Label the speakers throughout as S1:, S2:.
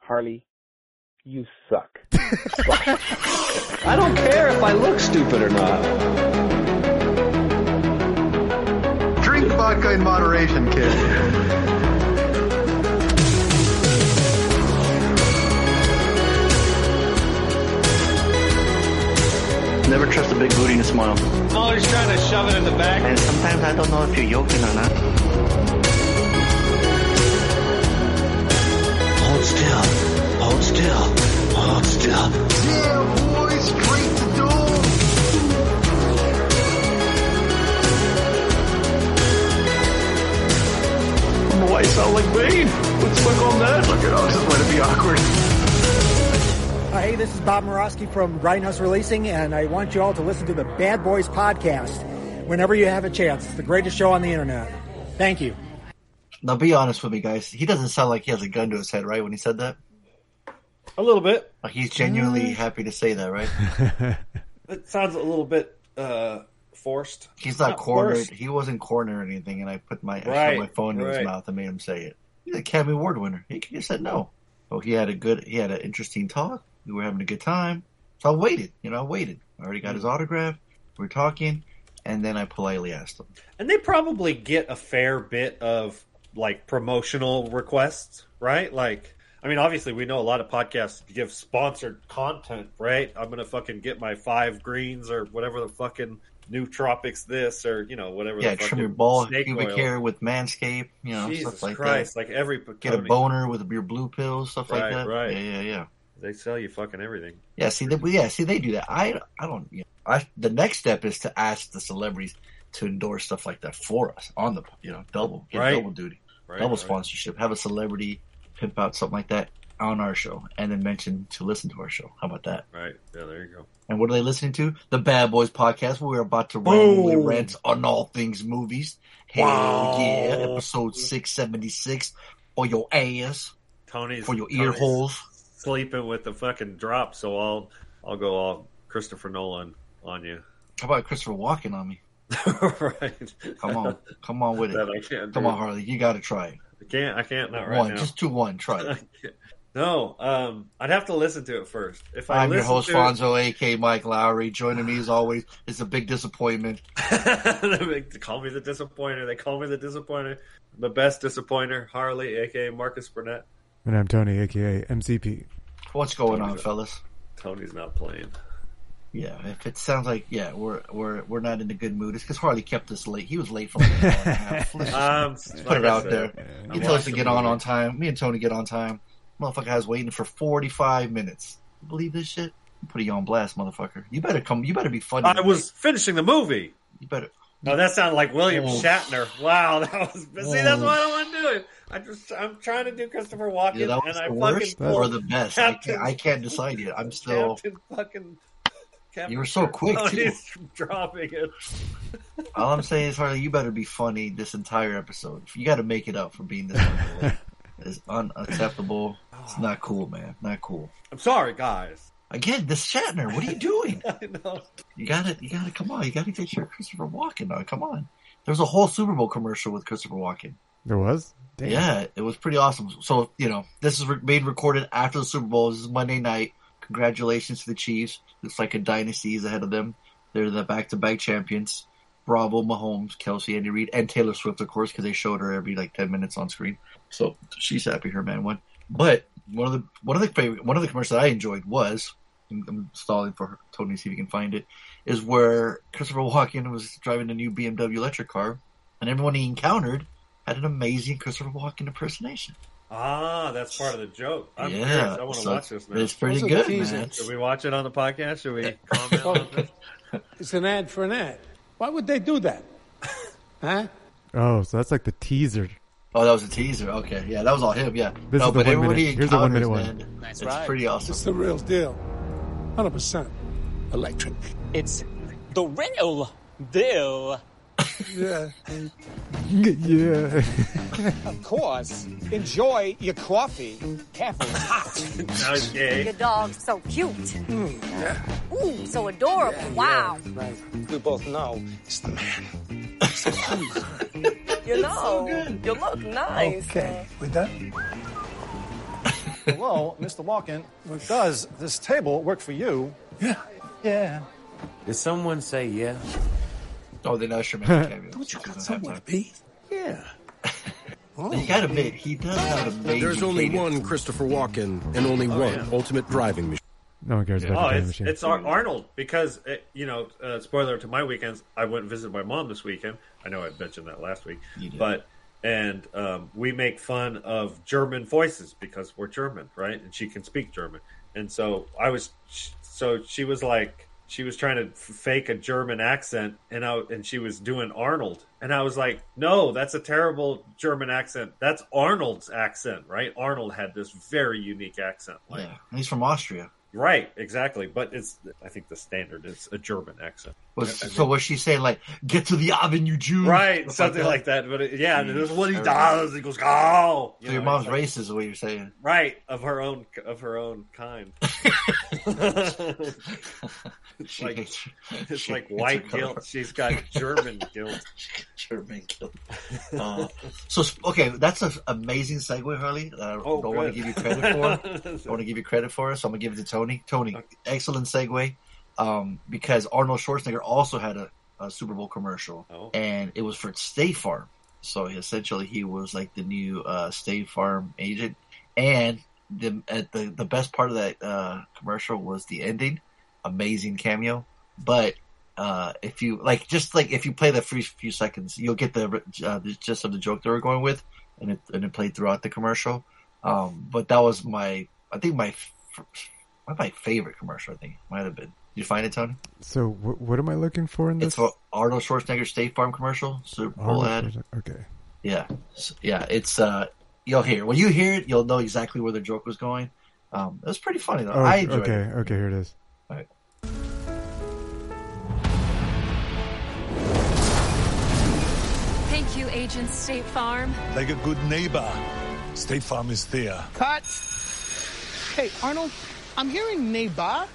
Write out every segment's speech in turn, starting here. S1: Harley, you suck.
S2: I don't care if I look stupid or not.
S3: Drink vodka in moderation, kid.
S4: Never trust a big booty to smile.
S5: Always trying to shove it in the back.
S4: And sometimes I don't know if you're joking or not. Hold still. Hold still. Hold still.
S3: Yeah, boy, straight to door.
S2: Boy, I sound like Bane. Let's look on that.
S3: Look at us, just let it be awkward.
S6: Uh, hey, this is Bob Morosky from Grindhouse Releasing, and I want you all to listen to the Bad Boys podcast whenever you have a chance. It's the greatest show on the internet. Thank you.
S4: Now be honest with me, guys. He doesn't sound like he has a gun to his head, right? When he said that,
S7: A little bit.
S4: like he's genuinely Mm. happy to say that, right?
S7: It sounds a little bit uh, forced.
S4: He's not,
S7: Not
S4: cornered.
S7: forced.
S4: He wasn't cornered or anything, and I put my I shoved
S7: Right,
S4: my phone in his
S7: right.
S4: mouth and made him say it. He's an Academy Award winner. He could have said no. Oh, he had a good, he had an interesting talk. We were having a good time, so I waited. You know, I waited. I already got his
S7: Mm-hmm.
S4: autograph. We are talking, and then I politely asked him.
S7: And they probably get a fair bit of like promotional requests, right? Like, I mean, obviously, we know a lot of podcasts give sponsored content, right? I'm gonna fucking get my five greens or whatever the fucking new tropics this or you know whatever.
S4: Yeah,
S7: the
S4: trim
S7: fucking
S4: your ball,
S7: snake
S4: pubic
S7: oil.
S4: hair with Manscaped. You know,
S7: Jesus
S4: stuff like
S7: Christ! Like every
S4: that. Get a
S7: Picone,
S4: boner with your blue pills, stuff
S7: Right,
S4: like that.
S7: right.
S4: Yeah, yeah, yeah.
S7: they sell you fucking everything.
S4: Yeah, see, they, yeah, see, they do that. I, I don't. You know, I the next step is to ask the celebrities to endorse stuff like that for us on the, you know, double, get
S7: Right.
S4: double duty,
S7: Right?
S4: double
S7: Right.
S4: sponsorship. Have a celebrity pimp out something like that on our show, and then mention to listen to our show. How about that?
S7: Right? Yeah, there you go.
S4: And what are they listening to? The Bad Boys podcast, where we're about to randomly
S6: Boom.
S4: rant on all things movies. Hell
S7: Wow.
S4: yeah, episode six seventy six for your ass,
S7: Tony's
S4: for your ear
S7: Tony's
S4: holes.
S7: sleeping with the fucking drop, so I'll I'll go all Christopher Nolan on you.
S4: How about Christopher walking on me?
S7: right?
S4: Come on, come on with it.
S7: that I can't.
S4: Come
S7: do.
S4: on, Harley, you got to try it.
S7: I can't. I can't. Not right
S4: one,
S7: now.
S4: just two, one. Try
S7: I
S4: it.
S7: can't. no. Um. I'd have to listen to it first. If I
S4: I'm your
S7: listen
S4: host,
S7: to
S4: Fonzo, aka Mike Lowry. Joining me as always is a big disappointment.
S7: It, they call me the disappointer. They call me the disappointer. The best disappointer, Harley, aka Marcus Burnett.
S8: And I'm Tony, aka MCP.
S4: What's going on, fellas?
S7: Tony's not playing.
S4: Yeah, if it sounds like yeah, we're we're we're not in a good mood. It's because Harley kept us late. He was late for like an hour and a half. Let's just
S7: Um.
S4: put it out there.
S7: I
S4: He told us to
S7: watched
S4: get
S7: the
S4: on
S7: movie.
S4: on time. Me and Tony get on time. Motherfucker has waiting for 45 minutes. You believe this shit? I'm putting you on blast, motherfucker. You better come. You better be funny.
S7: I was finishing the movie.
S4: You better.
S7: No, Oh, that sounded like William
S4: Whoa.
S7: Shatner. Wow, that was. but See, that's
S4: Whoa.
S7: why I don't want to do it. I just, I'm trying to do Christopher Walken,
S4: Yeah, that was
S7: and I fucking
S4: the worst or
S7: pulled
S4: the best. I
S7: Captain-
S4: can't, I can't decide yet. I'm still.
S7: Captain fucking. Captain
S4: You were so quick, too.
S7: Tony's dropping it.
S4: All I'm saying is, Harley, you better be funny this entire episode. You got to make it up for being this fucking late. It's unacceptable. It's not cool, man. Not cool.
S7: I'm sorry, guys.
S4: Again, this Shatner. What are you doing?
S7: I know.
S4: You gotta, you gotta come on. You gotta get your Christopher Walken on. Come on. There's a whole Super Bowl commercial with Christopher Walken.
S8: There was? Damn.
S4: Yeah, it was pretty awesome. So you know, this is re- made recorded after the Super Bowl. This is Monday night. Congratulations to the Chiefs. Looks like a dynasty is ahead of them. They're the back-to-back champions. Bravo, Mahomes, Kelsey, Andy Reid, and Taylor Swift, of course, because they showed her every like ten minutes on screen. So she's happy her man won. But one of the one of the favorite one of the commercials that I enjoyed was I'm, I'm stalling for her, Tony to see if he can find it is where Christopher Walken was driving a new BMW electric car, and everyone he encountered had an amazing Christopher Walken impersonation.
S7: Ah, that's part of the joke. I'm
S4: yeah,
S7: curious. I want to
S4: so
S7: watch this now.
S4: It's pretty
S6: Those are
S4: good,
S6: teasers.
S4: man.
S7: Should we watch it on the podcast? Should we comment on this?
S9: It's an ad for an ad. Why would they do that? Huh?
S8: Oh, so that's like the teaser.
S4: Oh, that was a teaser. Okay, yeah, that was all him. Yeah,
S8: This
S4: no,
S8: is the
S4: but
S8: one
S4: everyone
S8: minute-
S4: he
S8: here's the one
S4: encounters,
S8: minute one.
S4: man,
S10: Nice
S4: it's
S10: ride.
S4: pretty awesome.
S9: It's the real deal. 100% electric.
S10: It's the real deal.
S9: Yeah.
S8: yeah.
S10: Of course. Enjoy your coffee. Careful, it's hot.
S7: Now he's gay.
S11: Your dog's so cute. Ooh, so adorable. wow.
S9: Right.
S10: We both know.
S11: You know, you look nice.
S9: Okay. We done?
S10: Hello, Mr. Walken. Does this table work for you? Yeah. Yeah.
S12: Did someone say yeah?
S4: Oh, they know Sherman cameo.
S12: Don't you got
S4: someone
S12: to be? Yeah. Oh.
S4: you gotta admit, he does have a major
S13: There's only
S4: cadence.
S13: one Christopher Walken and only
S7: Oh,
S13: one
S7: yeah.
S13: ultimate driving machine.
S8: No one cares
S7: Oh, it's, it's Ar- Arnold because uh you know. Uh, spoiler to my weekends, I went and visited my mom this weekend. I know I mentioned that last week, but and um, we make fun of German voices because we're German, right? And she can speak German, and so I was. So she was like, she was trying to f- fake a German accent, and I and she was doing Arnold, and I was like, no, that's a terrible German accent. That's Arnold's accent, right? Arnold had this very unique accent, like.
S4: Yeah, and he's from Austria.
S7: Right, exactly. But it's I think the standard is a German accent.
S4: Was, so was she saying like, "Get to the oven, you Jews"?
S7: Right, something like that. But it, yeah, and it was what he does. He goes, "Oh." You
S4: Hmm. So your
S7: know,
S4: mom's
S7: it's like-
S4: racist, is what you're saying?
S7: Right, of her own of her own kind. it's
S4: She
S7: like,
S4: hates-
S7: it's
S4: she
S7: like
S4: hates
S7: white
S4: her color.
S7: guilt. She's got German guilt.
S4: German guilt. Uh, so s- okay, that's an amazing segue, Harley. that I
S7: Oh,
S4: don't want to
S7: good.
S4: give you credit for. I want to give you credit for it, so I'm gonna give it to Tony. Tony, excellent segue, um, because Arnold Schwarzenegger also had a, a Super Bowl commercial,
S7: oh,
S4: and it was for State Farm. So essentially, he was like the new uh, State Farm agent, and the at the the best part of that uh, commercial was the ending, amazing cameo. But uh, if you like, just like if you play the first few seconds, you'll get the uh, the gist of the joke they were going with, and it and it played throughout the commercial. Um, but that was my, I think my, f- one of my favorite commercial. I think might have been. Did you find it, Tony?
S8: So wh- what am I looking for in
S4: It's
S8: this?
S4: for Arnold Schwarzenegger State Farm commercial, Super Bowl
S8: Arnold
S4: ad.
S8: Schwarzenegger. Okay.
S4: Yeah, S- yeah. It's uh, you'll hear when you hear it, you'll know exactly where the joke was going. Um, it was pretty funny though.
S8: Oh,
S4: I enjoyed
S8: okay.
S4: it.
S8: Okay. Here it is.
S14: Thank you, Agent State Farm.
S15: Like a good neighbor, State Farm is there.
S16: Cut. Hey, Arnold, I'm hearing neighbor. I-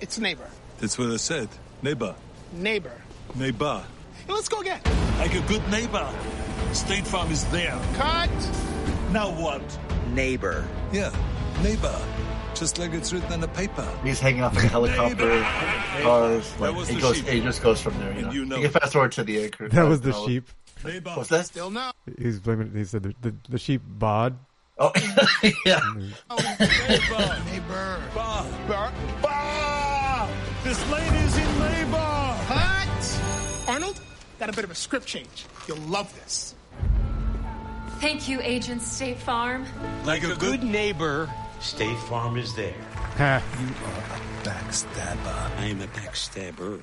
S16: It's neighbor.
S15: That's what I said. Neighbor.
S16: Neighbor.
S15: Neighbor.
S16: Hey, let's go again.
S15: Like a good neighbor, State Farm is there.
S16: Cut.
S15: Now what? Neighbor. Yeah, neighbor. Just like it's written on the paper.
S4: He's hanging off in a helicopter, cars. Like, it goes. It just goes from there. You know. You, can fast forward to the anchor.
S8: That was the sheep.
S4: What's that? Still
S16: no.
S8: He's blaming. He said the, the, the sheep bod.
S4: Oh yeah.
S15: neighbor. neighbor. Bah. Bah. Bah. This lady's in labor.
S16: Cut. Arnold, got a bit of a script change. You'll love this.
S14: Thank you, Agent State Farm.
S15: Like a good neighbor, State Farm is there.
S8: you are
S15: a backstabber.
S12: I am a backstabber.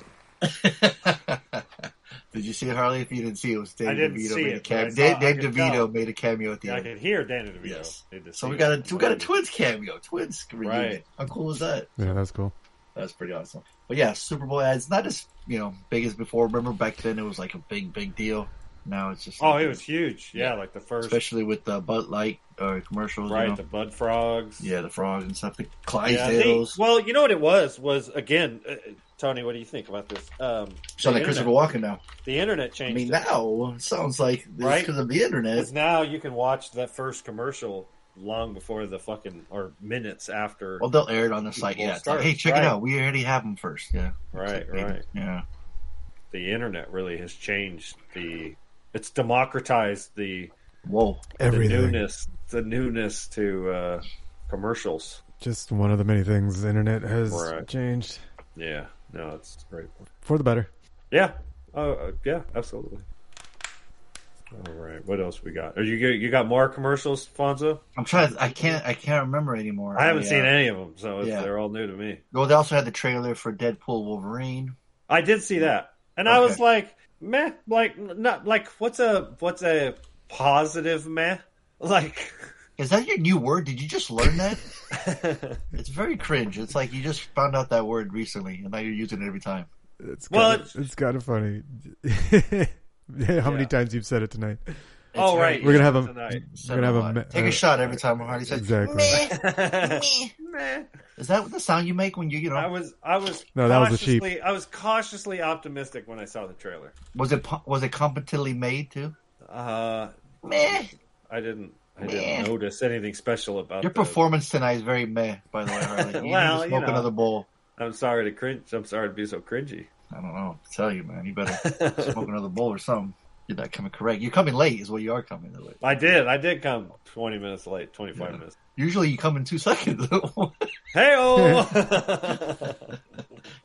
S4: Did you see it, Harley? If you didn't see it, it was Dave
S7: I didn't
S4: DeVito
S7: see
S4: made a
S7: it,
S4: cameo.
S7: but I saw-
S4: Dave, Dave
S7: I could
S4: DeVito
S7: tell.
S4: made a cameo at the
S7: Yeah, I
S4: end.
S7: could hear Danny DeVito. Did the
S4: So we
S7: same.
S4: got a we got a twins cameo, twins reunion.
S7: Right.
S4: How cool is that?
S8: Yeah, that's cool.
S4: That's pretty awesome. But yeah, Super Bowl ads not as you know big as before. Remember back then it was like a big big deal. Now it's just
S7: Oh,
S4: like-
S7: it was huge. Yeah, like the first,
S4: especially with the Bud Light or commercials. you
S7: right?
S4: know?
S7: The Bud Frogs.
S4: yeah, the frogs and stuff. The
S7: Yeah, they-
S4: Clydesdales.
S7: well, you know what it was was again, uh, Tony. What do you think about this? Um,
S4: Sound
S7: the
S4: like Christopher
S7: internet-
S4: Walken now.
S7: The internet
S4: I
S7: changed.
S4: mean,
S7: it.
S4: now it sounds like this
S7: right
S4: because of the internet.
S7: 'Cause now you can watch that first commercial long before the fucking or minutes after.
S4: Well, they'll air it on the site. Yeah, it's like, hey, check it out. We already have them first. Yeah,
S7: Right,
S4: Clickbait.
S7: right.
S4: Yeah.
S7: The internet really has changed the. It's democratized the.
S4: Whoa!
S8: Everything.
S7: The newness, the newness to uh, commercials.
S8: Just one of the many things the internet has
S7: Right.
S8: changed
S7: Yeah. No, it's great.
S8: for the better.
S7: Yeah. Oh, uh, yeah. Absolutely. All right. What else we got? Are you you got more commercials, Fonzo?
S4: I'm trying. I can't. I can't remember anymore.
S7: I haven't
S4: uh,
S7: seen any of them, so it's,
S4: yeah.
S7: they're all new to me.
S4: Well, they also had the trailer for Deadpool Wolverine.
S7: I did see that, and I
S4: Okay.
S7: was like, meh, like not like what's a what's a positive meh? Like
S4: Is that your new word? Did you just learn that? it's very cringe. It's like you just found out that word recently, and now you're using it every time.
S8: It's
S7: Well,
S8: kind of, it's kind of funny. How many times you've said it tonight?
S7: Oh, right, you
S8: We're gonna
S7: said
S8: have
S7: it
S8: a.
S7: tonight.
S8: We're gonna have a. me-
S4: Take
S8: uh,
S4: a shot every time Hardy says
S8: Exactly.
S4: Meh,
S7: meh.
S4: Is that the sound you make when you you know?
S7: I was I was
S8: No, that was the sheep.
S7: cautiously I was cautiously optimistic when I saw the trailer.
S4: Was it po- was it competently made too?
S7: Uh,
S4: Meh.
S7: I didn't I didn't notice anything special about
S4: Your
S7: that.
S4: performance tonight is very meh, by the way, Harley. You need to
S7: Well, you
S4: smoke
S7: know.
S4: another bowl.
S7: I'm sorry to cringe. I'm sorry to be so cringy.
S4: I don't know. what to Tell you, man, you better smoke another bowl or something. You're not coming correct. You're coming late, is what you are coming late.
S7: I did. I did come 20 minutes late. 25 minutes.
S4: Usually, you come in two seconds.
S7: Hey,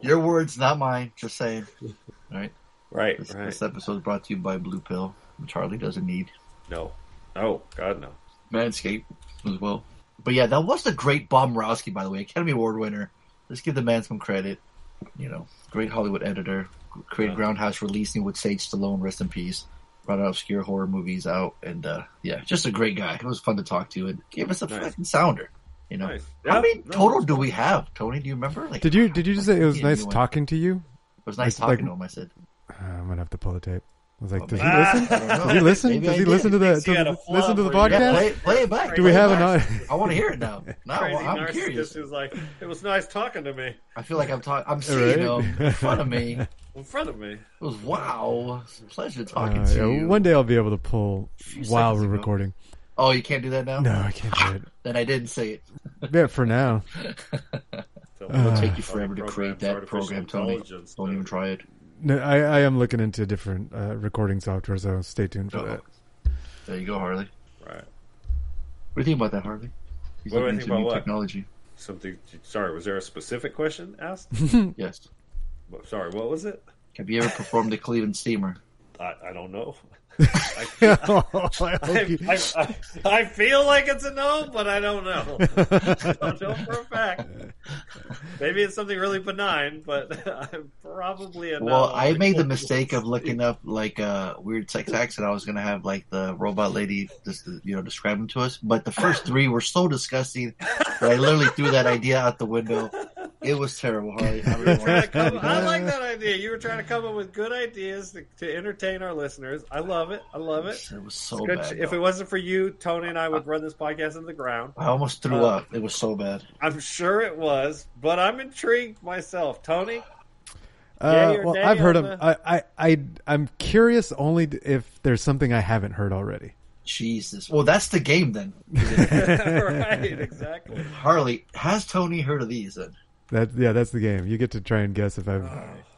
S4: Your words, not mine. Just saying. All right.
S7: Right.
S4: This,
S7: right.
S4: this episode is brought to you by Blue Pill, which Harley doesn't need.
S7: No. Oh God, no.
S4: Manscaped as well. But yeah, that was the great Bob Morowski, by the way, Academy Award winner. Let's give the man some credit. You know, great Hollywood editor, created Groundhouse, releasing with Sage Stallone, rest in peace. Brought out obscure horror movies out, and uh, yeah, just a great guy. It was fun to talk to, and gave us a fucking sounder. You know, how many total do we have? Tony, do you remember? Like,
S8: Did you did you just say it was
S4: Yeah,
S8: nice
S4: you went-
S8: talking to you?
S4: It was nice
S8: Like-
S4: talking to
S8: like-
S4: him. I said,
S8: Uh, I'm gonna have to pull the tape. I was like, does he
S4: Ah.
S8: listen?
S4: I don't know.
S8: Does he listen?
S4: Maybe
S8: Does
S4: I
S8: he
S4: did.
S8: listen to the
S4: Thinks he
S8: to,
S4: had a
S8: the- listen to the
S4: flop where
S8: podcast?
S4: he- Yeah, play- play it back.
S8: Do
S4: Play
S8: we
S4: it
S8: have
S4: back.
S8: an?
S4: I wanna hear it now. No,
S7: Crazy
S4: well, Oh, I'm
S7: narcissist
S4: curious.
S7: is like, it was nice talking to me.
S4: I feel like I'm talking. I'm seeing
S8: Right.
S4: him in front of me. It
S7: in front of me. It
S4: was wow. It's a pleasure talking
S8: Uh,
S4: to
S8: yeah,
S4: you.
S8: one day I'll be able to pull while we're recording.
S4: Oh, you can't do that now.
S8: No, I can't do it.
S4: Then I didn't say it.
S8: Yeah, for now.
S4: It'll
S8: Uh,
S4: take you forever to create that program, Tony. Don't even try it.
S8: No, I, I am looking into different uh, recording software, so stay tuned for
S4: Oh.
S8: that.
S4: There you go, Harley.
S7: Right.
S4: What do you think about that, Harley? He's
S7: What do I
S4: looking
S7: think
S4: into
S7: about
S4: new
S7: what?
S4: technology.
S7: Something. Sorry, was there a specific question asked?
S4: yes.
S7: What- Sorry, what was it?
S4: Have you ever performed a Cleveland steamer?
S7: I, I don't know. I,
S8: Oh, I
S7: I,
S8: hope you-
S7: I, I, I feel like it's a no, but I don't know. I
S8: Uh,
S7: don't know for a fact. Maybe it's something really benign, but I'm probably a no.
S4: Well, I made the mistake of looking up like uh, weird sex acts, and I was gonna have like the robot lady just you know describe them to us. But the first three were so disgusting that I literally threw that idea out the window. It was terrible, Harley. I
S7: Trying
S4: really
S7: to
S4: wanted
S7: come-
S4: to
S7: I like that idea. You were trying to come up with good ideas to, to entertain our listeners. I love it. I love it.
S4: It was so
S7: good.
S4: bad,
S7: If it wasn't for you, Tony and I would run this podcast into the ground.
S4: I almost threw
S7: Uh,
S4: up. It was so bad.
S7: I'm sure it was, but I'm intrigued myself. Tony,
S8: Uh,
S7: Yay or
S8: well,
S7: nay
S8: I've heard
S7: on
S8: them. I, I, I, I'm curious only if there's something I haven't heard already.
S4: Jesus. Well, that's the game then.
S8: Right,
S7: exactly.
S4: Harley, has Tony heard of these? Then
S8: That yeah, that's the game. You get to try and guess if I've.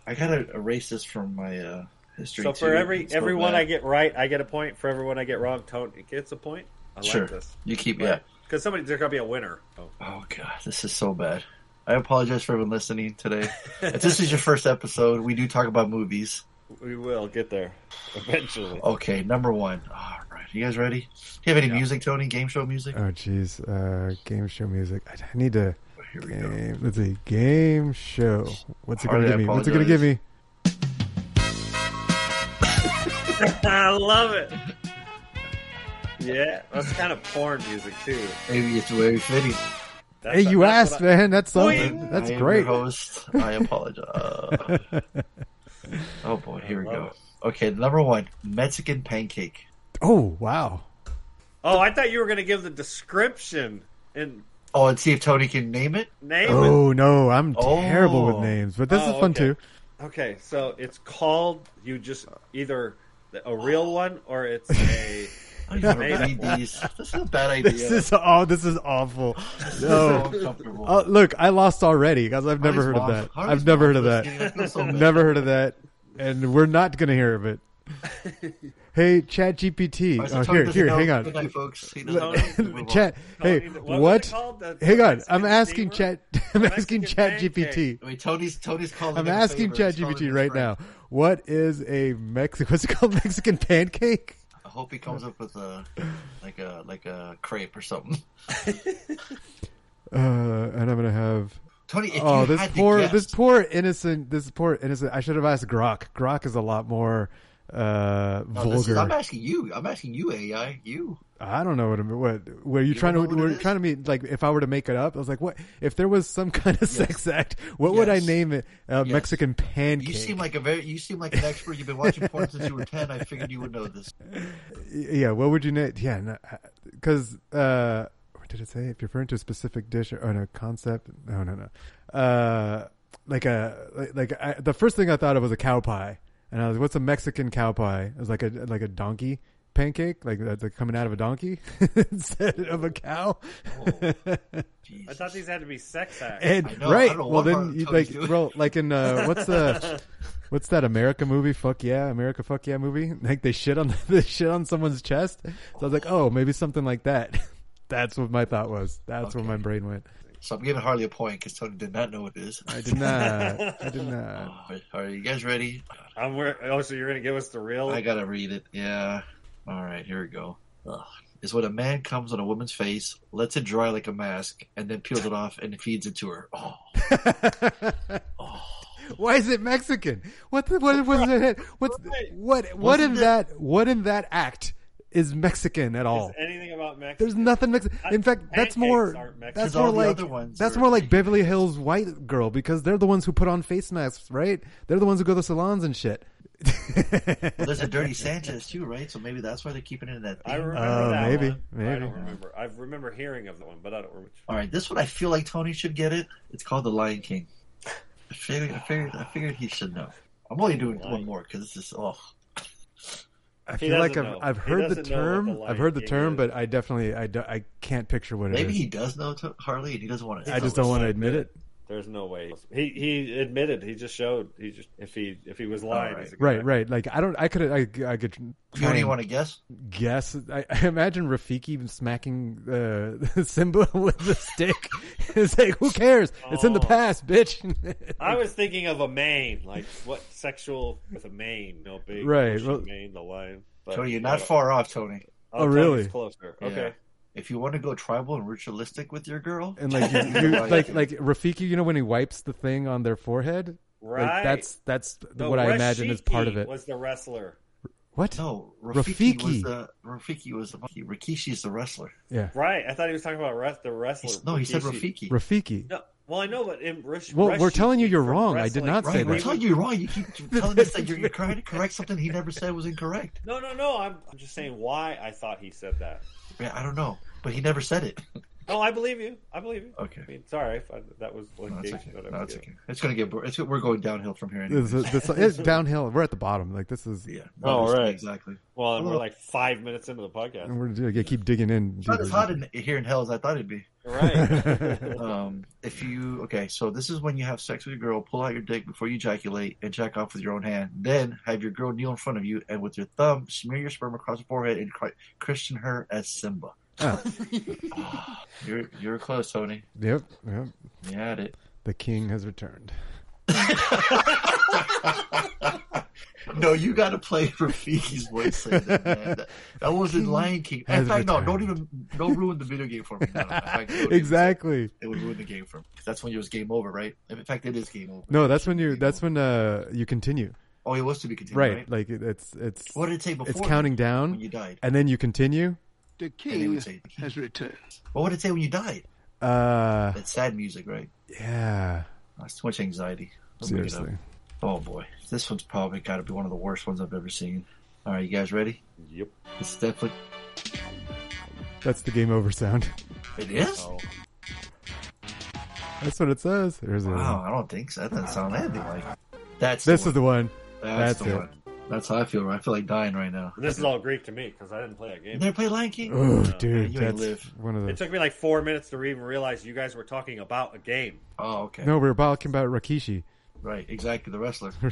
S4: I gotta erase this from my uh, history.
S7: So for
S4: too.
S7: every
S4: It's so
S7: everyone
S4: bad.
S7: I get right, I get a point. For everyone I get wrong, Tony gets a point. I
S4: sure,
S7: like this
S4: you keep yeah.
S7: because somebody there's gonna be a winner. Oh,
S4: God, this is so bad. I apologize for everyone listening today. if this is your first episode, we do talk about movies.
S7: we will get there eventually.
S4: Okay, number one. All right, you guys ready? Do you have any music, Tony? Game show music?
S8: Oh jeez, uh, game show music. I, I need to. game, Let's see, game show. What's it
S4: Harley,
S8: gonna
S4: I
S8: give me? What's it gonna give me?
S7: I love it. Yeah, that's kind of porn music too.
S4: Maybe it's very fitting.
S7: That's
S8: hey, you
S7: that's
S8: asked,
S7: what I-
S8: man. That's something.
S4: Wait.
S8: That's
S4: I am
S8: great.
S4: your host. I apologize. Oh boy, here we
S7: love
S4: go. Okay, number one, Mexican pancake.
S8: oh wow.
S7: Oh, I thought you were gonna give the description and
S4: Oh, and see if Tony can name it.
S7: name. it.
S8: Oh no, I'm
S7: Oh.
S8: terrible with names, but this
S7: Oh,
S8: is fun
S7: okay.
S8: too.
S7: Okay, so it's called you just either a real one or it's a.
S4: I never read these. This is a bad idea.
S8: This is oh, this is awful.
S4: This is so
S8: No.
S4: uncomfortable.
S8: Oh, look, I lost already because I've never
S4: Harley's
S8: heard
S4: mom-
S8: of that.
S4: Harley's
S8: I've never
S4: mom
S8: heard of
S4: listening. I feel
S8: that.
S4: so bad.
S8: never heard of that, and we're not gonna hear of it. hey, Chat GPT.
S4: All right, so
S8: oh,
S4: Tony
S8: here,
S4: doesn't
S8: here,
S4: know.
S8: hang on.
S4: Good night, folks. He doesn't know. Move on.
S8: Chat. Hey,
S4: Tony, what was
S8: what?
S4: it called? The-
S8: hang
S4: the
S8: on. I'm
S4: Mexican
S8: asking Chat. I'm asking Chat
S4: Mexican
S8: GPT.
S4: Wait, Tony's Tony's calling.
S8: I'm
S4: in a
S8: asking
S4: favor. He's calling
S8: ChatGPT
S4: his
S8: right
S4: friend.
S8: now. What is a Mexican? What's it called? Mexican pancake?
S4: I hope he comes up with a like a like a crepe or something.
S8: Uh, and I'm gonna have.
S4: Tony, if
S8: oh,
S4: you
S8: this
S4: had to
S8: poor,
S4: guess-
S8: this poor innocent, this poor innocent. I should have asked Grok. Grok is a lot more uh,
S4: No, Oh, this is-
S8: vulgar.
S4: I'm asking you. I'm asking you, AI. You.
S8: I don't know what I'm, what were you trying to
S4: don't know what
S8: were
S4: it
S8: you trying to mean like if I were to make it up I was like what if there was some kind of sex act what would I name it uh, Mexican pancake
S4: You seem like a very. You seem like an expert. You've been watching porn since you were ten. I figured you would know this.
S8: yeah what would you name yeah because uh what did it say if you're referring to a specific dish or, or a concept no no no uh like a like, like I, the first thing I thought of was a cow pie and I was what's a Mexican cow pie it was like a like a donkey pancake, like that's like coming out of a donkey instead of a cow.
S7: I thought these had to be sex acts.
S8: and right, well then, you, like, bro, like in uh, what's the what's that America movie? Fuck yeah, America, fuck yeah movie. Like they shit on they shit on someone's chest. So I was like, oh, maybe something like that. That's what my thought was. That's where my brain went.
S4: So I'm giving Harley a point because Tony did not know what it is.
S8: I did not. I did not.
S4: Oh, are you guys ready?
S7: I'm where, oh, so you're gonna give us the real?
S4: I gotta read it. Yeah. All right, here we go. Ugh. Is when a man comes on a woman's face, lets it dry like a mask, and then peels it off and feeds it to her. Oh,
S8: Why is it Mexican? What the, what was it? What's what what in that what in that act is Mexican at all?
S7: Anything about Mexico?
S8: There's nothing Mexican. In fact,
S7: Uh, Pancakes
S8: that's more
S7: aren't Mexican.
S8: that's
S7: 'Cause
S8: more
S7: all the
S8: like
S7: other ones
S8: that's
S7: are-
S8: more like Beverly Hills white girl because they're the ones who put on face masks, right? They're the ones who go to salons and shit.
S4: Well, there's a dirty Sanchez too, right? So maybe that's why they're keeping it in that. Theme.
S7: I remember
S8: Oh,
S7: that
S8: maybe,
S7: one. I
S8: maybe.
S7: don't remember. I remember hearing of the one, but I don't remember.
S4: All right, this one I feel like Tony should get it. It's called The Lion King. I figured, I figured, I figured he should know. I'm only doing one more because this is oh.
S8: I feel like I've, I've heard the term. I've heard the term, but I definitely I, do- I can't picture what it
S4: Maybe
S8: is.
S4: he does know to Harley, and he doesn't want to.
S8: I just don't want to admit it.
S7: There's no way he he admitted. He just showed. He just if he if he was lying. he's a good
S8: Right,
S7: actor.
S8: right. Like I don't. I could. I, I could.
S4: You don't
S8: try and
S4: even want to guess.
S8: Guess. I, I imagine Rafiki smacking uh, Simba with a stick. it's like, who cares? It's in the past, bitch.
S7: Oh. I was thinking of a mane, like what sexual with a mane? No big
S8: Right,
S7: bushy
S8: well-
S7: mane, the lion. But-
S4: Tony, you're not far off, Tony.
S7: Oh, Oh, Tony's really? closer. Okay.
S4: If you want to go tribal and ritualistic with your girl,
S8: and like, you, you, like, like Rafiki. You know when he wipes the thing on their forehead.
S7: Right.
S8: Like, that's that's
S7: No,
S8: what I imagine is part
S7: Rashiki
S8: of it.
S7: Was the wrestler?
S8: What?
S4: No, Rafiki,
S8: Rafiki.
S4: was the Rafiki was the monkey. Rikishi's the wrestler.
S8: Yeah.
S7: Right. I thought he was talking about res- the wrestler.
S4: No, he said
S7: Rikishi.
S8: Rafiki.
S7: No, well, I know, but in Rish-
S8: Well, we're
S7: Rashiki
S8: telling you you're
S7: from
S8: wrong. I did
S7: wrestling-
S8: not say
S4: We're
S8: that.
S4: telling you wrong. You keep telling us that you're, you're trying to correct something he never said was incorrect.
S7: No, no, no. I'm, I'm just saying why I thought he said that.
S4: Yeah, I don't know, but he never said it.
S7: No, I believe you. I believe you.
S4: Okay.
S7: I mean, sorry if I, that was like
S4: No, it's
S7: engagement,
S4: okay.
S7: whatever.
S4: No, it's okay. It's gonna get. bor- It's, we're going downhill from here. Anyway.
S8: This is- this- it's downhill. We're at the bottom. Like this is. Yeah.
S7: Oh, right.
S4: Exactly.
S7: Well, and we're like five minutes into the podcast.
S8: And we're gonna keep digging in.
S4: It's not as
S8: deeper.
S4: hot in, here in hell as I thought it'd be.
S8: Right.
S4: um, if you okay, so this is when you have sex with your girl, pull out your dick before you ejaculate, and jack off with your own hand. Then have your girl kneel in front of you, and with your thumb smear your sperm across her forehead and cri- Christian her as Simba.
S8: Oh.
S4: Ah, you're you're close, Tony.
S8: Yep, yep.
S4: You had it.
S8: The king has returned.
S4: No, you got to play Rafiki's voice. Saying that, man. That, that was in Lion King. In
S8: Has
S4: fact, no, don't even don't ruin the video game for me. No, no, no. In fact, don't even-
S8: Exactly.
S4: It would ruin the game for me. 'Cause That's when it was game over, right? In fact, it is game over.
S8: No, that's when you. That's when uh you continue.
S4: Oh, it was to be continued,
S8: Right.
S4: right?
S8: Like it, it's it's.
S4: What did it say before
S8: It's counting
S4: when
S8: down.
S4: you died?
S8: And then you continue.
S4: The king has returned. What would it say when you died?
S8: Uh.
S4: That's sad music, right?
S8: Yeah.
S4: That's too much anxiety. Don't bring it up.
S8: Seriously.
S4: Oh boy, this one's probably got to be one of the worst ones I've ever seen. All right, you guys ready?
S7: Yep.
S4: It's definitely.
S8: That's the game over sound.
S4: It is.
S8: That's what it says. There's a.
S4: Wow, I don't think so. That doesn't sound anything like. That's
S8: This
S4: the
S8: is the one.
S4: That's,
S8: That's,
S4: the
S8: it.
S4: one. That's how I feel. right? I feel like dying right now.
S7: This is all Greek to me because I didn't play that game.
S4: You never played Lion King?
S8: Oh,
S4: No.
S8: dude,
S4: You ain't
S8: that's
S4: live.
S8: one of
S7: It
S8: the.
S7: took me like four minutes to even realize you guys were talking about a game.
S4: Oh, okay.
S8: No, we were talking about Rakishi.
S4: Right, exactly. The wrestler.
S8: We're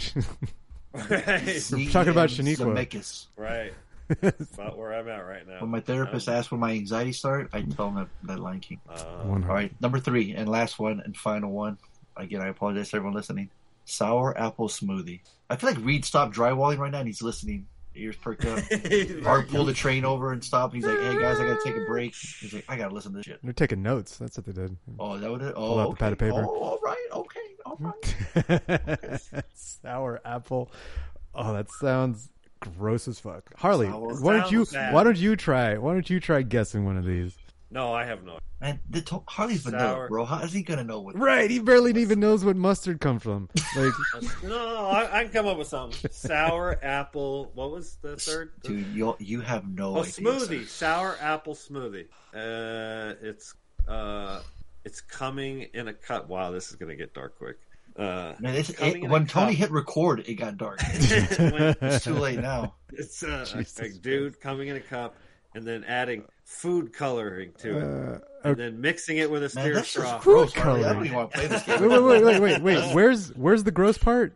S8: talking about Shaniqua.
S4: Zemeckis.
S7: Right. That's about where I'm at right now.
S4: When Oh my therapist asks where my anxiety started, I tell him that, that Lion King.
S7: Uh,
S8: One
S4: All right, number three and last one and final one. Again, I apologize to everyone listening. Sour apple smoothie. I feel like Reed stopped drywalling right now and he's listening. Ears perked up. Art pulled the train over and stopped. He's like, "Hey guys, I gotta take a break." He's like, "I gotta listen to this shit."
S8: They're taking notes. That's what they did.
S4: Oh, is that what it? Oh,
S8: Pull out
S4: okay.
S8: the pad of paper.
S4: Oh, all right, okay, all right.
S8: sour apple. Oh, that sounds gross as fuck. Harley,
S4: Sour.
S8: why don't you
S4: Sounds bad.
S8: why don't you try why don't you try guessing one of these?
S7: No, I have no.
S4: Man, the to- Harley's vanilla,
S7: Mm-hmm. Sour.
S4: bro. How is he gonna know what?
S8: Right, he barely even knows what mustard comes from. Like
S7: No, I, I can come up with something. Sour apple. What was the third?
S4: Dude, you you have no
S7: oh,
S4: idea.
S7: smoothie. Sour apple smoothie. Uh, it's uh, it's coming in a cup. Wow, this is gonna get dark quick. Uh,
S4: Man, it's,
S7: coming
S4: it,
S7: in
S4: when
S7: a
S4: Tony
S7: cup.
S4: hit record, it got dark. it's too late now.
S7: It's uh,
S4: Jesus
S7: a dude coming in a cup and then adding food coloring to it,
S8: Uh,
S7: and
S8: okay.
S7: then mixing it with a
S4: Man,
S7: steer
S4: that's
S7: straw.
S4: just gross. Harley. I don't even want to play this
S8: wait,
S4: game.
S8: wait, wait, wait, wait, wait. Where's where's the gross part?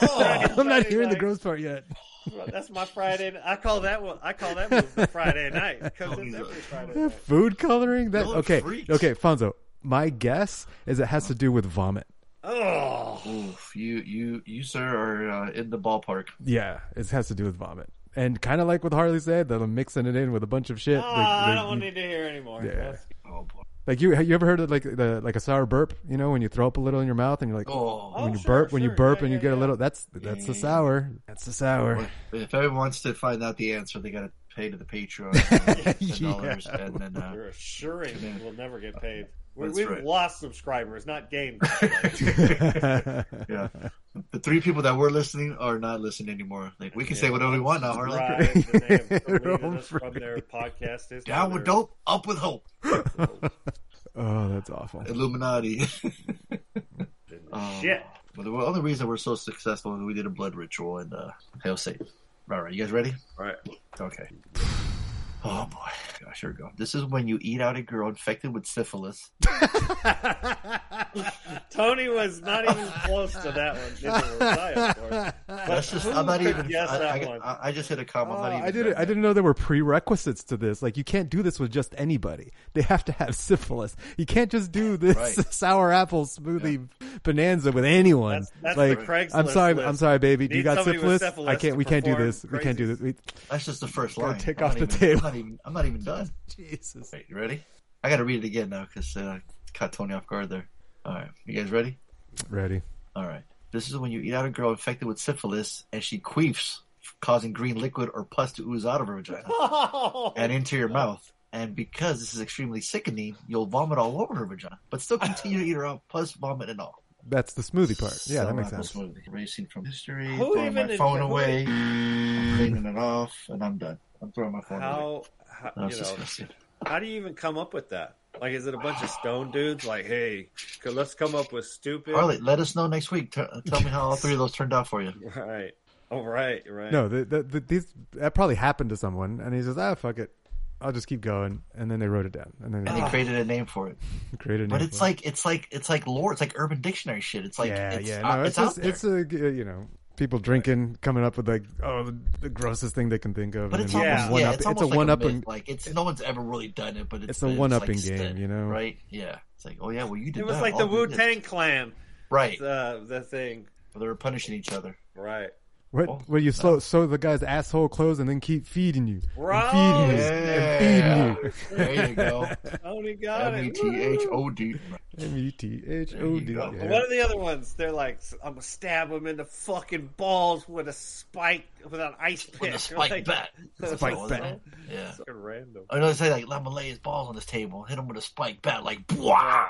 S8: I'm not hearing the gross part yet.
S7: Well, that's my Friday. n- I call that one. I call that move the Friday night because it's every Friday. Night.
S8: Food coloring? That
S7: Y'all are
S8: okay?
S7: freaks.
S8: Okay, Fonzo. My guess is it has to do with vomit.
S7: Oh,
S4: Oof, you, you, you, sir, are uh, in the ballpark.
S8: Yeah, it has to do with vomit. And kind of like what Harley said, that I'm mixing it in with a bunch of shit.
S7: Ah,
S8: They-
S7: I
S8: they-
S7: don't want to need to hear anymore.
S8: Yeah.
S4: Oh, boy.
S8: Like you, you ever heard of like the like a sour burp? You know, when you throw up a little in your mouth and you're like,
S4: Oh.
S8: when
S4: Oh,
S8: you
S4: sure,
S8: burp, when you
S4: sure.
S8: burp
S4: Yeah,
S8: and you
S4: yeah,
S8: get a
S4: yeah.
S8: little. That's that's the sour. That's the sour.
S4: If everyone wants to find out the answer, they got to pay to the Patreon. $10
S8: Yeah.
S4: and then, uh,
S7: You're assuring we'll never get paid. We,
S4: That's
S7: we've
S4: right.
S7: lost subscribers, not gained.
S4: yeah. The three people that were listening are not listening anymore. Like we can say whatever we want now, Harley.
S7: Right, and they have deleted us from their podcast. history.
S4: Down with
S7: They're-
S4: dope, up with hope.
S8: Oh, that's awful.
S4: Illuminati. Um,
S7: Shit.
S4: But the other reason we're so successful is we did a blood ritual and uh, hail Satan. All right, you guys ready?
S7: All right.
S4: Okay. Oh boy, gosh, here we go. This is when you eat out a girl infected with syphilis.
S7: Tony was not even close to that one. Did he? Was I, of course. But
S4: That's just.
S7: who
S4: I'm not
S7: could
S4: even.
S7: guess
S4: I,
S7: that
S4: I-
S7: one?
S4: I- I just hit a comma. I'm not
S8: Oh,
S4: even.
S8: I didn't. I didn't know there were prerequisites to this. Like you can't do this with just anybody. They have to have syphilis. You can't just do this
S7: Right.
S8: sour apple smoothie bonanza with anyone.
S7: that's
S8: like
S7: the Craigslist
S8: I'm sorry.
S7: list.
S8: I'm sorry, baby. do
S7: Need
S8: you got
S7: somebody with
S8: syphilis?
S7: syphilis
S8: I can't.
S7: to
S8: We can't do
S7: perform
S8: this. We can't do this. We,
S4: That's just the first
S8: Gotta
S4: line.
S8: take
S4: I'm
S8: off
S4: not
S8: the
S4: even,
S8: table.
S4: I'm not even, I'm not even done.
S8: Jesus.
S4: Wait, you ready? I got to read it again now because uh, caught Tony off guard there. All right, you guys ready?
S8: ready.
S4: All right. This is when you eat out a girl infected with syphilis and she queefs, causing green liquid or pus to ooze out of her vagina
S8: Oh,
S4: and into your mouth. And because this is extremely sickening, you'll vomit all over her vagina, but still continue to eat her out, pus, vomit, and all.
S8: That's the smoothie part. Yeah, that
S4: Some
S8: makes
S4: apple
S8: sense.
S4: smoothie. Erasing from history,
S7: Who
S4: throwing
S7: even
S4: my phone
S7: enjoy-
S4: away, I'm cleaning it off, and I'm done. I'm throwing my phone away.
S7: How, how
S4: That was
S7: you know?
S4: disgusting.
S7: How do you even come up with that? Like, is it a bunch of stone dudes? Like, hey, c- let's come up with stupid.
S4: Harley, let us know next week. T- uh, tell me how all three of those turned out for you.
S7: Right. All right. Right.
S8: No, the, the, the, these that probably happened to someone, and he says, "Ah, fuck it, I'll just keep going." And then they wrote it down, and then
S4: And he created a name for it.
S8: created. a
S4: But
S8: name
S4: it's
S8: for it.
S4: like it's like it's like lore. It's like Urban Dictionary shit. It's like
S8: yeah,
S4: it's,
S8: yeah,
S4: out-
S8: no, it's,
S4: out
S8: just
S4: there.
S8: it's a g- uh, you know people drinking, coming up with like oh the, the grossest thing they can think of.
S4: but
S8: and
S4: it's
S8: then
S4: almost
S8: one
S4: yeah,
S8: up-
S4: it's, almost
S8: a
S4: like
S8: one up
S4: myth.
S8: and
S4: like it's no one's ever really done it, but it's,
S8: It's a one-upping
S4: like,
S8: game,
S4: said,
S8: you know?
S4: right? Yeah, it's like oh yeah, well you did.
S7: It was
S4: that.
S7: like
S4: All
S7: the
S4: we
S7: Wu
S4: did.
S7: Tang Clan.
S4: Right.
S7: The the thing.
S4: They were punishing each other.
S7: Right.
S8: what
S4: oh,
S8: where you sew, sew the guy's asshole closed and then keep feeding you,
S7: Right.
S8: and feeding you,
S4: Yeah.
S8: and feeding you.
S4: There you go.
S7: Tony got
S4: M e
S7: it.
S4: t h o d.
S8: M U T H
S4: There
S8: O
S4: you
S8: D.
S4: go.
S8: yeah.
S7: One of the other ones, they're like, I'm gonna stab him in the fucking balls with a spike, with an ice pick,
S4: a spike
S7: like,
S4: bat. Spike
S7: So-
S4: bat. Yeah.
S7: so random.
S4: I know they say like let me lay his balls on this table, hit him with a spike bat, like blah.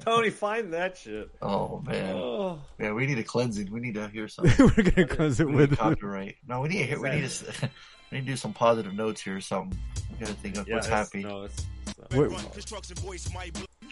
S7: Tony, find that shit.
S4: Oh man,
S7: Oh.
S4: yeah, we need a cleansing. We need to hear something.
S8: We're gonna close it
S4: We
S8: with
S4: need copyright. No, we need to hear. We need to. s- We need to do some positive notes here or something. We gotta think of
S7: Yeah,
S4: what's
S7: it's-
S4: happy.
S7: No, it's,
S8: What,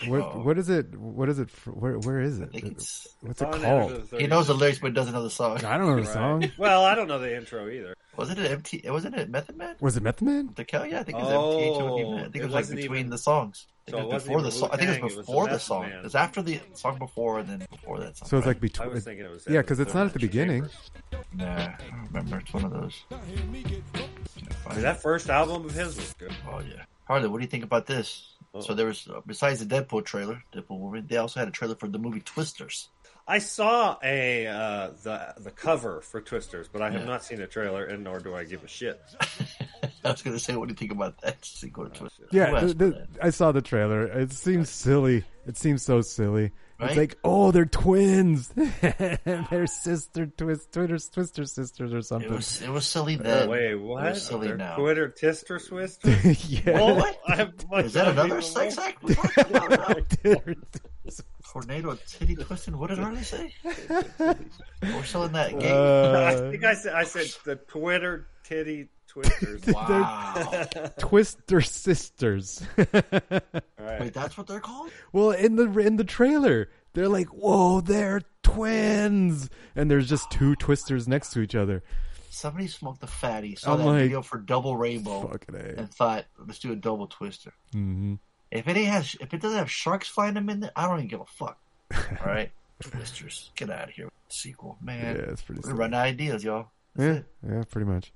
S8: what, what is it? What is it? fr- Where where is it? What's it
S4: Oh,
S7: On
S8: called?
S7: Episode
S4: He knows the lyrics, but doesn't know the song.
S8: I don't know the
S7: Right.
S8: song.
S7: Well, I don't know the intro either.
S4: Wasn't it MT? Wasn't it Method Man?
S8: Was it Method Man?
S4: The Kel? Yeah, I think it was
S7: Oh,
S4: MT. E I think it,
S7: it
S4: was like
S7: wasn't
S4: between
S7: even-
S4: the songs. I
S7: So
S4: think
S7: it
S4: it was
S7: wasn't
S4: before
S7: even
S4: the song. I think it
S7: Wu-Tang,
S4: was
S7: it was
S4: before
S7: the
S4: the
S7: Method
S4: song.
S7: Man.
S4: It's after the song before, and then before that song.
S8: So it's
S4: right?
S8: like between.
S7: I was thinking it was
S8: yeah, because it's not at the
S7: Episode
S8: beginning.
S4: Nah, I don't remember. It's one of those.
S7: Dude, that first album of his was good.
S4: Oh yeah, Harley. What do you think about this?
S7: Oh.
S4: So there was uh, besides the Deadpool trailer, Deadpool movie, they also had a trailer for the movie Twisters.
S7: I saw a uh, the the cover for Twisters, but I have
S4: Yeah.
S7: not seen a trailer, and nor do I give a shit.
S4: I was gonna say, what do you think about that sequel to
S7: Oh,
S4: Twisters? Who
S8: Yeah,
S4: asked
S8: the,
S4: for
S8: the- I saw the trailer. It seems silly. It seems so silly.
S4: Right?
S8: It's like, oh, they're twins. they're sister twist, Twitter twister sisters or
S4: that?
S8: something.
S4: It was it was silly then.
S7: Wait,
S4: It
S7: what?
S4: was silly
S7: They're
S4: now.
S7: Twitter Tister Swisters?
S8: Yeah.
S7: Well, I have
S4: Is that another sex act? we're talking about now?
S8: Twitter-
S4: Tornado titty twisting. What did Harley say? We're still in
S8: Uh,
S4: that game.
S7: I think I said I said the Twitter titty twisters.
S4: wow.
S8: twister sisters.
S4: Wait, that's what they're called?
S8: well, in the in the trailer, They're like, whoa, they're twins, and there's just two twisters next to each other.
S4: Somebody smoked the fatty. Saw
S8: I'm
S4: that
S8: like,
S4: video for Double Rainbow
S8: fucking A.
S4: and thought, let's do a double twister.
S8: Mm-hmm.
S4: If it ain't has, if it doesn't have sharks flying them in there, I don't even give a fuck. All right, twisters, get out of here. Sequel, man.
S8: Yeah, it's pretty
S4: We're
S8: silly.
S4: running out of ideas, y'all.
S8: Yeah, yeah, pretty much.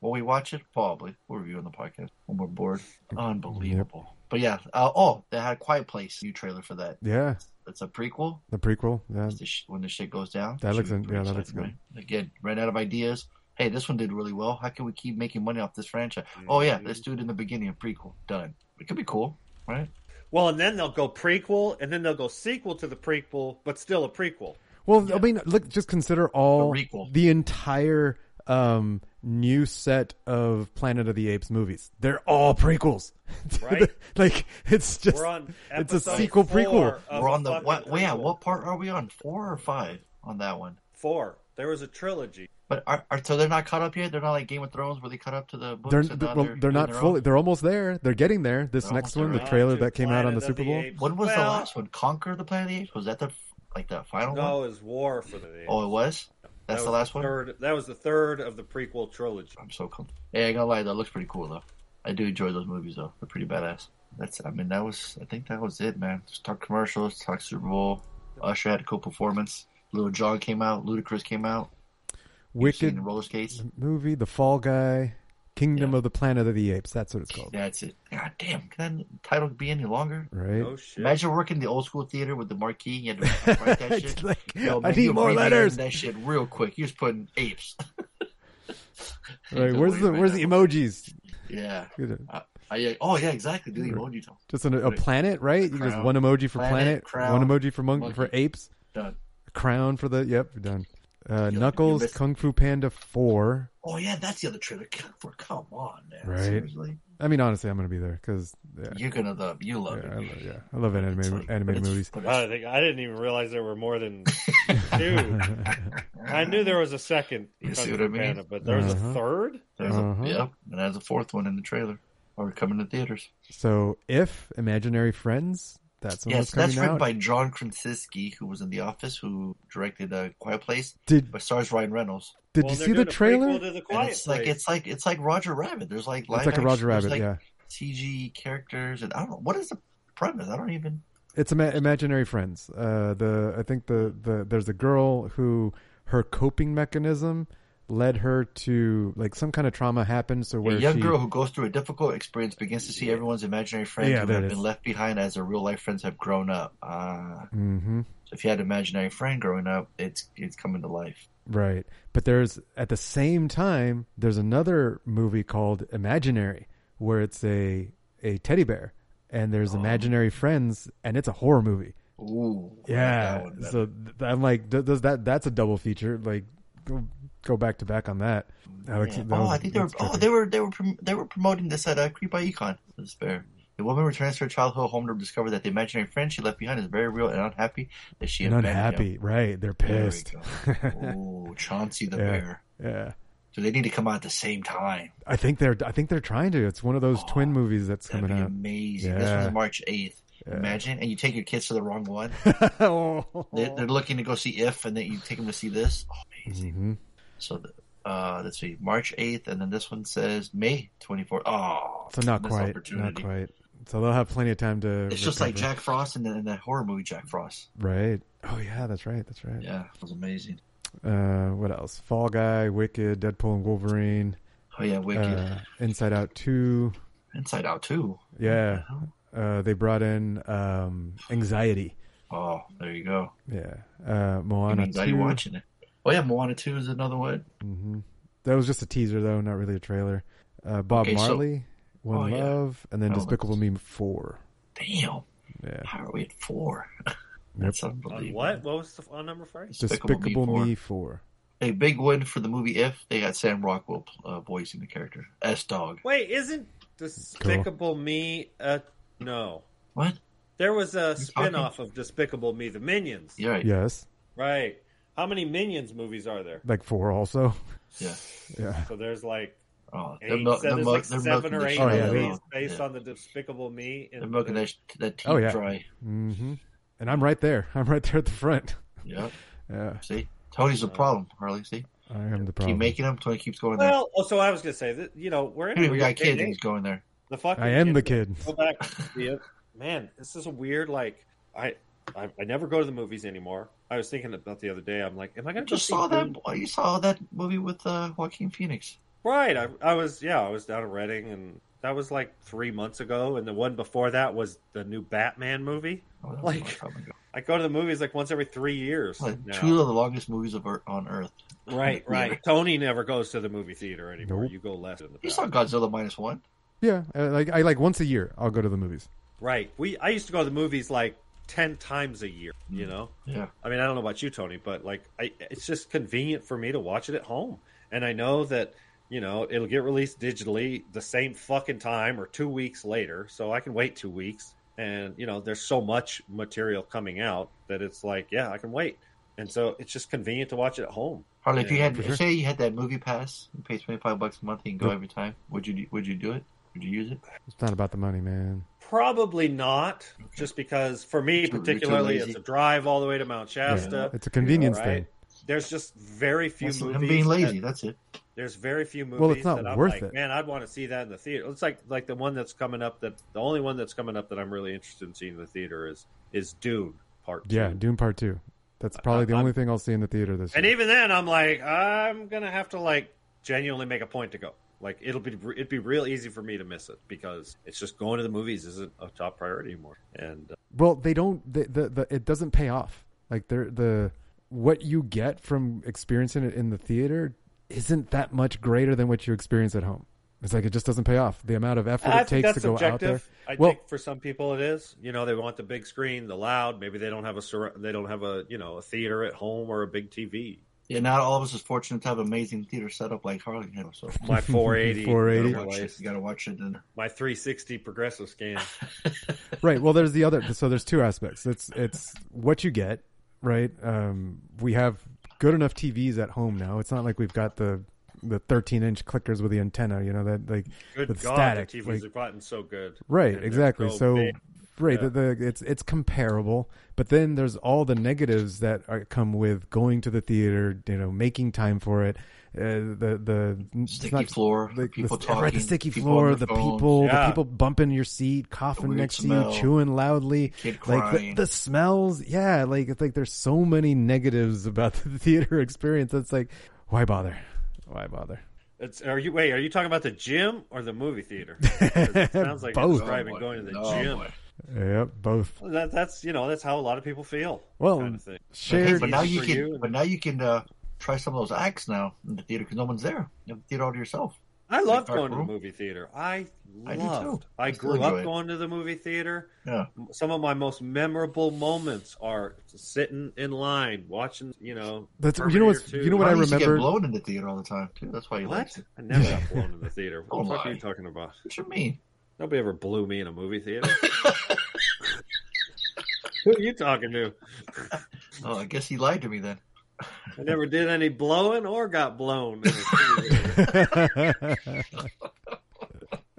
S4: Will we watch it? Probably. We'll review on the podcast when we're bored. Unbelievable. But yeah, uh, oh, they had a Quiet Place new trailer for that.
S8: Yeah,
S4: It's a prequel.
S8: the prequel. Yeah,
S4: It's the sh- When the shit goes down,
S8: That
S4: Should
S8: looks
S4: be
S8: in-
S4: pretty
S8: yeah, that looks
S4: exciting,
S8: good.
S4: right? Again, ran out of ideas. Hey, this one did really well. How can we keep making money off this franchise? Oh yeah, let's do it in the beginning of prequel. Done. It could be cool, right?
S7: Well, and then they'll go prequel, and then they'll go sequel to the prequel, but still a prequel.
S8: Well, I mean, look, just consider all
S7: The requel.
S8: the entire um, new set of Planet of the Apes movies. They're all prequels.
S7: Right?
S8: like it's just it's a sequel prequel.
S7: Uh,
S4: We're on the what? Yeah, what part are we on? Four or five on that one?
S7: Four. There was a trilogy.
S4: But are, are so they're not caught up yet. They're not like Game of Thrones where they caught up to the books.
S8: They're
S4: and now
S8: well, they're,
S4: doing
S8: not
S4: their
S8: fully.
S4: own?
S8: They're almost there. They're getting there. This
S4: They're
S8: next
S4: almost
S8: one, the
S4: there.
S8: trailer that came out on the Super Bowl.
S4: When was the
S7: Well-
S4: last one? Conquer the Planet of the Apes. Was that the like the final
S7: No,
S4: one?
S7: it was War for the Apes.
S4: Oh, it was. That's the
S7: was
S4: last one.
S7: Third, that was the third of the prequel trilogy.
S4: I'm so comfortable. Hey, I ain't gonna lie, that looks pretty cool though. I do enjoy those movies though. They're pretty badass. That's I mean that was I think that was it, man. Just talk commercials, talk Super Bowl. Usher had a cool performance. Little John came out, Ludacris came out,
S8: Wicked
S4: and roller skates.
S8: movie, The Fall Guy, Kingdom of the Planet of the Apes. That's what it's called.
S4: That's it. God damn, can that title be any longer?
S8: Right.
S4: Oh shit. Imagine working the old school theater with the marquee. You had to write that shit. Yo,
S8: I
S4: man,
S8: need
S4: you
S8: more
S4: abbreviated
S8: letters.
S4: That shit real quick. You're just putting apes.
S8: Right, where's the where's the emojis?
S4: Yeah.
S8: Good.
S4: Uh, I- oh yeah, exactly. Do the emojis.
S8: Just an, a planet, right? You Just
S4: Crown.
S8: one emoji for
S4: Planet,
S8: planet,
S4: crown,
S8: one emoji for monk,
S4: monkey.
S8: for apes,
S4: Done.
S8: crown for the yep, we're done. Uh, Knuckles, Kung Fu Panda four,
S4: Oh yeah, that's the other trailer. Come- For come on, man.
S8: right?
S4: Seriously,
S8: I mean, honestly, I'm gonna be there because yeah,
S4: you're gonna love. You love it.
S8: I love, yeah, I love animated animated movies.
S7: I don't think I didn't even realize there were more than two. I knew there was a second.
S4: You see
S7: Kung
S4: what
S7: Fu
S4: I mean?
S7: Panda, but there was
S8: Uh-huh.
S7: a third.
S4: There's
S8: Uh-huh.
S4: a, yep, and there's a fourth one in the trailer. Or coming to theaters.
S8: So if Imaginary Friends, that's when
S4: yes,
S8: it's coming
S4: that's
S8: out.
S4: written by John Krasinski, who was in The Office, who directed uh, Quiet Place.
S8: Did-
S4: but stars Ryan Reynolds.
S8: Did you see the trailer?
S4: And it's like it's like it's like Roger Rabbit. There's like
S8: like
S4: live
S8: a
S4: action-
S8: Roger
S4: there's,
S8: Rabbit, yeah.
S4: CG characters, and I don't know what is the premise. I don't even.
S8: It's ima- imaginary friends. Uh, the I think the, the there's a girl who her coping mechanism led her to like some kind of trauma happened. So
S4: A
S8: where
S4: young
S8: she,
S4: girl who goes through a difficult experience begins to see everyone's imaginary friends
S8: Yeah,
S4: who
S8: there
S4: have
S8: it
S4: been
S8: is.
S4: left behind as their real life friends have grown up. Ah,
S8: hmm
S4: so if you had an imaginary friend growing up, it's it's coming to life.
S8: Right. But there's at the same time there's another movie called Imaginary where it's a a teddy bear and there's
S4: Oh.
S8: imaginary friends and it's a horror movie.
S4: Ooh,
S8: Yeah. so th- I'm like th- does that that's a double feature like go, go back to back on that. Alex,
S4: Yeah.
S8: that
S4: Oh,
S8: was-
S4: I think they were.
S8: that's
S4: Oh,
S8: trippy.
S4: they were. They were. Prom- they were promoting this at uh, Creep by Econ. This bear. The woman returns to her childhood home to discover that the imaginary friend she left behind is very real and unhappy that she
S8: and
S4: abandoned
S8: unhappy,
S4: him.
S8: right? They're
S4: There we
S8: pissed.
S4: go. Ooh, Chauncey the
S8: Yeah.
S4: bear.
S8: Yeah.
S4: So they need to come out at the same time.
S8: I think they're I think they're trying to. It's one of those twin movies that's coming out.
S4: Amazing.
S8: Yeah.
S4: This one's March eighth.
S8: Yeah.
S4: Imagine, and you take your kids to the wrong one.
S8: Oh.
S4: They, they're looking to go see If, and then you take them to see this. Oh,
S8: Mhm.
S4: so the, uh, let's see, March eighth, and then this one says May twenty fourth. Oh,
S8: So not
S4: missed
S8: quite, not
S4: opportunity.
S8: quite. So they'll have plenty of time to.
S4: It's just like
S8: recover.
S4: Jack Frost in, the, in that horror movie Jack Frost.
S8: Right. Oh yeah, that's right. That's right.
S4: Yeah, it was amazing.
S8: Uh, what else? Fall Guy, Wicked, Deadpool and Wolverine.
S4: Oh yeah, Wicked,
S8: Uh, Inside Out Two.
S4: Inside Out too.
S8: Yeah. Uh, they brought in um, Anxiety.
S4: Oh, there you go.
S8: Yeah. Uh, Moana
S4: I'm glad
S8: Two.
S4: you're watching it. Oh yeah, Moana two is another one.
S8: hmm That was just a teaser though, not really a trailer. Uh, Bob
S4: Okay, so-
S8: Marley, One
S4: Oh, yeah.
S8: Love, and then
S4: Oh, that's-
S8: Despicable Me Four.
S4: Damn,
S8: Yeah.
S4: how are we at four? That's
S7: On
S4: unbelievable.
S7: what? What was the on number five?
S8: Despicable,
S4: Me
S8: Me Four.
S4: A big win for the movie If they got Sam Rockwell uh, voicing the character S Dog.
S7: Wait, isn't Despicable Me? Uh, no.
S4: What?
S7: There was a spin-off of Despicable Me, the Minions.
S4: You're right.
S8: Yes.
S7: Right. How many Minions movies are there?
S8: Like four also.
S4: Yeah.
S8: Yeah.
S7: So there's like
S4: Oh, they're
S7: eight,
S4: mil-
S7: so
S4: they're
S7: there's
S4: mil-
S7: like
S4: they're
S7: seven
S4: milking Oh,
S7: or
S4: the
S7: eight
S4: shit out of
S7: movies
S4: it.
S7: based
S4: Yeah.
S7: on the Despicable Me.
S4: They're
S7: And
S4: milking that, sh- that teeth
S8: Oh yeah.
S4: dry.
S8: hmm and I'm right there. I'm right there at the front.
S4: Yep.
S8: Yeah.
S4: See, Tony's the problem, Harley. See,
S8: I am the
S4: keep
S8: problem.
S4: making him. Tony keeps going there.
S7: Well, oh, so I was gonna say that you know we're in a
S4: Anyway, we
S7: weird
S4: got a kid
S7: day.
S4: and he's going there.
S7: The fucking
S8: I am the
S7: kid.
S8: kid.
S7: Go back, see it. man. This is a weird. Like I, I, I never go to the movies anymore. I was thinking about the other day. I'm like, am I gonna
S4: You just
S7: go see
S4: saw that.
S7: Dune?
S4: boy- You saw that movie with uh, Joaquin Phoenix.
S7: Right. I, I was yeah. I was down in Reading, and that was like three months ago. And the one before that was the new Batman movie.
S4: Oh,
S7: like I go to the movies like once every three years.
S4: Like,
S7: now.
S4: Two of the longest movies of Ear- on Earth.
S7: Right, right. Tony never goes to the movie theater anymore. You go less than the
S4: You saw Godzilla minus one.
S8: Yeah, uh, like I like once a year I'll go to the movies.
S7: Right. We I used to go to the movies like ten times a year.
S4: Mm.
S7: You know.
S4: Yeah.
S7: I mean, I don't know about you, Tony, but like, I it's just convenient for me to watch it at home, and I know that you know it'll get released digitally the same fucking time or two weeks later, so I can wait two weeks. And you know, there's so much material coming out that it's like, yeah, I can wait, and so it's just convenient to watch it at home.
S4: Harley, if you
S7: And-
S4: had say you had that movie pass, you pay twenty five bucks a month, you can go every time. Would you do- Would you do it? Would you use it?
S8: It's not about the money, man.
S7: Probably not, just because for me
S4: too
S7: particularly,
S4: lazy.
S7: it's a drive all the way to Mount Shasta.
S8: it's a convenience thing.
S7: There's just very few
S4: That's- I'm
S7: movies.
S4: being lazy,
S7: that-
S4: that's it.
S7: There's very few movies.
S8: Well, it's not
S7: that I'm
S8: worth
S7: like,
S8: it.
S7: Man, I'd want to see that in the theater. It's like like the one that's coming up. That the only one that's coming up that I'm really interested in seeing in the theater is is Dune Part Two.
S8: Yeah, Dune Part Two. That's probably the only thing I'll see in the theater this year.
S7: And even then, I'm like, I'm gonna have to like genuinely make a point to go. Like it'll be it'd be real easy for me to miss it because it's just going to the movies isn't a top priority anymore. And uh,
S8: Well, they don't. The, the the it doesn't pay off. Like they're the what you get from experiencing it in the theater isn't that much greater than what you experience at home. It's like it just doesn't pay off. The amount of effort
S7: I
S8: it
S7: think that's
S8: takes to go out there.
S7: subjective. I
S8: well,
S7: think for some people it is. You know, they want the big screen, the loud. Maybe they don't have a sur- they don't have a you know a theater at home or a big TV.
S4: Yeah, not all of us is fortunate to have amazing theater setup like Harley. You know, so
S7: My 480
S8: 480.
S4: Gotta watch it- You gotta watch it in
S7: My 360 progressive scan.
S8: right. Well, there's the other. So there's two aspects. It's it's what you get. Right. Um, we have good enough TVs at home now. It's not like we've got the the 13 inch clickers with the antenna. You know that like
S7: Good
S8: with
S7: God,
S8: static.
S7: the TVs
S8: like-
S7: have gotten so good.
S8: Right,
S7: And oh, they're
S8: exactly. So,
S7: big.
S8: right, the, the, it's it's comparable, but then there's all the negatives that are, come with going to the theater. You know, making time for it. Uh, the the it's
S4: Sticky
S8: not-
S4: floor,
S8: the,
S4: people
S8: the, right, the
S4: talking,
S8: sticky
S4: people
S8: floor,
S4: on their
S8: the
S4: phones.
S8: people, the
S4: Yeah.
S8: people bumping your seat, coughing
S4: weird
S8: next
S4: smell.
S8: to you, chewing loudly,
S4: Kid
S8: like the,
S4: crying.
S8: the smells. Yeah, like it's like there's so many negatives about the theater experience. It's like, why bother? Why bother?
S7: It's, are you wait? Are you talking about the gym or the movie theater? 'Cause It sounds like
S8: Both.
S7: you're describing
S8: Oh, boy.
S7: going to the
S8: Oh,
S7: gym.
S8: boy. Yep, both.
S7: That, that's you know that's how a lot of people feel.
S8: Well,
S7: kind of thing.
S8: shared-
S4: but now you
S7: For
S4: can.
S7: you.
S4: But now you can uh, try some of those acts now in the theater because no one's there. You have the theater all to yourself.
S7: I loved
S4: Dark
S7: going to the
S4: room.
S7: movie theater. I
S4: I do, too.
S7: loved. I,
S4: I still
S7: grew
S4: enjoy
S7: up
S4: it.
S7: going to the movie theater.
S4: Yeah.
S7: Some of my most memorable moments are sitting in line watching. You know,
S8: That's- you know what's-
S7: Terminator 2.
S8: you know what I
S4: Harley used to
S8: remember-
S4: Get blown in the theater all the time too. That's why you liked
S7: What?
S4: it.
S7: I never got blown in the theater. What
S4: Don't
S7: the fuck
S4: lie.
S7: are you talking about?
S4: What you mean?
S7: Nobody ever blew me in a movie theater. Who are you talking to?
S4: Oh, I guess he lied to me then.
S7: I never did any blowing or got blown. in a theater.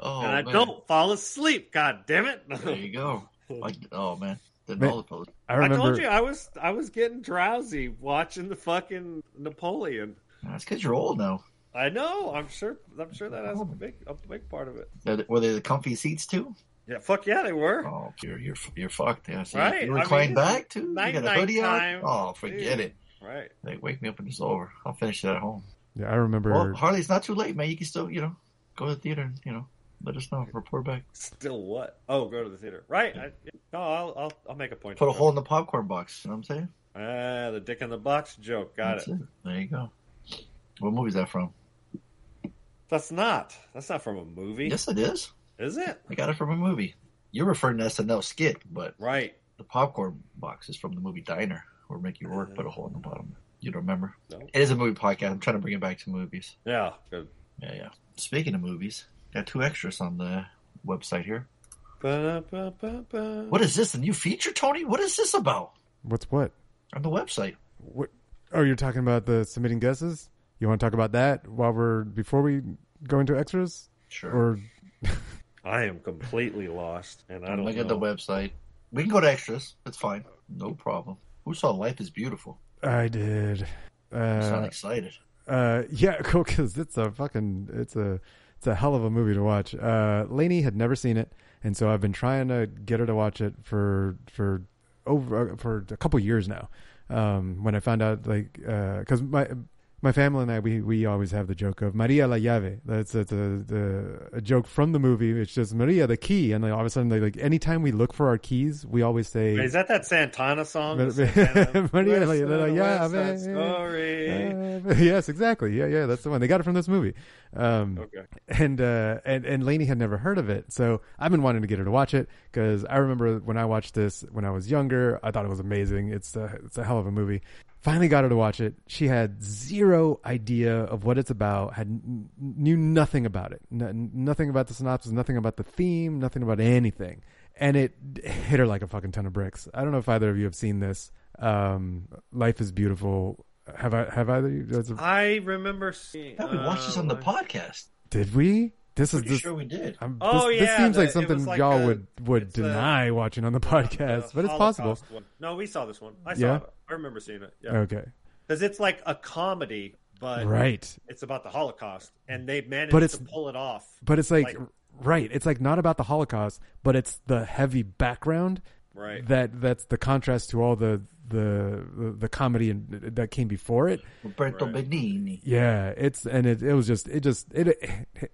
S4: Oh,
S7: and I
S4: man.
S7: don't fall asleep. God damn it!
S4: There you go. Like, oh man, didn't
S8: Man,
S4: all the fellas.
S8: I
S7: I
S8: remember.
S7: told you I was I was getting drowsy watching the fucking Napoleon.
S4: That's because you're old now.
S7: I know. I'm sure. I'm sure that has a big a big part of it.
S4: Are- Were they the comfy seats too?
S7: Yeah. Fuck yeah, they were.
S4: Oh, you're you're you're fucked. Yeah, see,
S7: right.
S4: You
S7: I
S4: recline
S7: mean,
S4: back too. You
S7: Night,
S4: got a hoodie
S7: nighttime.
S4: on. Oh, forget
S7: Dude,
S4: it.
S7: Right.
S4: They wake me up and it's over. I'll finish it at home.
S8: Yeah, I remember.
S4: Well, Harley, it's not too late, man. You can still, you know, go to the theater and, you know, let us know. Report back.
S7: Still what? Oh, go to the theater. Right. I, no, I'll, I'll I'll make a point.
S4: Put a
S7: to-
S4: hole in the popcorn box. You know what I'm saying?
S7: Ah, the dick in the box joke. Got
S4: That's
S7: it.
S4: There you go. What movie is that from?
S7: That's not. That's not from a movie.
S4: Yes, it is.
S7: Is it?
S4: I got it from a movie. You're referring to SNL skit, but
S7: right.
S4: The popcorn box is from the movie Diner, where Mickey Rourke put a hole in the bottom. You don't remember?
S7: No.
S4: It is a movie podcast. I'm trying to bring it back to movies.
S7: Yeah. Good.
S4: Yeah, yeah. Speaking of movies, got two extras on the website here.
S7: Ba-da-ba-ba-ba.
S4: What is this? A new feature, Tony? What is this about?
S8: What's what?
S4: On the website.
S8: What? Oh, you're talking about the submitting guesses. You want to talk about that while we're before we go into extras?
S4: Sure.
S8: Or
S7: I am completely lost, and I don't
S4: Look
S7: know.
S4: at the website. We can go to extras. That's fine. No problem. Who saw Life is Beautiful?
S8: I did.
S4: You sound
S8: Uh,
S4: excited.
S8: uh, yeah, cool. Because it's a fucking it's a it's a hell of a movie to watch. Uh, Lainey had never seen it, and so I've been trying to get her to watch it for for over uh, for a couple years now. Um, when I found out, like, because my my family and I we we always have the joke of Maria la llave. That's it's a, the, a joke from the movie. It's just Maria the key, and like all of a sudden, like, like anytime we look for our keys, we always say
S7: Is that that Santana song?
S8: But-
S7: Santana,
S8: Maria,
S7: West
S8: like,
S7: Side,
S8: like, yeah,
S7: West Side
S8: man,
S7: Story.
S8: uh, yes, exactly. Yeah, yeah, that's the one. They got it from this movie. Um,
S7: Okay.
S8: And uh, and and Lainey had never heard of it, so I've been wanting to get her to watch it because I remember when I watched this when I was younger, I thought it was amazing. It's a, it's a hell of a movie. Finally got her to watch it. She had zero idea of what it's about. Had n- knew nothing about it. N- nothing about the synopsis. Nothing about the theme. Nothing about anything. And it hit her like a fucking ton of bricks. I don't know if either of you have seen this. Um, Life is beautiful. Have I? Have either? of you- that's a-
S4: Uh,
S7: I remember seeing.
S4: we watched this on the podcast.
S8: did we? This is
S4: Pretty
S8: this,
S4: sure we did.
S8: I'm- this,
S7: Oh,
S8: this
S7: yeah,
S8: seems
S7: the-
S8: like
S7: it
S8: something
S7: was like
S8: y'all
S7: a- uh,
S8: would would deny watching on the podcast, but it's possible.
S7: um, Holocaust one. No, we saw this one. I saw
S8: Yeah?
S7: it. I remember seeing it. Yeah.
S8: Okay.
S7: Because it's like a comedy, but
S8: Right.
S7: It's about the Holocaust, and they managed
S8: But it's-
S7: to pull it off.
S8: But it's like, right, it's like not about the Holocaust, but it's the heavy background.
S7: Right.
S8: That that's the contrast to all the the the, the comedy and, that came before it.
S4: Roberto Benigni.
S8: Yeah, it's and it, it was just it just it, it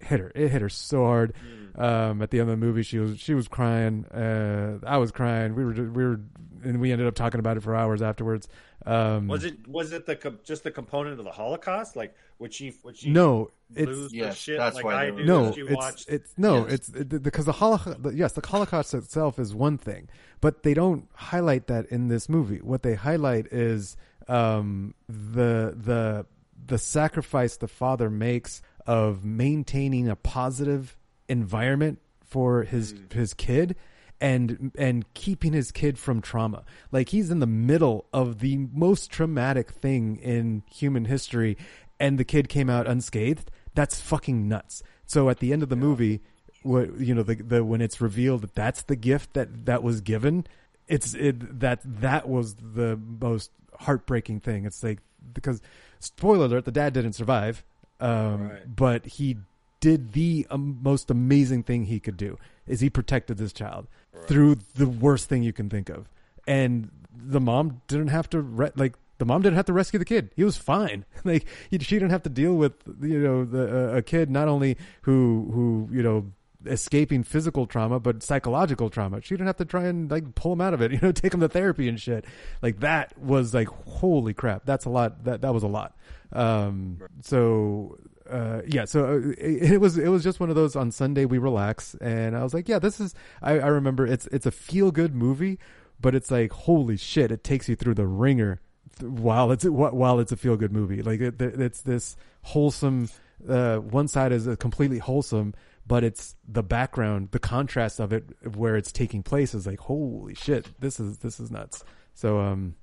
S8: hit her it hit her so hard.
S7: Hmm.
S8: Um, at the end of the movie, she was she was crying. Uh, I was crying. We were ju- we were and we ended up talking about it for hours afterwards. Um,
S7: was it was it the com- just the component of the Holocaust? Like would she would she
S8: No,
S7: lose
S8: it's-
S7: her
S4: Yes,
S7: shit
S4: that's
S7: like
S4: why
S7: I
S4: they
S7: do?
S4: were-
S8: no,
S7: Did you
S8: it's
S7: watch-
S8: it's no, it's it, because the Holocaust. Yes, the Holocaust itself is one thing, but they don't highlight that in this movie. What they highlight is um, the the the sacrifice the father makes of maintaining a positive environment for his his kid and and keeping his kid from trauma. Like he's in the middle of the most traumatic thing in human history and the kid came out unscathed. That's fucking nuts. So at the end of the movie, what you know the the when it's revealed that that's the gift that that was given, it's it that that was the most heartbreaking thing. It's like because spoiler alert, the dad didn't survive. Um but he did the um, most amazing thing he could do is he protected this child through the worst thing you can think of and the mom didn't have to re- like the mom didn't have to rescue the kid he was fine like he, she didn't have to deal with you know the, uh, a kid not only who who you know escaping physical trauma but psychological trauma she didn't have to try and like pull him out of it you know take him to therapy and shit like that was like holy crap that's a lot that that was a lot um so uh yeah so uh, it, it was it was just one of those on sunday we relax and i was like yeah this is i, I remember it's it's a feel good movie but it's like holy shit it takes you through the ringer th- while it's wh- while it's a feel good movie like it, it- it's this wholesome uh one side is uh, completely wholesome but it's the background the contrast of it where it's taking place is like holy shit this is this is nuts so um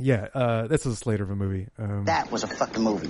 S8: yeah uh this is a slater of a movie um
S17: That was a fucking movie.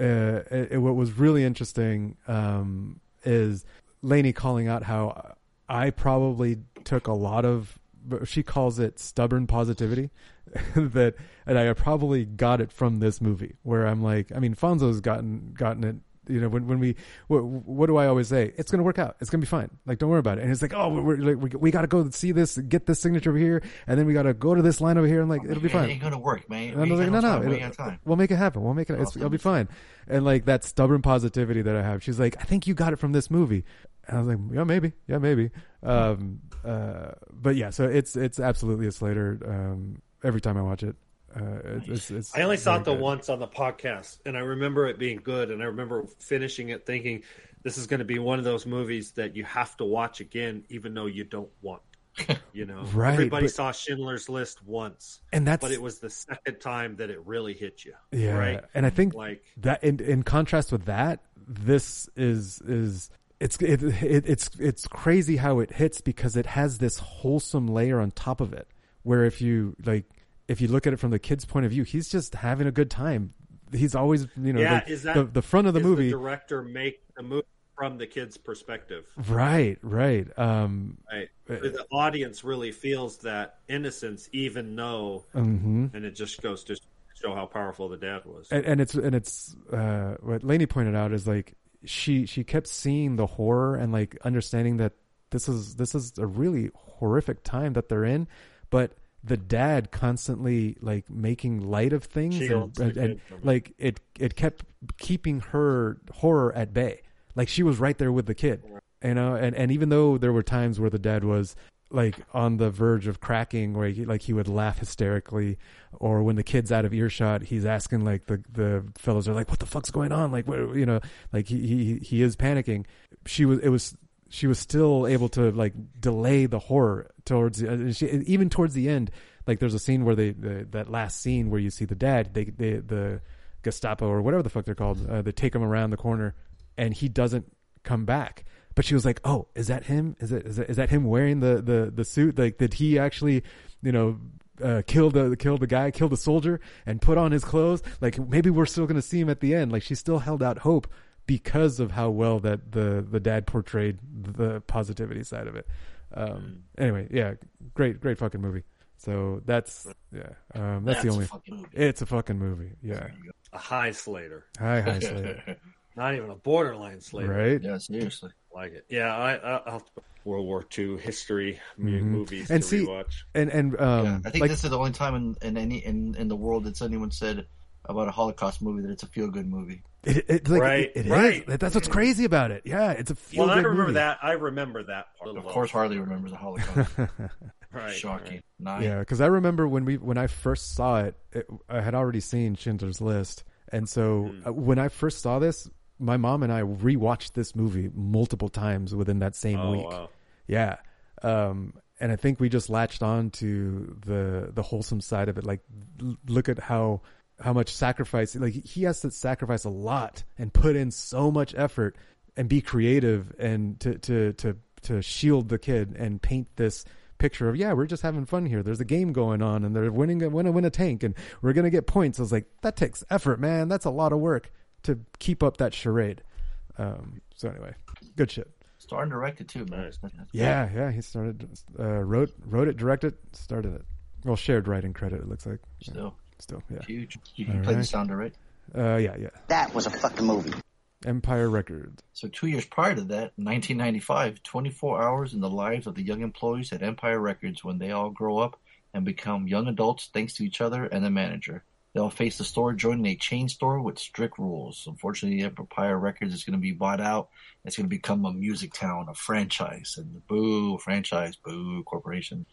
S8: uh, it, it- what was really interesting um, is Lainey calling out how I probably took a lot of. She calls it stubborn positivity. that and I probably got it from this movie where I'm like, I mean, Fonzo's gotten gotten it. You know, when when we what, what do I always say? It's gonna work out. It's gonna be fine. Like, don't worry about it. And it's like, oh, we're, like, we we gotta go see this, get this signature over here, and then we gotta go to this line over here, and like, it'll be
S4: Yeah,
S8: fine.
S4: It ain't gonna work, man.
S8: And I was
S4: We
S8: like,
S4: ain't
S8: no,
S4: got
S8: no,
S4: time. We
S8: it'll-
S4: ain't got time.
S8: we'll make it happen. We'll make it. It's, it'll be fine. And like that stubborn positivity that I have, she's like, I think you got it from this movie. And I was like, yeah, maybe, yeah, maybe. Um, uh, but yeah, so it's it's absolutely a Slater. Um, every time I watch it, uh, it's, it's, it's
S7: I only saw
S8: very
S7: it the
S8: good.
S7: once on the podcast, and I remember it being good, and I remember finishing it thinking, "This is going to be one of those movies that you have to watch again, even though you don't want." to." You know,
S8: Right,
S7: Everybody
S8: but-
S7: saw Schindler's List once,
S8: And that's-
S7: but it was the second time that it really hit you.
S8: Yeah,
S7: right.
S8: and I think
S7: like
S8: that in in contrast with that, this is is it's it, it, it's it's crazy how it hits because it has this wholesome layer on top of it. Where if you like if you look at it from the kid's point of view, he's just having a good time. He's always you know
S7: yeah,
S8: like,
S7: is that
S8: the, the front of the
S7: is
S8: movie
S7: director make the movie from the kid's perspective.
S8: Right, right. Um,
S7: Right. the audience really feels that innocence, even though,
S8: Mhm.
S7: and it just goes to show how powerful the dad was.
S8: and, and it's and it's uh, what Lainey pointed out is like she she kept seeing the horror and like understanding that this is this is a really horrific time that they're in, but the dad constantly like making light of things
S7: She
S8: and,
S7: owns the
S8: and,
S7: kid
S8: and,
S7: from it.
S8: like it it kept keeping her horror at bay. Like she was right there with the kid, you know. And and even though there were times where the dad was like on the verge of cracking, where he, like he would laugh hysterically, or when the kid's out of earshot, he's asking like the the fellows are like, "What the fuck's going on?" Like, where, you know, like he he he is panicking. She was it was she was still able to like delay the horror towards the, and she, even towards the end. Like there's a scene where they the, that last scene where you see the dad they they the Gestapo or whatever the fuck they're called uh, they take him around the corner and he doesn't come back. But she was like, "Oh, is that him? Is it is that, is that him wearing the, the the suit? Like, did he actually, you know, uh, kill the kill the guy, kill the soldier, and put on his clothes? Like, maybe we're still gonna see him at the end. Like, she still held out hope because of how well that the the dad portrayed the positivity side of it.
S4: Mm.
S8: Um, anyway, yeah, great great fucking movie. So that's yeah, um, that's,
S7: That's
S8: the
S7: a
S8: only.
S7: fucking movie.
S8: It's a fucking movie. Yeah,
S7: A high Slater.
S8: High, high Slater.
S7: Not even a borderline Slater.
S8: Right?
S4: Yeah, seriously.
S7: Like it. Yeah, I, I, I'll, World War II history mu-
S8: Mhm.
S7: movies
S8: and
S7: to
S8: see,
S7: rewatch.
S8: and and um,
S4: I think
S8: like,
S4: this is the only time in, in any in, in the world that's anyone said about a Holocaust movie that it's a feel good movie.
S8: It, it's like
S4: Right,
S8: it- it is.
S4: right.
S8: That- That's what's crazy about it. Yeah, it's a feel
S7: Well, I remember that. I remember that part.
S4: Of course, Harley remembers the Holocaust.
S7: Right. Oh,
S4: Shocking.
S8: Yeah,
S4: Nine.
S8: 'cause Yeah, because I remember when we when I first saw it, it, I had already seen Schindler's List, and so
S7: Mm.
S8: uh, when I first saw this, my mom and I rewatched this movie multiple times within that same
S7: Oh,
S8: week.
S7: wow.
S8: Yeah, um, and I think we just latched on to the the wholesome side of it. Like, l- look at how how much sacrifice like he has to sacrifice a lot and put in so much effort and be creative and to to to to shield the kid and paint this picture of yeah we're just having fun here there's a game going on and they're winning going to win a tank and we're going to get points i was like that takes effort man that's a lot of work to keep up that charade um so anyway good shit
S4: Star and directed too, man.
S8: yeah yeah he started uh wrote wrote it directed started it well shared writing credit it looks like Yeah.
S4: Still.
S8: Still, yeah.
S4: Huge. You can
S8: All
S4: play the
S8: right.
S4: sounder, right?
S8: uh yeah yeah
S4: That was a fucking movie.
S8: empire records
S4: So two years prior to that, 1995, 24 hours in the lives of the young employees at Empire Records when they all grow up and become young adults thanks to each other and the manager. They'll face the store joining a chain store with strict rules. Unfortunately, Empire Records is going to be bought out. It's going to become a music town, a franchise, and the boo franchise, boo corporation.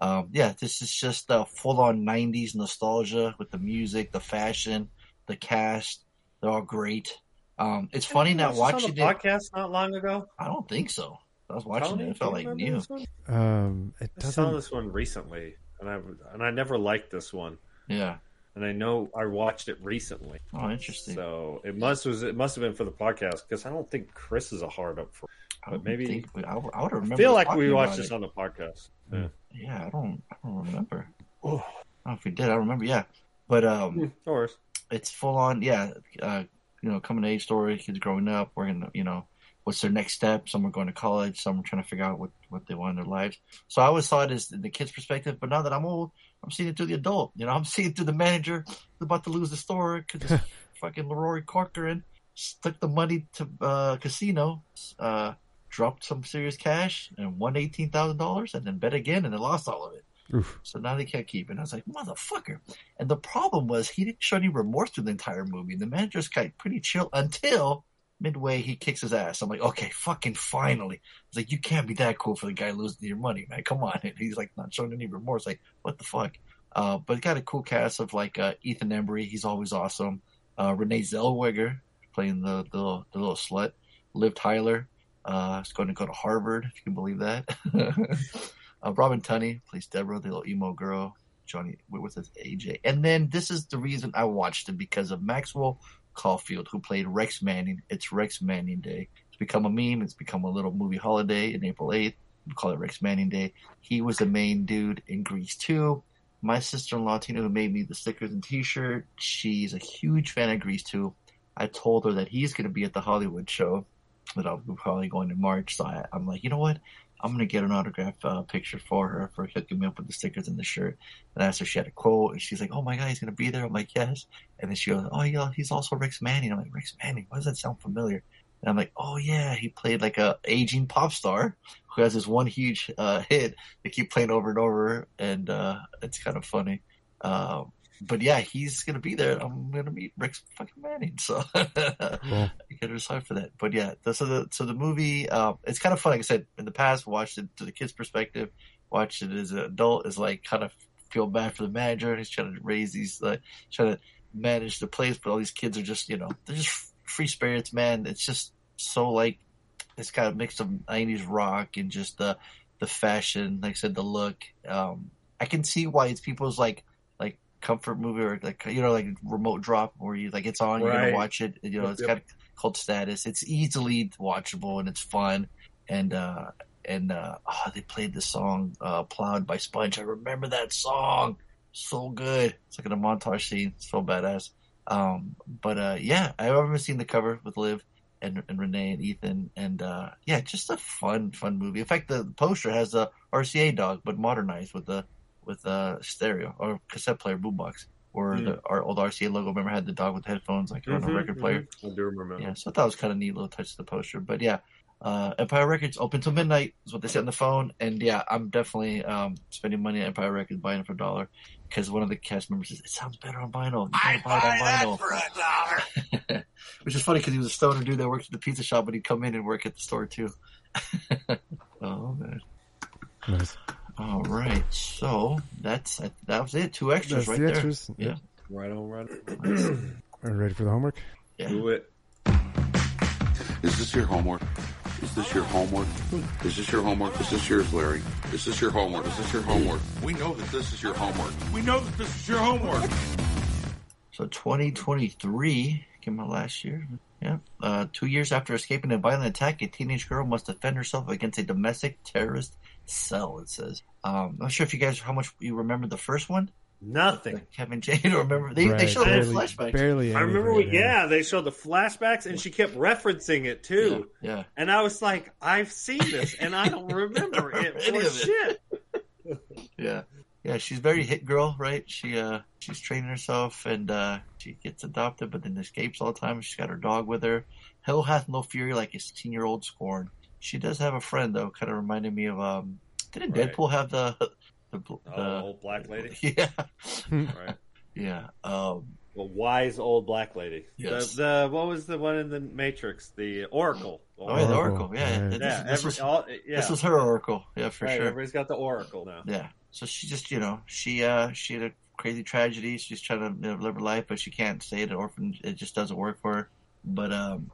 S4: Um, yeah, this is just a full-on '90s nostalgia with the music, the fashion, the cast. They're all great. Um, it's funny
S7: Didn't we
S4: not
S7: watch this
S4: watching
S7: on the
S4: it.
S7: podcast not long ago.
S4: I don't think so. I was watching
S7: Tony,
S4: it. It felt
S7: do you
S4: like
S7: remember
S4: new.
S7: this one?
S8: um it
S7: I saw
S8: doesn't
S7: this one recently, and I and I never liked this one.
S4: Yeah.
S7: and I know I watched it recently.
S4: Oh, interesting.
S7: So it must was it must have been for the podcast because I don't think Chris is a hard up for. But maybe
S4: think we- I, I would remember.
S7: feel like we
S4: talking
S7: watched
S4: about
S7: this
S4: it.
S7: on the podcast.
S4: Yeah, I don't. I don't remember. Oh, I don't know if we did. I remember. Yeah, but um,
S7: of course,
S4: it's full on. Yeah, uh, you know, coming to age story, kids growing up, working. You know, what's their next step? Some are going to college. Some are trying to figure out what what they want in their lives. So I always saw it as the kid's perspective. But now that I'm old, I'm seeing it through the adult. You know, I'm seeing it through the manager who's about to lose the store because fucking Rory Corcoran took the money to uh, casino. Uh, dropped some serious cash and won eighteen thousand dollars, and then bet again, and then lost all of it.
S8: Oof.
S4: So now they can't keep it. And I was like, motherfucker. And the problem was he didn't show any remorse through the entire movie. The manager's kind pretty chill until midway he kicks his ass. I'm like, okay, fucking finally. I was like, you can't be that cool for the guy losing your money, man. Come on. And he's like, not showing any remorse. Like, what the fuck? Uh, but it got a cool cast of like uh, Ethan Embry. He's always awesome. Uh, Renee Zellweger playing the, the, little- the little slut. Liv Tyler. Uh, is going to go to Harvard, if you can believe that. Uh, Robin Tunney plays Deborah, the little emo girl. Johnny, what was his AJ? And then this is the reason I watched it because of Maxwell Caulfield, who played Rex Manning. It's Rex Manning Day. It's become a meme. It's become a little movie holiday in April 8th. We call it Rex Manning Day. He was the main dude in Grease 2. My sister in law, Tina, who made me the stickers and t shirt, she's a huge fan of Grease 2. I told her that he's going to be at the Hollywood show that I'll be probably going to March. So I, I'm like, you know what? I'm gonna get an autograph uh, picture for her for hooking me up with the stickers and the shirt. And I asked her if she had a quote, and she's like, "Oh my god, he's gonna be there." I'm like, "Yes." And then she goes, "Oh yeah, he's also Rex Manning." I'm like, "Rex Manning? Why does that sound familiar?" And I'm like, "Oh yeah, he played like a aging pop star who has this one huge uh, hit they keep playing over and over, and uh, it's kind of funny." Um, but yeah, he's gonna be there. I'm gonna meet Rex fucking Manning, so
S8: Cool.
S4: you gotta decide for that. But yeah, the, so the so the movie, um, it's kind of fun. Like I said in the past, watched it to the kid's perspective, watched it as an adult is like kind of feel bad for the manager and he's trying to raise these, like trying to manage the place, but all these kids are just you know they're just free spirits, man. It's just so like it's kind of mixed of '90s rock and just the the fashion, like I said, the look. Um, I can see why it's people's like like comfort movie or like you know like remote drop where you like it's on you're gonna
S7: Right.
S4: watch it you know
S7: Yep,
S4: it's
S7: yep.
S4: got cult status it's easily watchable and it's fun and uh and uh oh, they played the song uh plowed by sponge i remember that song so good it's like in a montage scene it's so badass um but uh yeah i remember seeing the cover with liv and, and renee and ethan and uh yeah just a fun fun movie in fact the poster has a rca dog but modernized with the with a stereo or cassette player boom box or
S7: Hmm.
S4: the, our old RCA logo. Remember, had the dog with headphones like on a
S7: Mhm,
S4: record player.
S7: mhm. I do remember.
S4: Yeah, so I thought it was kind of neat little touch to the poster. But yeah, uh, Empire Records open till midnight is what they said on the phone. And yeah, I'm definitely um, spending money at Empire Records buying it for a dollar because one of the cast members says it sounds better on vinyl. You can't buy it on vinyl. Which is funny because he was a stoner dude that worked at the pizza shop, but he'd come in and work at the store too. oh man.
S8: Nice.
S4: All right, so that's that was it. Two extras
S8: That's
S4: right
S8: the
S4: there.
S8: extras.
S4: Yeah.
S7: Right on, right on.
S4: Nice.
S8: Are you ready for the homework?
S7: Do it.
S17: Is this your homework? Is this your homework? Is this your homework? Is this yours, Larry? Is this your homework? Is this your homework? We know that this is your homework.
S12: We know that this is your homework.
S4: So 2023 came out last year. Yeah. Uh, two years after escaping a violent attack, a teenage girl must defend herself against a domestic terrorist cell. It says. Um, not sure if you guys how much you remember the first one.
S7: Nothing.
S4: Kevin Jane. I don't remember. They they
S8: Right,
S4: showed
S8: barely-
S4: the flashbacks.
S8: barely
S7: I remember, we, yeah, they showed the flashbacks, and she kept referencing it too.
S4: Yeah.
S7: And I was like, I've seen this, and I don't remember it
S4: Any
S7: for
S4: of it.
S7: shit.
S4: Yeah. Yeah, she's very hit girl, right? She uh she's training herself and uh she gets adopted but then escapes all the time. She's got her dog with her. Hell hath no fury like a sixteen year old scorn. She does have a friend though, kinda reminded me of um didn't
S7: Right.
S4: Deadpool have the the, the
S7: Oh, old black lady.
S4: Yeah.
S7: right.
S4: Yeah. Um
S7: A wise old black lady.
S4: Yes.
S7: The, the what was the one in the Matrix? The Oracle.
S4: Oh, yeah, the Oracle, yeah.
S7: Yeah.
S4: This- this
S7: every-
S4: was-
S7: all- yeah.
S4: this was her Oracle, yeah, for
S7: Right,
S4: sure.
S7: Everybody's got the Oracle now.
S4: Yeah. So she just, you know, she uh she had a crazy tragedy. She's trying to you know, live her life, but she can't stay at an orphanage. It just doesn't work for her. But um,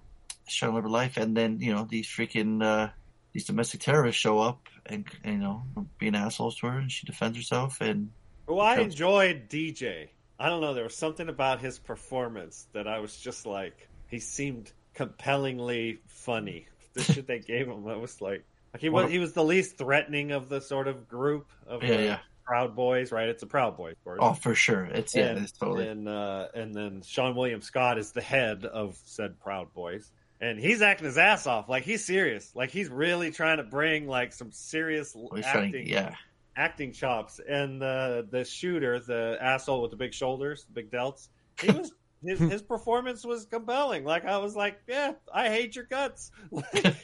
S4: she's trying to live her life, and then you know these freaking uh these domestic terrorists show up and, and you know being assholes to her, and she defends herself. And
S7: Well, I
S4: Becomes-
S7: enjoyed DJ. I don't know. There was something about his performance that I was just like, he seemed compellingly funny. The shit they gave him, I was like, like he was
S4: Well-
S7: he was the least threatening of the sort of group of
S4: Oh, Yeah,
S7: the
S4: yeah.
S7: Proud Boys, right? It's a Proud Boy, of course.
S4: oh, for sure, it's yeah,
S7: and,
S4: it's totally
S7: and, uh, and then Sean William Scott is the head of said Proud Boys, and he's acting his ass off. Like he's serious. Like he's really trying to bring like some serious
S4: he's trying
S7: acting,
S4: to- yeah.
S7: acting chops. And the the shooter, the asshole with the big shoulders, the big delts, he was. His, his performance was compelling. Like I was like, yeah, I hate your guts. Like, and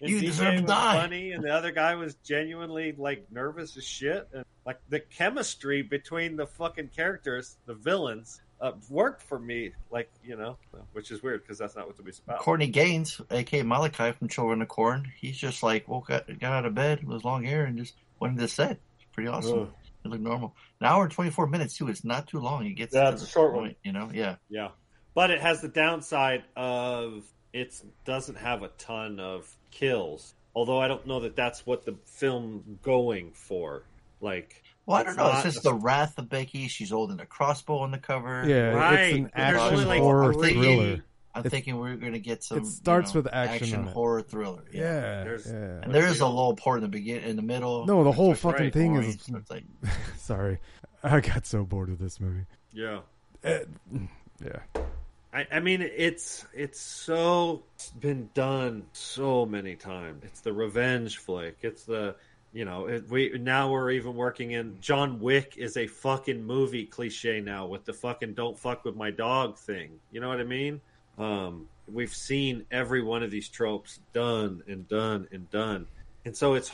S4: You
S7: DJ
S4: deserve to
S7: was
S4: die.
S7: Funny, and the other guy was genuinely like nervous as shit. And like the chemistry between the fucking characters, the villains, uh, worked for me. Like you know, which is weird because that's not what the movie's about.
S4: Courtney Gaines, aka Malachi from Children of Corn, he's just like woke up, got out of bed with his long hair and just went into the set. It's pretty awesome.
S7: Ugh.
S4: It looked normal. An hour and twenty four minutes too. It's not too long. It gets
S7: Yeah,
S4: to
S7: it's a
S4: the
S7: short one.
S4: You know, yeah,
S7: Yeah, but it has the downside of it doesn't have a ton of kills. Although I don't know that that's what the film going for. Like,
S4: Well, I don't
S7: it's
S4: know. It's
S7: not
S4: just the wrath of Becky. She's holding a crossbow on the cover.
S8: Yeah, it's an Right. action
S4: I'm thinking-
S8: horror
S4: I'm thinking-
S8: thriller.
S4: I'm
S8: It's-
S4: thinking we're going to get some.
S8: it starts
S4: you know,
S8: with action on it.
S4: horror thriller.
S8: Yeah,
S4: There's-
S8: yeah.
S4: And there is a lull part in the begin, in the middle.
S8: No, the
S4: It's
S8: whole
S4: like,
S8: fucking
S4: right,
S8: thing
S4: boring.
S8: is.
S4: So it's like,
S8: Sorry, I got so bored with this movie.
S7: Yeah.
S8: Eh, yeah.
S7: I, I mean, it's it's so it's been done so many times. It's the revenge flick. It's the you know it, we now we're even working in John Wick is a fucking movie cliche now with the fucking don't fuck with my dog thing. You know what I mean? Um, we've seen every one of these tropes done and done and done, and so it's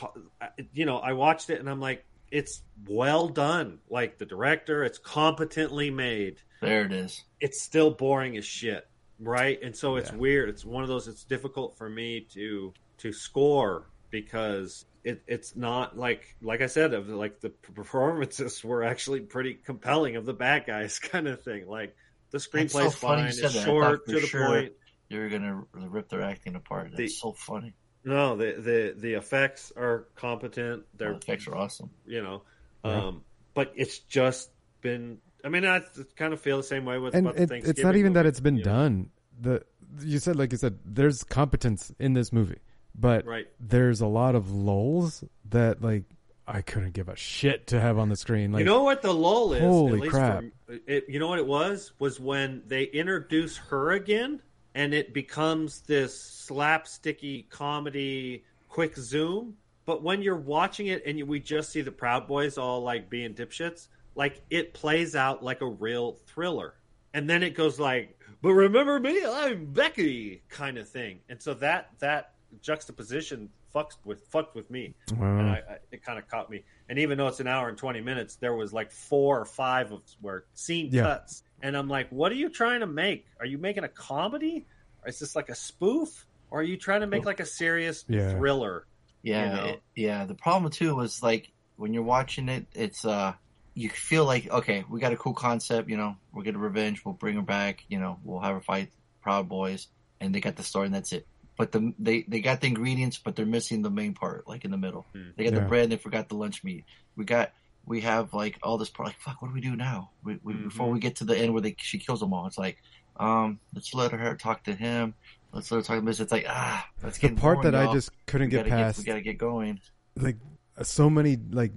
S7: you know I watched it and I'm like it's well done. Like the director, it's competently made.
S4: There it is.
S7: It's still boring as shit, right? And so it's yeah. weird. It's one of those. It's difficult for me to to score because it, it's not like like I said of like the performances were actually pretty compelling of the bad guys kind of thing. Like the screenplay's so fine. It's that. short to the sure point.
S4: You're gonna rip their acting apart. That's the, so funny.
S7: No, the the the effects are competent. Their
S4: the effects are awesome.
S7: You know, yeah. um, but it's just been. I mean, I kind of feel the same way with.
S8: And it, it's not even movie, that it's been done. Know? The you said like you said, there's competence in this movie, but
S7: right.
S8: there's a lot of lulls that like I couldn't give a shit to have on the screen. Like,
S7: you know what the lull is?
S8: Holy crap!
S7: For, uh, it, you know what it was? Was when they introduce her again and it becomes this slapsticky comedy quick zoom. But when you're watching it and we just see the Proud Boys all like being dipshits, like it plays out like a real thriller. And then it goes like, "But remember me, I'm Becky," kind of thing. And so that that juxtaposition fucks with fucked with me, wow. and I, I, it kind of caught me. And even though it's an hour and twenty minutes, there was like four or five of where scene yeah. cuts and I'm like, what are you trying to make? Are you making a comedy? Or is this like a spoof? Or are you trying to make like a serious yeah. thriller?
S4: Yeah, you know? it, yeah. The problem too was like when you're watching it, it's uh, you feel like okay, we got a cool concept. You know, we're gonna revenge. We'll bring her back. You know, we'll have her fight Proud Boys, and they got the story, and that's it. But the, they they got the ingredients, but they're missing the main part, like in the middle. Mm. They got yeah. the bread, and they forgot the lunch meat. We got we have like all this part, like fuck what do we do now we, we, mm-hmm. before we get to the end where they, she kills them all it's like um, let's let her talk to him let's let her talk to this it's like ah that's
S8: the part that i just couldn't
S4: we
S8: get past
S4: get, we gotta get going
S8: like so many like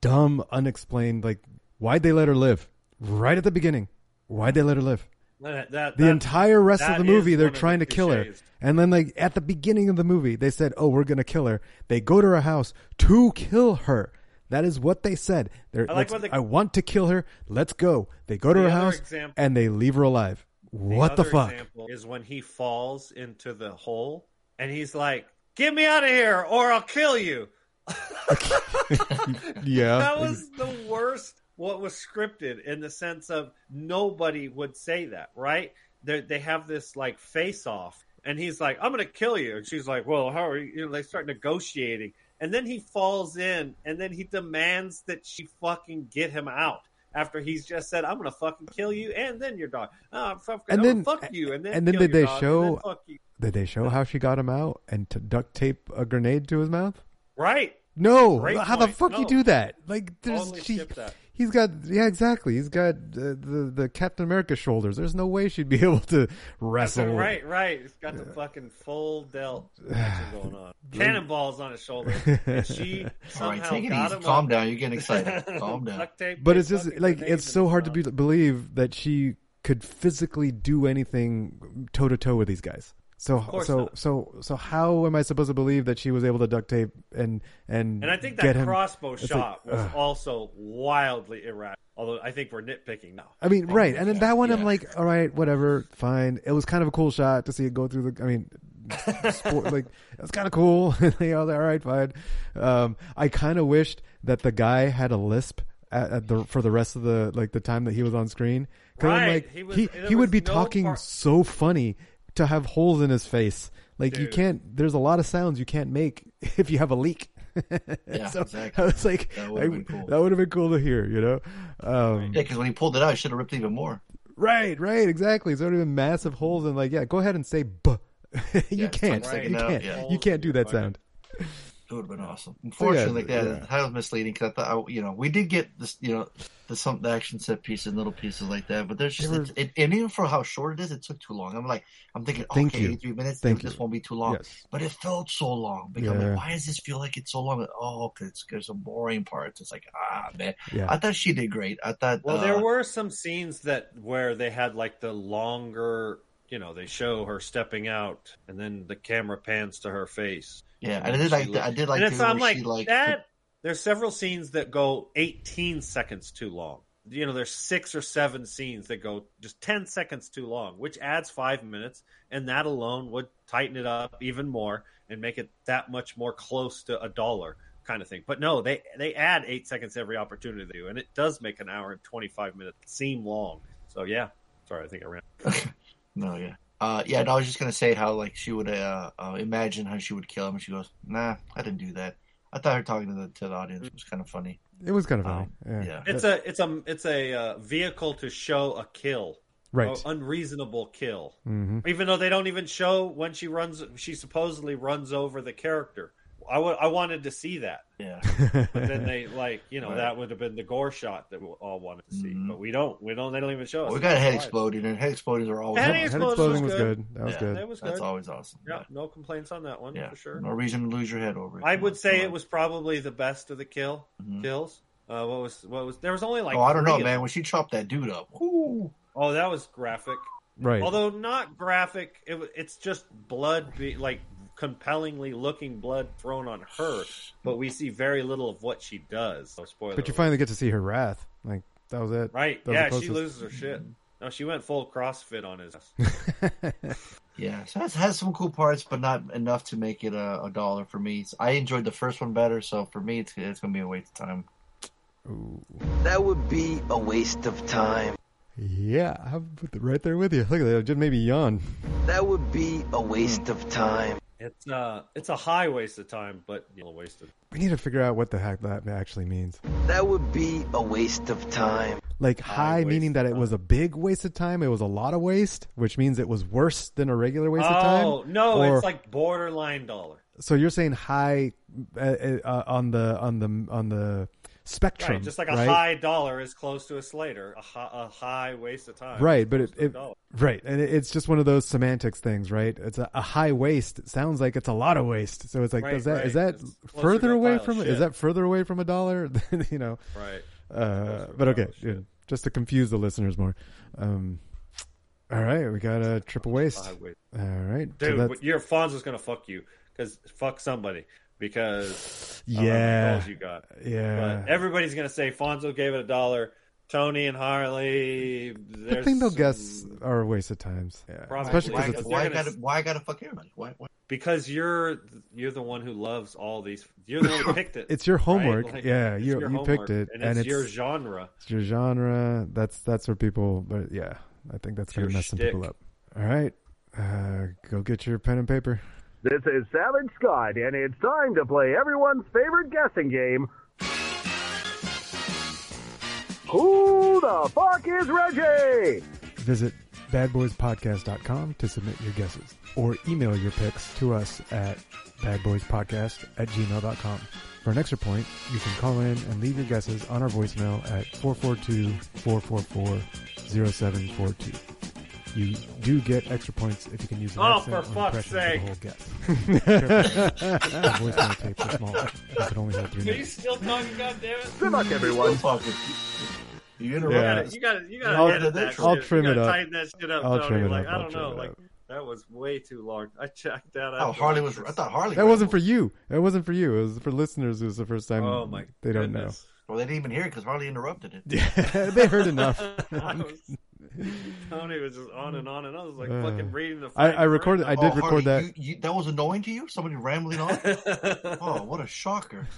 S8: dumb unexplained like why'd they let her live right at the beginning why'd they let her live
S7: that, that,
S8: the
S7: that,
S8: entire rest of the movie, they're trying to kill her, and then like at the beginning of the movie, they said, "Oh, we're gonna kill her." They go to her house to kill her. That is what they said. They're, I, like they, I want to kill her. Let's go. They go to the her house example, and they leave her alive. What the, the fuck?
S7: Is when he falls into the hole and he's like, "Get me out of here, or I'll kill you."
S8: yeah,
S7: that was the worst. What was scripted in the sense of nobody would say that, right? They're, they have this like face off, and he's like, "I'm gonna kill you," and she's like, "Well, how are you?" you know, they start negotiating, and then he falls in and then he demands that she fucking get him out after he's just said i'm gonna fucking kill you and then your dog oh, fuck,
S8: and then
S7: fuck you and then
S8: and then did they
S7: dog,
S8: show did they show how she got him out and to duct tape a grenade to his mouth
S7: right
S8: no Great how point. the fuck no. you do that like there's
S7: Only
S8: she He's got yeah exactly. He's got uh, the the Captain America shoulders. There's no way she'd be able to wrestle.
S7: Right, right. He's got the fucking full delt going on. Cannonballs on his shoulder. And she somehow right, got him.
S4: Calm down. You're getting excited. Calm down.
S8: Tape, but it's just like it's so hard to be, believe that she could physically do anything toe to toe with these guys. So so not. so so how am I supposed to believe that she was able to duct tape and and
S7: and I think
S8: that
S7: crossbow shot like, was uh, also wildly erratic. Although I think we're nitpicking now.
S8: I mean, right? And then that one, yeah. I'm like, all right, whatever, fine. It was kind of a cool shot to see it go through the. I mean, sport, like that's kind of cool. you know, all right, fine. Um, I kind of wished that the guy had a lisp the, for the rest of the like the time that he was on screen.
S7: Right.
S8: Like,
S7: he, was,
S8: he, he would be no talking part- so funny to have holes in his face. Like Dude. you can't. There's a lot of sounds you can't make if you have a leak.
S4: yeah,
S8: so
S4: exactly.
S8: I was like,
S4: that would have been, cool.
S8: been, cool. to hear. You know. Um,
S4: yeah, because when he pulled it out, he should have ripped even more.
S8: Right, right, exactly. So there would have been massive holes, and like, yeah, go ahead and say "b." you, yeah, can't. Right, you, no, can't. Yeah. you can't. You can't do that sound.
S4: It would have been awesome. Unfortunately, yeah, that that was misleading because I thought I, you know we did get this you know the some the action set pieces and little pieces like that, but there's just
S8: They were-
S4: it, it, and even for how short it is, it took too long. I'm like I'm thinking
S8: Thank
S4: okay,
S8: you.
S4: three minutes,
S8: Thank
S4: this
S8: you.
S4: won't be too long,
S8: Yes.
S4: but it felt so long. Because I'm
S8: Yeah.
S4: like, why does this feel like it's so long? Oh, because there's some boring parts. It's like ah man,
S8: Yeah.
S4: I thought she did great. I thought
S7: Well,
S4: uh,
S7: there were some scenes that where they had like the longer, you know, they show her stepping out, and then the camera pans to her face.
S4: Yeah,
S7: And
S4: I did
S7: then
S4: like
S7: she
S4: the- I did like
S7: And it's,
S4: the-
S7: I'm
S4: where
S7: like,
S4: she, like,
S7: that. There's several scenes that go 18 seconds too long. You know, there's six or seven scenes that go just 10 seconds too long, which adds five minutes, and that alone would tighten it up even more and make it that much more close to a dollar kind of thing. But no, they they add eight seconds every opportunity they do, and it does make an hour and 25 minutes seem long. So yeah, sorry, I think I ran.
S4: No, yeah. Uh, yeah, and I was just gonna say how like she would uh, uh, imagine how she would kill him, and she goes, "Nah, I didn't do that." I thought her talking to the to the audience was kind of funny.
S8: It was kind of funny.
S4: Um, yeah.
S7: It's a it's a it's a uh, vehicle to show a kill,
S8: Right.
S7: A unreasonable kill.
S8: Mhm.
S7: Even though they don't even show when she runs, she supposedly runs over the character. I wa- I wanted to see that.
S4: Yeah,
S7: but then they like you know
S4: Right. Mm-hmm.
S7: that would have been the gore shot that we all wanted to see, but we don't. We don't. They don't even show us.
S4: we got head
S7: Why?
S4: exploding, and head exploding are always
S7: Head
S4: awesome.
S7: exploding Exploding was was good. good.
S8: That was
S4: Yeah,
S8: good.
S7: That was good.
S4: That's always awesome.
S7: Yeah, no complaints on that one
S4: Yeah,
S7: for sure.
S4: no reason to lose your head over. it.
S7: I would say it was probably the best of the kill kills. Uh, what was what was there was only like
S4: Mm-hmm. oh, I don't know,
S7: three of
S4: man. When she chopped that dude up,
S7: Oh, that was graphic.
S8: Right.
S7: Although not graphic, it, wa- it's just blood, be, like compellingly looking blood thrown on her, but we see very little of what she does. So spoiler.
S8: But you
S7: alert.
S8: finally get to see her wrath. Like that was it.
S7: right?
S8: That was
S7: yeah,
S8: the
S7: she
S8: closest.
S7: loses her shit. No, she went full CrossFit on his. ass.
S4: yeah, so it has some cool parts, but not enough to make it a, a dollar for me. I enjoyed the first one better, so for me, it's it's gonna be a waste of time.
S2: That would be a waste of time.
S8: Yeah, I'm with- right there with you. Look at that. It just made me yawn.
S2: That would be a waste of time.
S7: It's uh, it's a high waste of time, but you know, wasted.
S8: We need to figure out what the heck that actually means.
S2: That would be a waste of time.
S8: Like high, meaning that it was a big waste of time. It was a lot of waste, which means it was worse than a regular waste of time.
S7: Oh no,
S8: Or-
S7: it's like borderline dollar.
S8: so. You're saying high uh, uh, on the on the on the spectrum,
S7: Right, just like a
S8: right?
S7: high dollar is close to a Slater, a, hi- a high waste of time.
S8: right but it,
S7: Close to a
S8: it
S7: dollar.
S8: right and it, it's just one of those semantics things right it's a, a high waste it sounds like it's a lot of waste so it's like
S7: Right,
S8: is that is
S7: right.
S8: that
S7: It's closer
S8: further
S7: to a
S8: away
S7: pile of
S8: from
S7: shit.
S8: is that further away from a dollar than you know
S7: Right.
S8: uh but okay yeah, just to confuse the listeners more um all right we got a triple waste
S7: High
S8: all
S7: waste.
S8: right so
S7: dude.
S8: that's-
S7: but your Fonz is gonna fuck you because fuck somebody because I don't know how many
S8: Yeah.
S7: dollars you got
S8: Yeah.
S7: But everybody's gonna say Fonzo gave it a dollar. Tony and Harley.
S8: the
S7: There's
S8: thing they'll guess are a waste of times yeah
S7: Probably.
S8: especially
S7: Why-
S8: because it's
S4: Why I
S7: gonna-
S4: gotta why I gotta fuck everybody? Why, why?
S7: because you're you're the one who loves all these. You're the one who picked it.
S8: It's your
S7: right?
S8: homework.
S7: Like,
S8: yeah,
S7: it's
S8: you
S7: your
S8: you
S7: homework,
S8: picked it,
S7: and, it's, your genre.
S8: It's your genre. That's that's where people. But yeah, I think that's gonna
S7: your
S8: mess some people
S7: shtick.
S8: up. All right, uh, go get your pen and paper.
S18: This is Savage Scott, and it's time to play everyone's favorite guessing game. Who the fuck is Reggie?
S8: Visit badboyspodcast.com to submit your guesses or email your picks to us at badboyspodcast at gmail.com. For an extra point, you can call in and leave your guesses on our voicemail at 442-444-0742. You do get extra points if you can use an
S7: Oh,
S8: accent
S7: for
S8: or
S7: fuck's sake.
S8: impression for the whole guess. Our voicemail tapes are small and can only hold three minutes.
S7: still talking, goddammit?
S18: Good luck, everyone.
S4: You
S8: interrupted.
S7: You got to you got
S8: I'll-
S7: to edit that. shit.
S8: I'll trim
S7: you
S8: it
S7: gotta
S8: up.
S7: Tighten that shit up.
S8: I'll
S7: Tony.
S8: trim it
S7: like, I
S8: up. I'll
S7: don't
S8: trim
S7: know.
S8: it
S7: Like
S8: up.
S7: that was way too long. I checked that out.
S4: Oh, Harley was. I thought Harley.
S8: That wasn't for you. That wasn't for you. It was for listeners. It was the first time.
S4: Oh, my
S8: They don't know.
S4: goodness. Well, they didn't even hear it because Harley interrupted it.
S8: Yeah, they heard enough.
S7: I was- Tony was just on and on and on. I was like
S8: Uh,
S7: fucking reading the.
S8: I-
S7: fine
S8: I recorded-
S7: print.
S8: I did record that.
S4: You, Oh, you, that was annoying to you. Somebody rambling on. oh, what a shocker!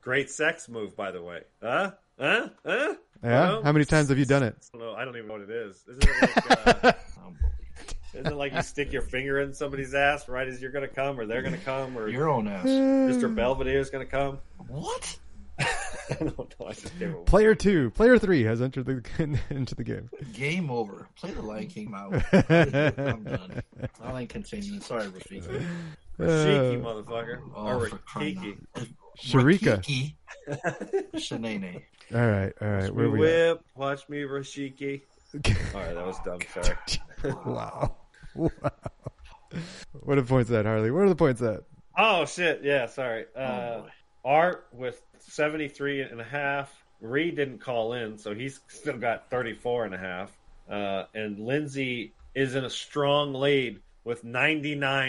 S7: Great sex move, by the way. Huh? Huh? Huh?
S8: Yeah?
S7: Huh?
S8: How many times have you done it?
S7: I don't know. I don't even know what it is. Isn't it like, uh, isn't it like you stick your finger in somebody's ass right as you're going to come, or they're going to come, or
S4: your own ass?
S7: Mr. Belvedere's going to come.
S4: What?
S7: I don't know. I just gave a
S8: Player two, player three has entered the into the game.
S4: Game
S8: Uh,
S4: over. Play the Lion King out. I'm done. I ain't continuing. Sorry, Rafiki.
S8: Uh,
S7: Rashiki, motherfucker.
S4: Oh,
S7: or
S4: for crying
S7: Rikiki.
S8: Sharika.
S4: Rikiki. Shanene.
S8: All right, all right. Where
S7: Where
S8: we? at?
S7: whip, watch me, Rashiki. All right, that was dumb. Sorry.
S8: wow. Wow. What are the points at, Harley? Where are the points at?
S7: Oh shit! Yeah, sorry.
S4: Oh,
S7: Uh, Art with 73 and a half. Reed didn't call in, so he's still got 34 and a half. Uh, and Lindsay is in a strong lead with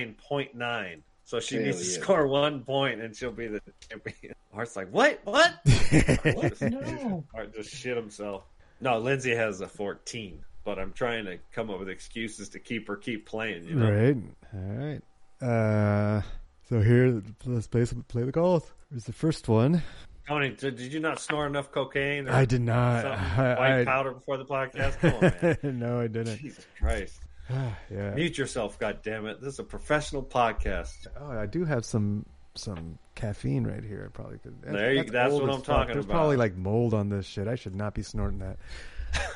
S7: 99.9. So she
S4: Hell
S7: needs to
S4: yeah.
S7: score one point, and she'll be the champion. Art's like, what? What? what?
S4: No.
S7: Art just shit himself. No, Lindsay has a 14, but I'm trying to come up with excuses to keep her keep playing. You know?
S8: Right. All right. Uh, so here, let's play some, play the calls. Here's the first one.
S7: Tony, did, did you not snore enough cocaine?
S8: I did not.
S7: something?
S8: I-
S7: White
S8: I-
S7: powder before the podcast. Come on, man.
S8: no, I didn't.
S7: Jesus Christ!
S8: yeah.
S7: Mute yourself, goddamn it! This is a professional podcast.
S8: Oh, I do have some some caffeine right here. I probably could.
S7: There you- that's
S8: old
S7: what
S8: as
S7: I'm
S8: fuck.
S7: talking
S8: There's
S7: about.
S8: probably like mold on this shit. I should not be snorting that.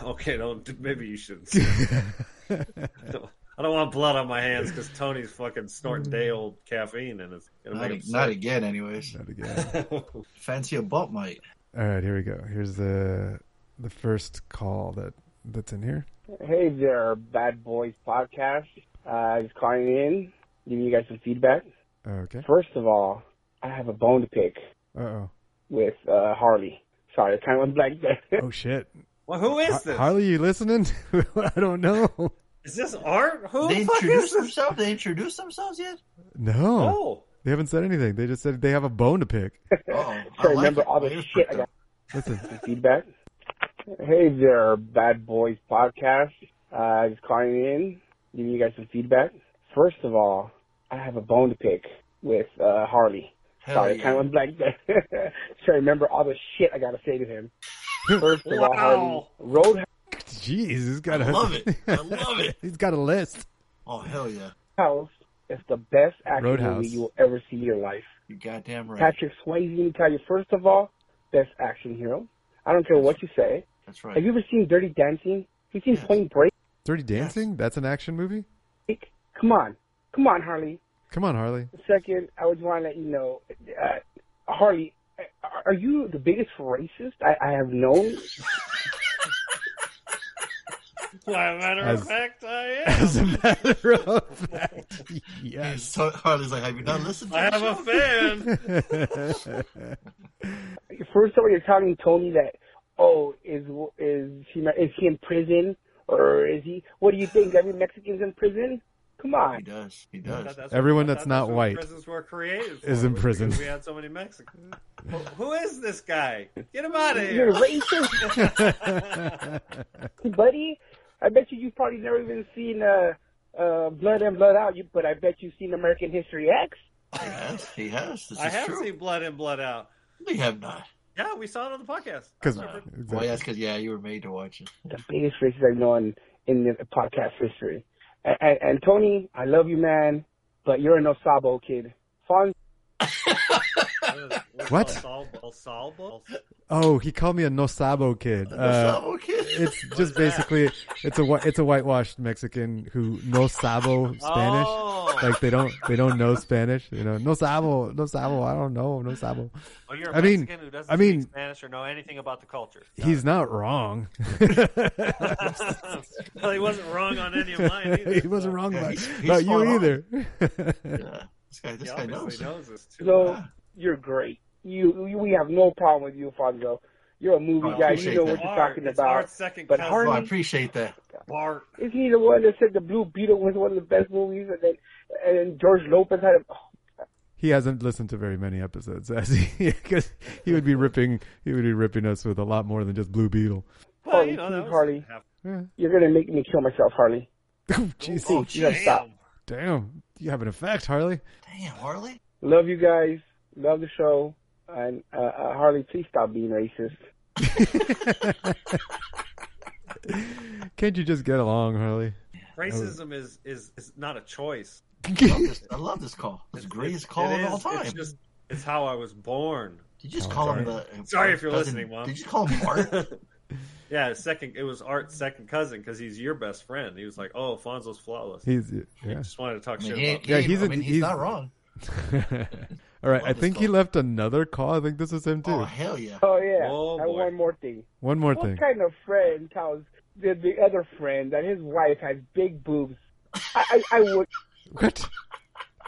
S7: Okay, don't. Maybe you shouldn't. snore. I don't- I don't want blood on my hands because Tony's fucking snorting day old caffeine, and it's gonna
S4: Not, e-,
S7: make him
S4: not
S7: sick.
S4: again, anyways.
S8: Not again.
S4: Fancy a butt might.
S8: All right, here we go. Here's the the first call that that's in here.
S19: Hey there, Bad Boys Podcast. Uh, I was calling in, giving you guys some feedback.
S8: Okay.
S19: First of all, I have a bone to pick
S8: Uh oh.
S19: with uh, Harley. Sorry, I kind of went blank there.
S8: Oh shit.
S7: Well, who is this?
S8: Harley, you listening? I don't know.
S7: Is this Art? Who
S4: They
S7: the fuck is
S4: introduced
S7: this?
S4: themselves. They introduced themselves yet?
S8: No.
S7: Oh.
S8: They haven't said anything. They just said they have a bone to pick.
S4: Oh,
S19: So remember all the shit I got.
S8: Listen.
S19: feedback. Hey there, Bad Boys Podcast. Uh, I was calling in, giving you guys some feedback. First of all, I have a bone to pick with uh, Harley.
S4: Hell
S19: Sorry, I
S4: yeah.
S19: kind of went blank there. Trying to remember all the shit I got to say to him. First of all, Harley,
S4: Wow.
S19: Roadhouse.
S8: Jeez, he's got
S4: I
S8: a
S4: love it. I love it.
S8: he's got a list.
S4: Oh hell yeah!
S19: House is the best action
S8: Roadhouse.
S19: movie you will ever see in your life.
S4: You goddamn right.
S19: Patrick Swayze, let me tell you, first of all, best action hero. I don't care what you say.
S4: That's right.
S19: Have you ever seen Dirty Dancing? Have you seen Point Break?
S8: Dirty Dancing? That's an action movie?
S19: Come on. Come on, Harley.
S8: Come on, Harley.
S19: Second, I would want to let you know, uh, Harley, uh, are- are you the biggest racist I, I have known?
S7: Why, matter
S8: As-
S7: of fact, I am.
S8: As a matter of fact,
S4: He's
S8: yes.
S4: so, Harley's like, have you not listened? To
S7: I have
S4: the
S7: a
S4: show?
S7: fan.
S19: First of all, you're telling told me that, oh, is is he is he in prison or is he? What do you think? Every Mexican's in prison? Come on.
S4: He does. He
S7: I
S4: does.
S7: thought that's
S8: Everyone
S7: I thought
S8: that's not
S7: what
S8: white
S7: prisons were created
S8: is
S7: for,
S8: in
S7: was
S8: prison.
S7: because We had so many Mexicans. Who- Who is this guy? Get him out of
S19: You're
S7: here!
S19: racist, buddy. I bet you you've probably never even seen uh, uh, Blood and Blood Out, you, but I bet you've seen American History X.
S4: He has. He has. This
S7: I
S4: is
S7: have
S4: true.
S7: seen Blood In Blood Out.
S4: We have not.
S7: Yeah, we saw it on the podcast.
S8: Because
S4: Well, yeah, because yeah, you were made to watch it.
S19: The biggest racist I've known in the podcast history. And, and, and Tony, I love you, man, but you're an Osabo kid. Fun.
S8: What?
S7: El Salvo?
S8: Oh, he called me a nosabo kid. Uh,
S4: Nosabo kid?
S8: It's just basically it's a whi- it's a whitewashed Mexican who nosabo Spanish.
S7: Oh.
S8: Like they don't they don't know Spanish. You know, nosabo, nosabo. I don't know, nosabo.
S7: Oh, you're a
S8: I mean,
S7: Mexican who doesn't
S8: I mean,
S7: speak Spanish or know anything about the culture.
S8: he's not wrong.
S7: well, he wasn't wrong on any of mine either.
S8: he wasn't wrong about,
S4: he's- he's
S8: about you
S4: spot on.
S8: either.
S4: This guy, this
S7: He
S4: guy
S7: obviously
S4: knows.
S7: knows this too.
S19: So
S4: Ah.
S19: you're great. You, you, we have no problem with you, Fonzo. You're a movie
S4: Oh, I
S19: guy. You
S4: appreciate
S19: know
S4: that.
S19: what you're
S7: Art,
S19: talking
S7: it's
S19: about.
S7: Art's second
S19: But
S7: cousin.
S4: Oh, I
S19: Harley
S4: appreciate that.
S7: Bart.
S19: isn't he the one that said the Blue Beetle was one of the best movies, and then and George Lopez had a. oh,
S8: he hasn't listened to very many episodes as he because he would be ripping he would be ripping us with a lot more than just Blue Beetle.
S7: Well,
S19: Harley,
S7: you know, that
S19: please,
S7: was-
S19: Harley,
S8: Yeah.
S19: you're gonna make me kill myself, Harley.
S8: Jeez,
S4: Oh,
S19: You gotta
S4: damn.
S19: stop.
S8: damn, you have an effect, Harley.
S4: Damn, Harley.
S19: Love you guys. Love the show. And uh, uh, Harley, please stop being racist.
S8: Can't you just get along, Harley?
S7: Racism is, is, is not a choice.
S4: I love this, I love this call. This the greatest call
S7: It
S4: of all
S7: is-
S4: time.
S7: It's, just, it's how I was born.
S4: Did you just call him the? uh,
S7: Sorry if you're
S4: cousin-
S7: listening, Mom.
S4: Did you call him Art?
S7: Yeah, his second. It was Art's second cousin because he's your best friend. He was like, "Oh, Alfonso's flawless."
S8: He's yeah.
S7: Just wanted to talk
S4: I mean,
S7: shit
S4: he,
S7: about.
S4: he,
S8: Yeah,
S4: he's,
S8: he's
S4: I
S8: a-
S4: mean, he's,
S8: he's-
S4: not wrong.
S8: All right, I think he left another call. I think this is him too.
S4: Oh hell yeah!
S19: Oh yeah. and one more thing.
S8: One more thing.
S19: What kind of friend tells the, the other friend that his wife has big boobs? I, I, I would.
S8: What?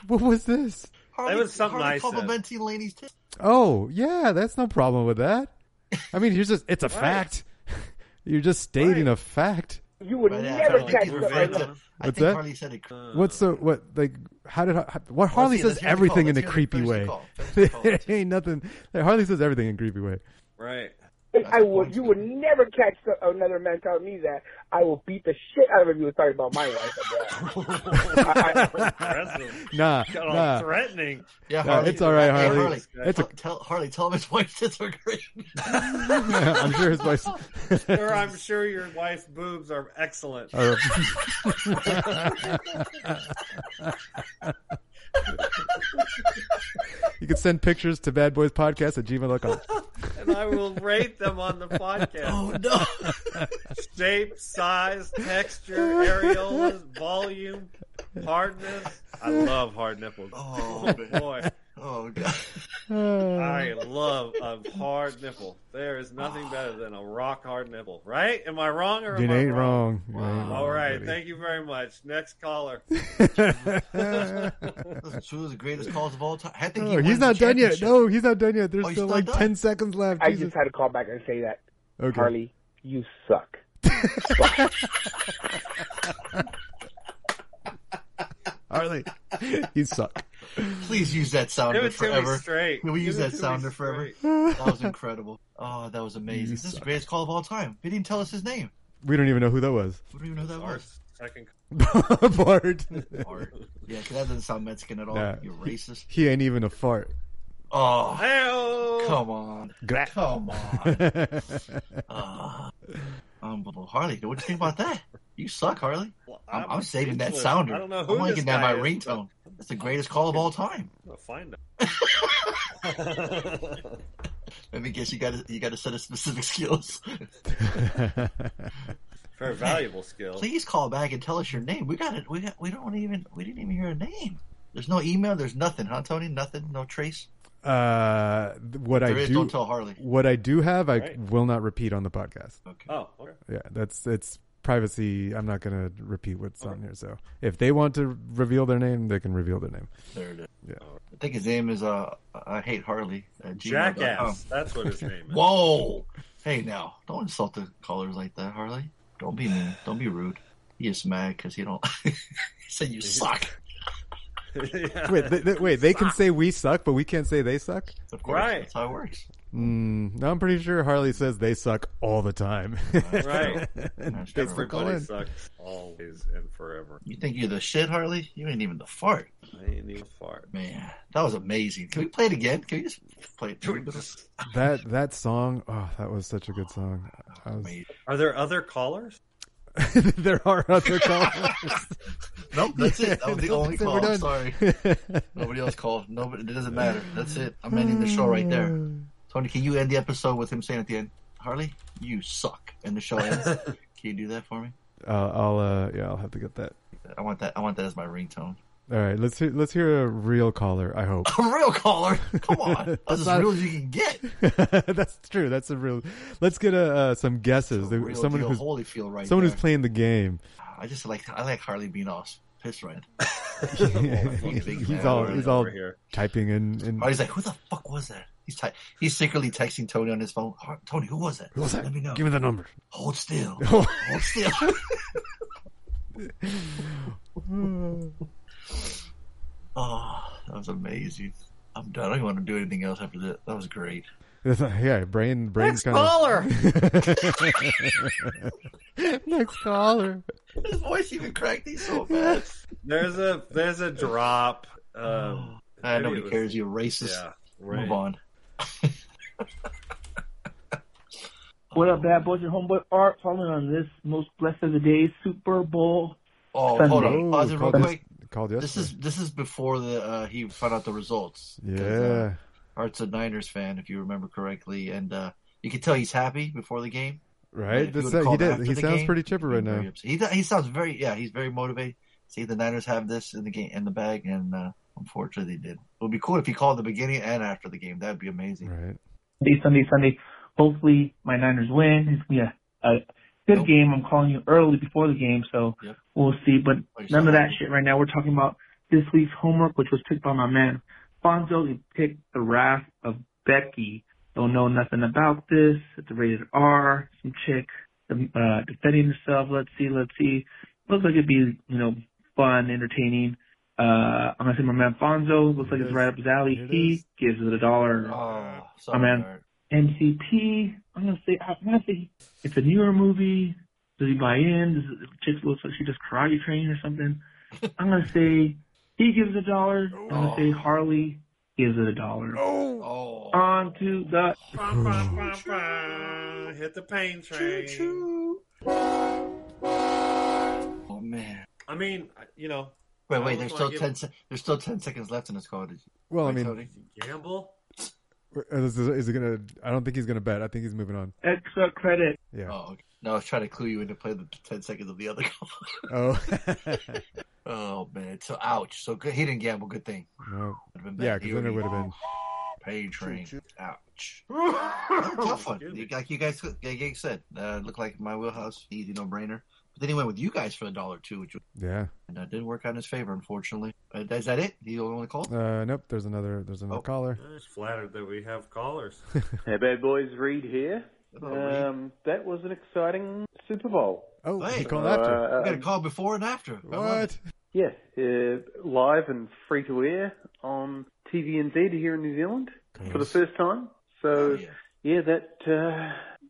S8: What was this?
S4: Harley,
S7: was something
S4: Harley
S7: I said.
S4: complimenting Laney's tits.
S8: Oh yeah, that's no problem with that. I mean, you're just—it's a fact. You're just stating a fact.
S19: You would
S4: But, uh,
S19: never
S4: Harley
S19: catch
S4: did
S19: the
S4: revert to- I
S8: What's
S4: think
S8: that?
S4: Harley said it. Uh,
S8: What's the what? Like, how did how, what? Harley
S4: see,
S8: says
S4: let's hear the call,
S8: everything in
S4: let's hear
S8: a
S4: the-
S8: creepy
S4: finish the
S8: way.
S4: call,
S8: There ain't nothing. Harley says everything in a creepy way.
S7: Right.
S19: I would. You would never catch the, another man telling me that. I will beat the shit out of him. if You were talking about my wife.
S8: Nah,
S7: Got all
S8: nah.
S7: threatening.
S4: Yeah,
S8: Nah,
S4: Harley.
S8: it's all right,
S4: Hey,
S8: Harley.
S4: Harley,
S8: It's a-
S4: tell, Harley, tell him his wife tits are great.
S8: I'm sure his voice.
S7: or I'm sure your wife's boobs are excellent.
S8: Or- you can send pictures to badboyspodcast at gmail.com.
S7: and I will rate them on the podcast.
S4: Oh no!
S7: Shape, size, texture, areolas, volume, hardness. I love hard nipples.
S4: Oh, man.
S7: boy,
S4: Oh god!
S7: I love a hard nipple. There is nothing better than a rock hard nipple, right? Am I wrong or
S8: You
S7: am I
S8: ain't wrong. You ain't
S7: Wow. All
S8: wrong,
S7: right,
S8: buddy.
S7: thank you very much. Next caller.
S4: That's two of the greatest calls of all time. I think he
S8: Oh,
S4: won
S8: he's
S4: the
S8: not done yet.
S4: championship.
S8: No, he's not done yet. There's
S4: Oh, he's
S8: still
S4: not
S8: like
S4: done?
S8: 10 seconds left.
S19: I
S8: Jesus.
S19: just had to call back and say that.
S8: Okay.
S19: Harley, you suck.
S8: Harley, you suck.
S4: Please use that sounder
S7: Give it to me
S4: forever.
S7: straight.
S4: Can we
S7: Give
S4: use
S7: it
S4: that
S7: to me
S4: sounder forever? That was incredible. Oh, that was amazing.
S8: You
S4: this is the
S8: suck.
S4: greatest call of all time. They didn't tell us his name.
S8: We don't even know who that was.
S4: We don't even know who that was.
S7: Second.
S8: Bart.
S4: Bart. Yeah, 'cause that doesn't sound Mexican at all.
S8: Nah.
S4: You're racist.
S8: He ain't even a fart.
S4: Oh,
S7: Hey-o.
S4: come on.
S8: Gra-
S4: Come on. Ah, unbelievable. Harley, what do you think about that? You suck, Harley. I'm, I'm,
S7: I'm
S4: saving that
S7: speechless.
S4: sounder.
S7: I don't know
S4: I'm
S7: who
S4: making
S7: this
S4: that
S7: guy
S4: my
S7: is,
S4: ringtone. That's the greatest call of all time.
S7: I'll find out.
S4: Let me guess. You got to you got a set of specific skills.
S7: Very valuable skill.
S4: Please call back and tell us your name. We got it. We got. We don't even. We didn't even hear a name. There's no email. There's nothing, huh, Tony? Nothing. No trace.
S8: Uh, th- what
S4: There
S8: I
S4: is-
S8: do,
S4: don't tell Harley.
S8: What I do have, I
S7: Right.
S8: will not repeat on the podcast.
S7: Oh, okay.
S8: Yeah, that's it's privacy. I'm not going to repeat what's on here. So if they want to reveal their name, they can reveal their name.
S4: There it is.
S8: Yeah.
S4: I think his name is uh. I hate Harley. Uh,
S7: Jackass. That's what his name is.
S4: Whoa! Hey, now don't insult the callers like that, Harley. Don't be mean. Don't be rude. He is mad because he don't. he said you suck.
S7: Yeah.
S8: Wait, they, they, wait, they can say we suck, but we can't say they suck.
S4: Of course,
S7: Right.
S4: that's how it works.
S8: Mm, no, I'm pretty sure Harley says they suck all the time.
S7: Right.
S8: Thanks for
S7: Everybody
S8: calling.
S7: sucks always and forever.
S4: You think you're the shit, Harley? You ain't even the fart,
S7: I ain't even fart.
S4: man. That was amazing. Can we play it again? Can we just play it?
S8: that that song. Oh, that was such a good song. I was,
S4: Amazing.
S7: Are there other callers?
S8: there are other calls.
S4: Nope, that's it. That was the
S8: Yeah,
S4: only
S8: that's it.
S4: call.
S8: We're
S4: I'm
S8: done.
S4: sorry. Nobody else called. Nobody. It doesn't matter. That's it. I'm ending the show right there. Tony, can you end the episode with him saying at the end, Harley, you suck, and the show ends? can you do that for me?
S8: Uh, I'll uh, yeah, I'll have to get that.
S4: I want that. I want that as my ringtone.
S8: All right, let's hear let's hear a real caller. I hope
S4: A real caller. Come on. That's as
S8: not-
S4: real as you can get.
S8: that's true. That's a real. Let's get a, uh, some guesses.
S4: Real
S8: someone
S4: deal
S8: who's
S4: Holyfield right
S8: someone
S4: there.
S8: who's playing the game.
S4: I just like I like Harley being all pissed right.
S8: he's,
S4: big
S8: he's
S4: man
S8: all
S4: over
S8: he's all
S7: here.
S8: typing in. in
S4: Harley's like, who the fuck was that? He's ty- he's secretly texting Tony on his phone. "Har- Tony, who was that?
S8: Who was that?
S4: Let me know.
S8: Give me the number.
S4: Hold still.
S8: Oh.
S4: Hold still. oh, that was amazing. I'm done. I don't want to do anything else after that. That was great.
S8: yeah, brain brain's
S7: Next
S8: kind of
S7: caller.
S8: next caller.
S4: His voice even cracked. He's so bad.
S7: There's a there's a drop. Um,
S4: Ah,
S7: maybe
S4: nobody
S7: it was-
S4: cares. You're racist.
S7: Yeah. Right.
S4: Move on.
S20: What up, bad boys and homeboy art? Following on this most blessed of the days, Super Bowl.
S4: Oh,
S20: Sunday.
S4: hold on. Pause it real
S8: called, yes-
S4: quick.
S8: called
S4: This is
S8: yesterday.
S4: this is before the uh, he found out the results. 'Cause,
S8: yeah.
S4: uh, Art's a Niners fan, if you remember correctly, and uh, you can tell he's happy before the game. And
S8: Right,
S4: if you
S8: That's
S4: would've
S8: he
S4: called
S8: did.
S4: after
S8: He
S4: the
S8: sounds
S4: game,
S8: pretty chipper
S4: he'd
S8: right
S4: be
S8: now.
S4: very upset. He, he sounds very yeah. He's very motivated. See, the Niners have this in the game in the bag, and uh, Unfortunately, they did. It would be cool if he called the beginning and after the game. That'd be amazing.
S8: Right.
S20: Sunday, Sunday, Sunday. Hopefully, my Niners win. It's gonna be a, a good game. I'm calling you early before the game, so we'll see. But none of that shit right now. We're talking about this week's homework, which was picked by my man Fonzo. He picked The Wrath of Becky. Don't know nothing about this. It's a rated R. Some chick uh, defending herself. Let's see. Let's see. Looks like it'd be you know fun, entertaining. Uh, I'm gonna say my man Fonzo. Looks like it's right up his alley. he gives it a dollar. my
S4: Oh, sorry,
S20: man MCP. I'm gonna say I'm gonna say it's a newer movie. Does he buy in? Does the chick looks like she just karate trained or something? I'm gonna say he gives a dollar. I'm gonna say Harley gives it a dollar.
S7: Oh.
S20: On to the
S7: Bum, bum, bum, bum. Hit the pain train.
S4: Oh man.
S7: I mean, I- you know.
S4: Wait,
S7: I
S4: wait.
S7: was
S4: There's
S7: gonna
S4: still
S7: give
S4: ten. Se- there's still ten seconds left in this call. Did you?
S8: Well, I
S4: Wait,
S8: mean- uh,
S4: Cody.
S7: Gamble.
S8: Is, is he gonna? I don't think he's gonna bet. I think he's moving on.
S20: extra credit.
S8: Yeah.
S4: Oh, okay. No, I was trying to clue you into play the ten seconds of the other call.
S8: Oh.
S4: oh man. So ouch. So good. he didn't gamble. Good thing.
S8: No.
S4: Would've been bad.
S8: Yeah, because
S4: He
S8: then it would
S4: would've
S8: have been.
S4: Pain train. Ouch.
S7: Tough
S4: one. Like you guys, like you said, uh, looked like my wheelhouse. Easy no brainer. But then he went with you guys for a dollar too, which was-
S8: Yeah.
S4: and that didn't work out in his favor, unfortunately. Uh, is that it? You only call?
S8: Uh, nope. There's another. There's another caller.
S7: I'm just flattered that we have callers.
S21: Hey, bad boys, Reed here.
S4: Reed.
S21: Um, that was an exciting Super Bowl.
S8: Oh,
S4: Hey,
S8: he called after.
S4: we got a call before and after.
S21: uh,
S4: What?
S21: Yes, uh, live and free to air on TVNZ here in New Zealand for the first time.
S4: Oh,
S21: So, yeah. that uh,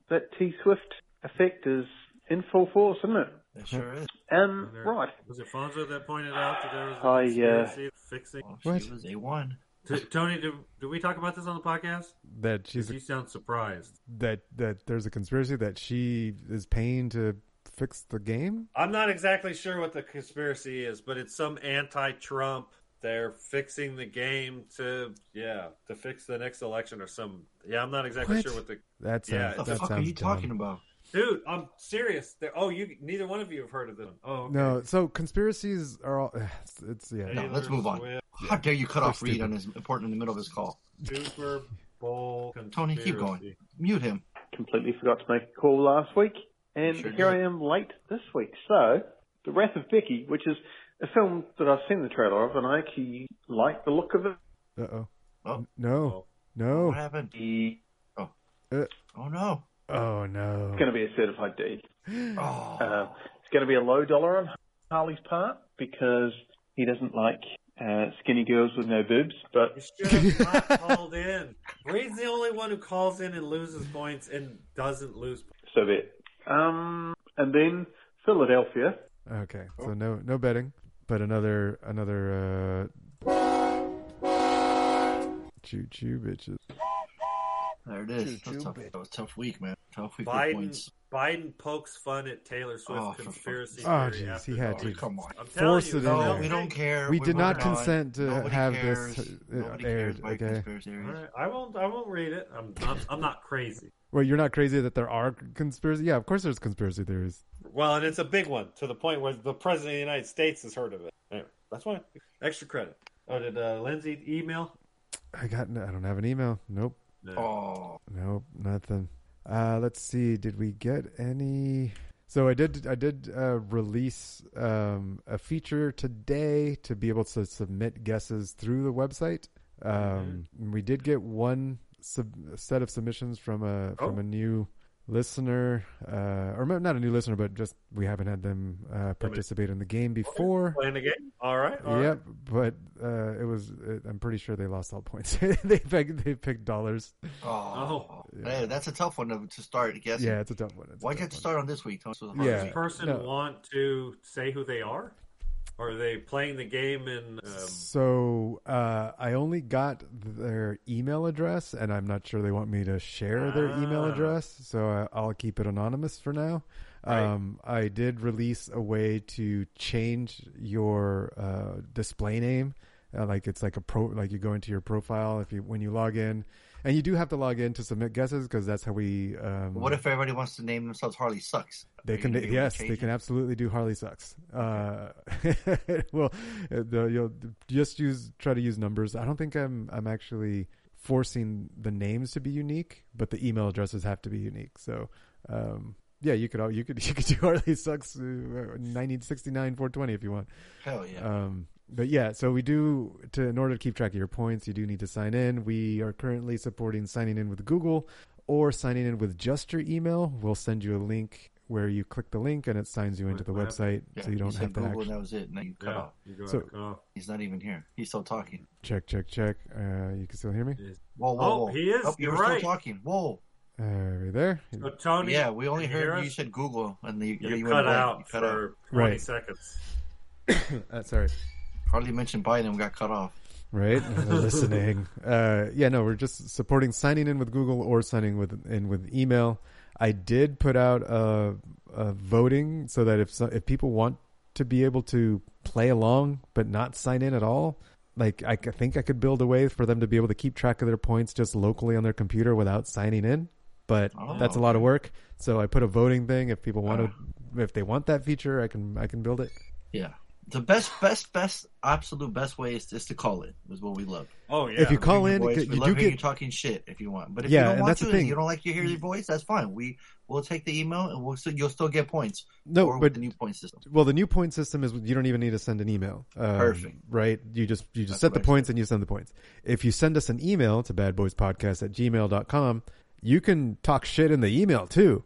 S21: that T Swift effect is in full force, isn't it?
S4: It sure is.
S21: Um, right.
S7: Was it Fonzo that pointed out that there was a
S21: I, uh,
S7: conspiracy of fixing?
S4: Oh, She was a one.
S7: T- Tony, did, did we talk about this on the podcast?
S8: That she's
S7: You
S8: a,
S7: sound surprised.
S8: that that there's a conspiracy that she is paying to fix the game.
S7: I'm not exactly sure what the conspiracy is, but it's some anti-Trump. They're fixing the game to yeah to fix the next election or some yeah. I'm not exactly
S8: What?
S7: sure what the
S8: That sounds-
S7: yeah.
S8: that What the fuck sounds are you dumb. talking
S4: about?
S7: Dude, I'm serious. They're, oh, you neither one of you have heard of them. Oh, okay.
S8: No, so conspiracies are all. It's, it's- yeah.
S4: No, let's move on. How dare you cut off Reed on his important in the middle of his call?
S7: Super Bowl.
S4: Tony, keep going. Mute him.
S21: Completely forgot to make a call last week, and here I am late this week. So, The Wrath of Becky, which is a film that I've seen the trailer of, and I actually like the look of it.
S8: Uh oh.
S4: Oh.
S8: No. No.
S4: What happened? Oh.
S8: Uh,
S4: oh no.
S8: Oh no.
S21: It's going to be a certified D.
S4: Oh.
S21: Uh, it's going to be a low dollar on Harley's part because he doesn't like uh, skinny girls with no boobs. But
S7: called in. Reed's the only one who calls in and loses points and doesn't lose.
S21: so be it. Um, and then Philadelphia.
S8: Okay. So no no betting, but another another uh choo choo bitches.
S4: There it is. That was, tough. that was a tough week, man. Tough week for
S7: Biden
S4: points.
S7: Biden pokes fun at Taylor Swift conspiracy.
S8: Oh
S7: theory
S8: jeez,
S7: after
S8: he had
S7: dark.
S8: to
S4: Come on.
S7: I'm telling
S8: force
S7: you,
S8: it in
S7: no,
S8: there.
S7: we don't care.
S8: We
S7: We're
S8: did not
S7: moving on.
S8: consent to
S7: Nobody
S8: have this
S7: cares.
S8: uh,
S7: Nobody
S8: aired. Okay.
S7: All right, I won't. I won't read it. I'm not. I'm not crazy.
S8: Well, you're not crazy that there are conspiracy. Yeah, of course there's conspiracy theories.
S7: Well, and it's a big one to the point where the president of the United States has heard of it. Anyway, that's why extra credit. Oh, did uh, Lindsay email?
S8: I got. no- I don't have an email. Nope.
S4: Oh,
S8: Nope, nothing. Uh, let's see. Did we get any? So I did. I did uh, release um, a feature today to be able to submit guesses through the website. Um, We did get one sub- set of submissions from a from a new listener, uh, or not a new listener, but just we haven't had them uh, participate in the game before.
S7: playing the game. All right. all right.
S8: Yep, but uh, it was. It, I'm pretty sure they lost all points. they picked, they picked dollars.
S7: Uh-huh.
S4: Oh, Hey, that's a tough one to, to start guessing.
S8: Yeah, it's a tough one. It's a
S4: Why'd
S8: tough
S4: you have to start on this week? Tony? This was a
S7: Does
S4: hard
S8: Yeah.
S4: week.
S7: person
S8: no.
S7: want to say who they are? Or are they playing the game in? Um,
S8: So uh, I only got their email address, and I'm not sure they want me to share their email
S7: Ah.
S8: address, so I- I'll keep it anonymous for now. Um, I did release a way to change your uh, display name, uh, like it's like a pro, like you go into your profile if you when you log in, And you do have to log in to submit guesses because that's how we. Um,
S4: What if everybody wants to name themselves Harley Sucks?
S8: They can,
S4: Are you gonna be able to
S8: yes,
S4: change
S8: they
S4: it?
S8: can absolutely do Harley sucks. Uh, well, the, you'll just use try to use numbers. I don't think I'm I'm actually forcing the names to be unique, but the email addresses have to be unique. So, um, yeah, you could all you could you could do Harley sucks nineteen sixty nine four twenty if you want.
S4: Hell yeah.
S8: Um, but yeah, so we do to in order to keep track of your points, you do need to sign in. We are currently supporting signing in with Google or signing in with just your email. We'll send you a link where you click the link and it signs you into the website,
S4: Yeah,
S8: so you don't
S4: he said
S8: have to
S4: Google,
S8: actually
S4: and that was it. Now you cut
S8: Yeah,
S4: off.
S8: you got So- cut
S7: Oh.
S4: off. He's not even here. He's still talking.
S8: check, check, check. Uh, you can still hear me.
S4: Whoa, whoa,
S7: Oh,
S4: whoa.
S7: he is.
S4: Oh, you
S7: You're
S4: were
S7: right.
S4: still talking. Whoa.
S8: Uh, are we there?
S7: Oh, Tony,
S4: yeah, we only
S7: can you hear
S4: heard you,
S7: us?
S4: said Google and the
S7: You
S4: went
S7: cut
S4: blank.
S7: out
S4: You cut
S7: for
S4: out.
S7: 20
S8: Right.
S7: seconds.
S8: uh, sorry.
S4: Hardly mentioned Biden. and We got cut off.
S8: Right, And they're listening. Uh, yeah, no, we're just supporting signing in with Google or signing with in with email. I did put out a, a voting so that if so, if people want to be able to play along but not sign in at all, like I c- think I could build a way for them to be able to keep track of their points just locally on their computer without signing in. But
S4: Oh,
S8: that's a lot of work. So I put a voting thing. If people want
S4: Uh.
S8: to, if they want that feature, I can I can build it.
S4: Yeah. The best, best, best, absolute best way is, is to call in. Is what we love.
S7: Oh
S8: yeah. If you call in,
S4: voice,
S8: you
S4: we
S8: do
S4: love hearing
S8: get-
S4: you talking shit if you want. But if
S8: Yeah,
S4: you don't
S8: and
S4: want
S8: that's
S4: to,
S8: the
S4: and
S8: thing.
S4: you don't like to hear your voice, that's fine. We will take the email and we'll still, you'll still get points.
S8: No,
S4: or
S8: but-
S4: with the new point system.
S8: Well, the new point system is you don't even need to send an email. Um,
S4: Perfect.
S8: Right? You just you just set the points and you send the points. If you send us an email to badboyspodcast at gmail.com, you can talk shit in the email too.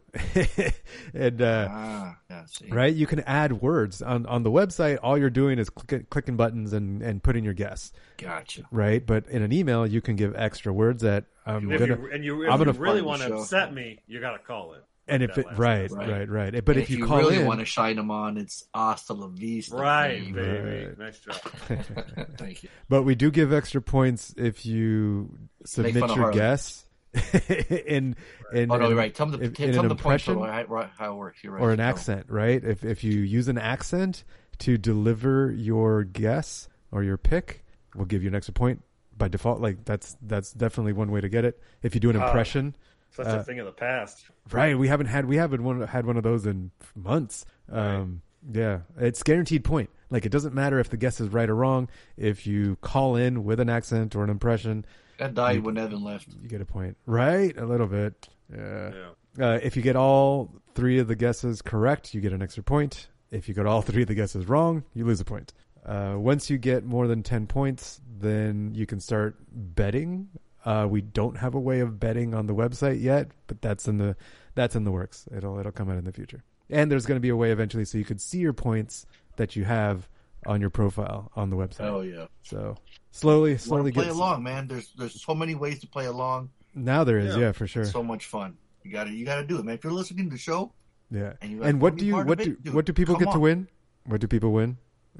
S8: and uh,
S4: Ah, yeah, see.
S8: right, you can add words on on the website. All you're doing is click, clicking buttons and and putting your guess.
S4: Gotcha.
S8: Right, but in an email you can give extra words that I'm
S7: And if
S8: gonna
S7: you, and you, if
S8: I'm
S7: you
S8: gonna
S7: really
S8: fuck
S7: want
S8: with
S7: to
S8: you.
S7: upset me, you got to call it.
S8: and
S7: Like
S8: if
S7: that
S8: it,
S7: last
S8: right,
S7: time.
S8: right, right, But
S4: And
S8: if you, call
S4: really
S8: in,
S4: want to shine them on, it's hasta la vista.
S7: Right,
S8: baby.
S7: Nice job.
S4: Thank you.
S8: But we do give extra points if you submit
S4: fun of
S8: your
S4: Harley.
S8: guess. in, in,
S4: oh no,
S8: in-
S4: you're right. Tell them the,
S8: in-
S4: tell
S8: in an
S4: them the point
S8: impression
S4: for right, right, how it works. You're right.
S8: or an
S4: Tell 'em.
S8: accent, right? If if you use an accent to deliver your guess or your pick, we'll give you an extra point by default. Like that's that's definitely one way to get it. If you do an
S4: Uh,
S7: Ah,
S8: impression,
S7: Such
S8: uh,
S7: a thing of the past.
S8: Right, we haven't had we haven't one, had one of those in months. Um, Yeah, it's guaranteed point. Like it doesn't matter if the guess is right or wrong. If you call in with an accent or an impression,
S4: That died
S8: you-
S4: when Evan left.
S8: You get a point, right? A little bit. Yeah. Uh, if you get all three of the guesses correct, you get an extra point. If you get all three of the guesses wrong, you lose a point. Uh, once you get more than ten points, then you can start betting. Uh, we don't have a way of betting on the website yet, but that's in the that's in the works. It'll it'll come out in the future, and there's going to be a way eventually so you could see your points that you have on your profile on the website.
S4: Oh, yeah.
S8: So slowly,
S4: You wanna
S8: slowly
S4: play
S8: get
S4: along, man. There's there's so many ways to play along.
S8: now there is yeah, for sure.
S4: It's so much fun. You got to you got to do it, man. If you're listening to the show,
S8: Yeah.
S4: And
S8: And,
S4: you guys
S8: what
S4: wanna
S8: do
S4: be
S8: you
S4: part
S8: what
S4: of
S8: do
S4: it? Dude,
S8: what do people
S4: come
S8: get to
S4: on.
S8: win? What do people win?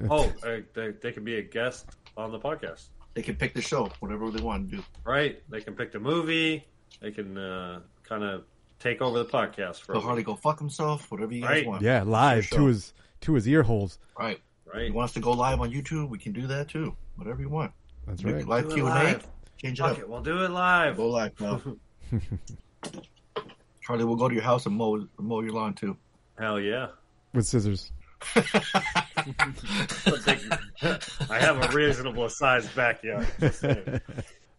S7: Oh, uh, they, they can be a guest on the podcast,
S4: they can pick the show, whatever they want to do.
S7: right? They can pick the movie. They can uh, kind of take over the podcast for
S4: So
S7: a
S4: Harley
S7: week.
S4: go fuck himself, whatever you guys
S7: Right.
S4: want.
S8: yeah, live
S4: Sure.
S8: to his to his ear holes.
S4: Right.
S7: Right.
S4: He wants to go live on YouTube. We can do that too. Whatever you want.
S8: That's
S4: Make
S8: right.
S4: it Live
S7: Do it
S4: Q and A.
S7: live.
S4: Change it
S7: Fuck
S4: up.
S7: it, we'll do it live.
S4: Go live now. Charlie, we'll go to your house and mow mow your lawn too.
S7: Hell yeah.
S8: With scissors.
S7: I have a reasonable sized backyard. Just saying.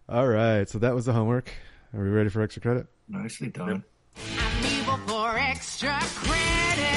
S8: All right, so that was the homework. Are we ready for extra credit?
S4: Nicely done.
S1: Evil for extra credit.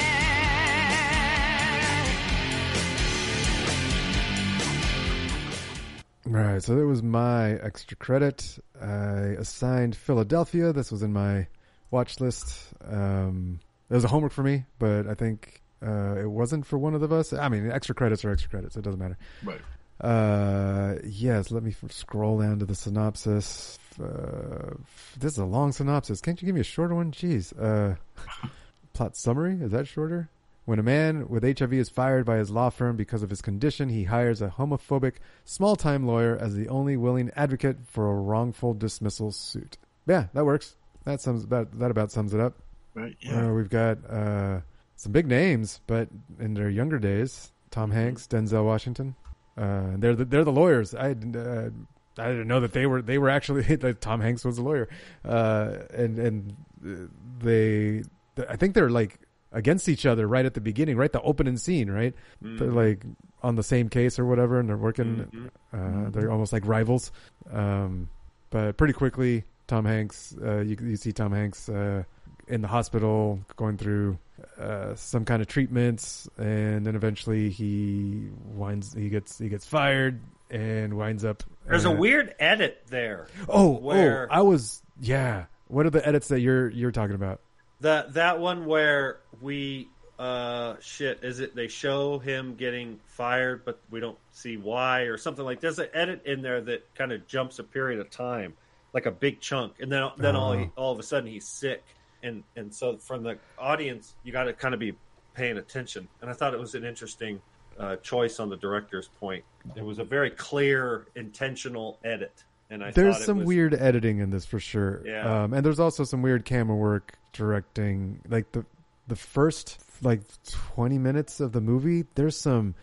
S8: All right, so that was my extra credit. I assigned Philadelphia. This was in my watch list. Um, it was a homework for me, but I think uh, it wasn't for one of us. I mean, extra credits are extra credits. It doesn't matter.
S4: Right.
S8: Uh, yes, let me f- scroll down to the synopsis. Uh, f- this is a long synopsis. Can't you give me a shorter one? Jeez. Uh, plot summary? Is that shorter? When a man with HIV is fired by his law firm because of his condition, he hires a homophobic, small time lawyer as the only willing advocate for a wrongful dismissal suit. Yeah, that works. That sums that that about sums it up.
S4: Right.
S8: Uh, we've got uh, some big names, but in their younger days, Tom Hanks, Denzel Washington. Uh, they're the, they're the lawyers. I uh, I didn't know that they were they were actually that Tom Hanks was a lawyer, uh, and and they I think they're like against each other right at the beginning, right the opening scene, right?
S5: Mm.
S8: They're like on the same case or whatever, and they're working.
S5: Mhm.
S8: Uh, They're almost like rivals, um, but pretty quickly Tom Hanks uh, you you see Tom Hanks uh, in the hospital going through uh, some kind of treatments, and then eventually he winds he gets he gets fired and winds up.
S7: There's a
S8: uh,
S7: weird edit there.
S8: Oh,
S7: where
S8: oh, I was yeah. What are the edits that you're you're talking about?
S7: that that one where we uh shit is it they show him getting fired but we don't see why or something like there's an edit in there that kind of jumps a period of time like a big chunk and then then all
S8: Uh-huh.
S7: he, all of a sudden he's sick and and so from the audience you got to kind of be paying attention and i thought it was an interesting uh, choice on the director's point it was a very clear intentional edit and i
S8: there's
S7: thought
S8: some
S7: it was,
S8: weird editing in this for sure.
S7: Yeah.
S8: Um, and there's also some weird camera work directing. Like the the first like 20 minutes of the movie, there's some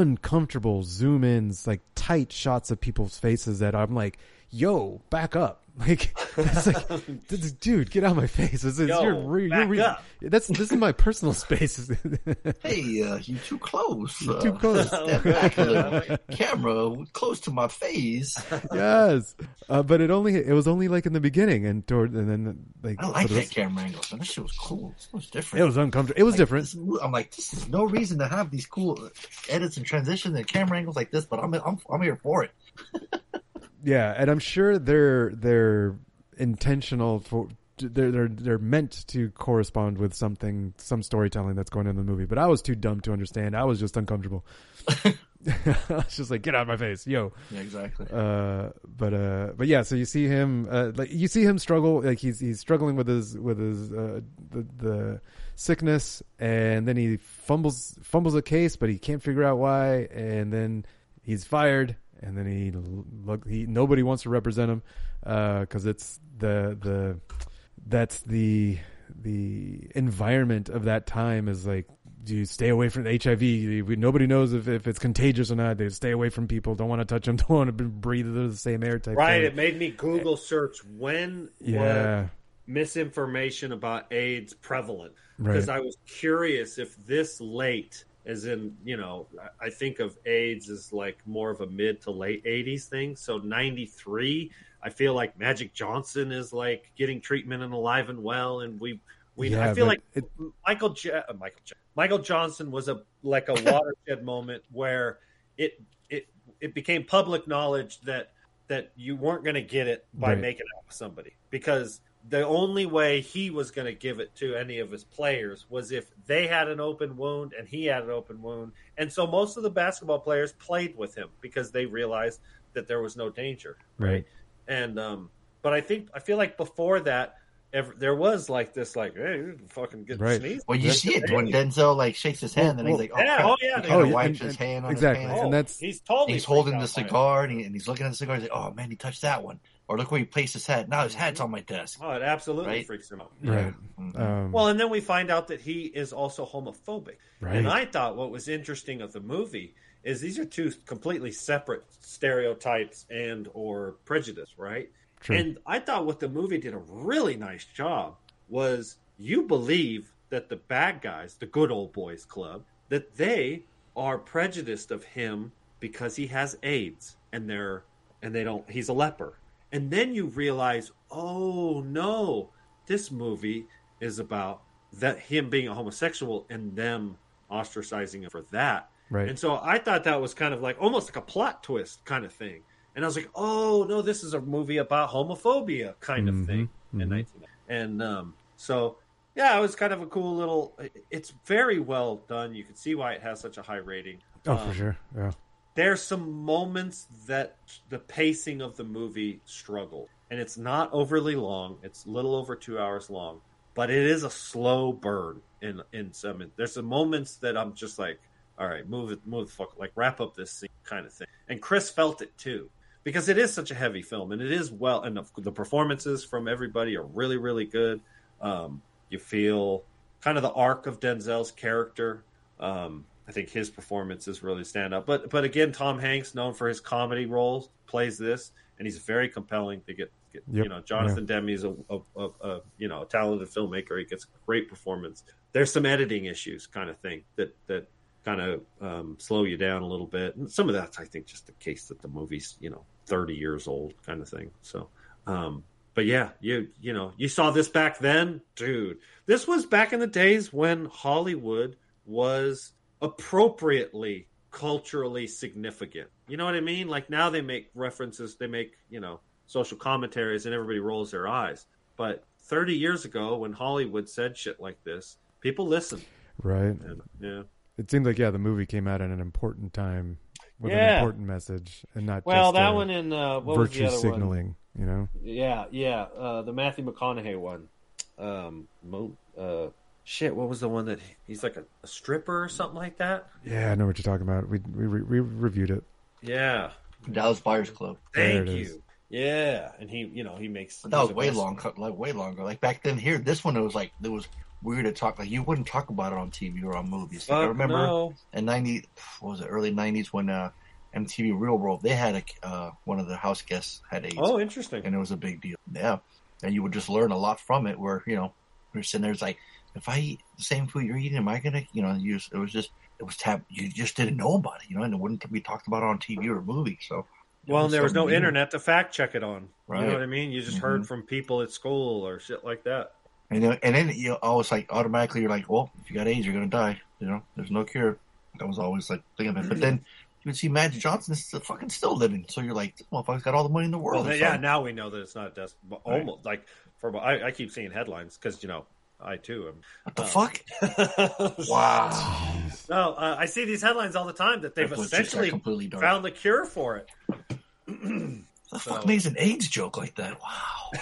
S8: uncomfortable zoom ins, like tight shots of people's faces that I'm like, yo, back up. Like, it's like this is- dude, get out of my face. This is,
S4: Yo,
S8: you're, re- you're
S4: back
S8: re-
S4: up.
S8: That's, this is my personal space.
S4: Hey, uh, you too close.
S8: You're
S4: uh,
S8: too close.
S4: step back a little. Camera close to my face.
S8: yes, uh, but it only it was only like in the beginning and toward and then like
S4: I
S8: for
S4: like
S8: the
S4: that
S8: rest-
S4: camera angle. man. That shit was cool. It was different.
S8: It was uncomfortable. It was
S4: Like,
S8: different.
S4: this mo- I'm like, this is no reason to have these cool edits and transitions and camera angles like this, but I'm I'm, I'm here for it.
S8: Yeah, and I'm sure they're they're intentional for they're they're they're meant to correspond with something some storytelling that's going on in the movie. But I was too dumb to understand. I was just uncomfortable. I was just like, get out of my face, yo.
S4: Yeah, exactly.
S8: Uh, but uh, but yeah, so you see him uh, like you see him struggle, like he's he's struggling with his with his uh, the the sickness, and then he fumbles fumbles a case, but he can't figure out why, and then he's fired, and then he look he nobody wants to represent him because it's the the that's the the environment of that time is like do you stay away from HIV? We, nobody knows if, if it's contagious or not. They stay away from people. Don't want to touch them. Don't want to breathe the same air type.
S7: Right,
S8: thing.
S7: it made me Google search when
S8: Eh, Yeah.
S7: was misinformation about AIDS prevalent
S8: Right.
S7: because I was curious if this late, as in you know, I- I think of AIDS as like more of a mid to late '80s thing. So '93, I feel like Magic Johnson is like getting treatment and alive and well, and we we
S8: Yeah,
S7: I feel
S8: but
S7: like Michael J- uh, Michael J- Michael Johnson was a like a watershed moment where it it it became public knowledge that that you weren't going to get it by
S8: Right.
S7: making out with somebody because the only way he was going to give it to any of his players was if they had an open wound and he had an open wound and so most of the basketball players played with him because they realized that there was no danger
S8: right.
S7: and um, but I think I feel like before that, ev there was like this, like, hey, you can fucking get
S8: Right.
S7: sneezed.
S4: Well, you see it when Denzel like shakes his hand, and he's like, "Oh,
S7: yeah,
S4: crap."
S7: oh yeah,
S4: he kind of
S7: yeah.
S4: wipes his hand on
S8: exactly,
S4: his
S8: and
S4: pants.
S8: that's-
S7: Oh, he's totally
S4: he's holding
S7: freaked
S4: the
S7: out by it.
S4: cigar, and, he, and he's looking at the cigar. He's like, "Oh man, he touched that one." Or look where he placed his hat. Now his hat's on my desk. Mm-hmm.
S7: Oh, it absolutely
S4: Right.
S7: freaks him out.
S8: Right. Um,
S7: well, and then we find out that he is also homophobic.
S8: Right.
S7: And I thought what was interesting of the movie is these are two completely separate stereotypes and or prejudice, right?
S8: True.
S7: And I thought what the movie did a really nice job was you believe that the bad guys, the good old boys club, that they are prejudiced of him because he has AIDS and they're and they don't he's a leper. And then you realize, oh no, this movie is about that him being a homosexual and them ostracizing him for that.
S8: Right.
S7: And so I thought that was kind of like almost like a plot twist kind of thing. And I was like, oh no, this is a movie about homophobia kind
S8: Mm-hmm.
S7: of thing. And I And um, so, yeah, it was kind of a cool little. It's very well done. You can see why it has such a high rating.
S8: oh,
S7: Um,
S8: for sure. Yeah.
S7: There's some moments that the pacing of the movie struggled, and it's not overly long. It's a little over two hours long, but it is a slow burn. In in some, there's some moments that I'm just like, all right, move it, move the fuck, like wrap up this scene kind of thing. And Chris felt it too because it is such a heavy film, and it is well, and the, the performances from everybody are really really good. Um, you feel kind of the arc of Denzel's character. Um, I think his performances really stand out. But but again, Tom Hanks, known for his comedy roles, plays this, and he's very compelling. They get, get
S8: Yep,
S7: you know Jonathan Demi's a, a, a, a you know a talented filmmaker. He gets a great performance. There's some editing issues, kind of thing that that kind of um, slow you down a little bit. And some of that's I think just the case that the movie's you know 30 years old, kind of thing. So, um, but yeah, you you know you saw this back then, dude. This was back in the days when Hollywood was appropriately culturally significant. You know what I mean? Like now they make references, they make, you know, social commentaries and everybody rolls their eyes. But 30 years ago when Hollywood said shit like this, people listened.
S8: Right.
S7: And, yeah.
S8: It seems like yeah, the movie came out at an important time with an
S7: Yeah.
S8: important message, and not
S7: Well,
S8: just,
S7: that
S8: uh,
S7: one and, uh, what was the
S8: virtue
S7: other one?
S8: signaling. You know,
S7: Yeah, yeah, uh, the Matthew McConaughey one. Um Mo- uh shit, what was the one that he's like a, a stripper or something like that?
S8: yeah, I know what you're talking about. We we, re- we reviewed it.
S7: Yeah.
S4: Dallas Buyers Club.
S8: There
S7: Thank
S8: it
S7: you.
S8: is.
S7: Yeah, and he, you know, he makes
S4: But that was
S7: he's a
S4: way
S7: best-
S4: long, like way longer. Like back then, here, this one it was like it was weird to talk. Like you wouldn't talk about it on TV or on movies. Like, I
S7: Fuck
S4: remember
S7: no.
S4: in ninety, what was it, early nineties when uh, MTV Real World they had a uh, one of the house guests had AIDS.
S7: Oh, interesting.
S4: And it was a big deal. Yeah, and you would just learn a lot from it. Where you know you're sitting there, it's like if I eat the same food you're eating, am I gonna, you know, use? It was just it was tab. You just didn't know about it, you know, and it wouldn't be talked about on TV or movie. So
S7: Well, and there was no
S4: something new.
S7: internet to fact check it on. You
S4: Right. Mm-hmm.
S7: know what I mean? You just heard from people at school or shit like that.
S4: And then, and then you always like automatically you're like, well, if you got AIDS, you're gonna die. You know, there's no cure. That was always like thing of it. But then you would see Magic Johnson is still fucking still living. So you're like, this motherfucker's got all the money in the world.
S7: Well,
S4: It's
S7: yeah,
S4: like,
S7: now we know that it's not death. But
S4: Right.
S7: almost like for I, I keep seeing headlines because you know I too am. What
S4: the fuck? wow.
S7: No, uh, I see these headlines all the time that they've
S4: That was just, like,
S7: essentially
S4: completely dark.
S7: found the cure for it.
S4: The fuck makes an AIDS joke like that? Wow.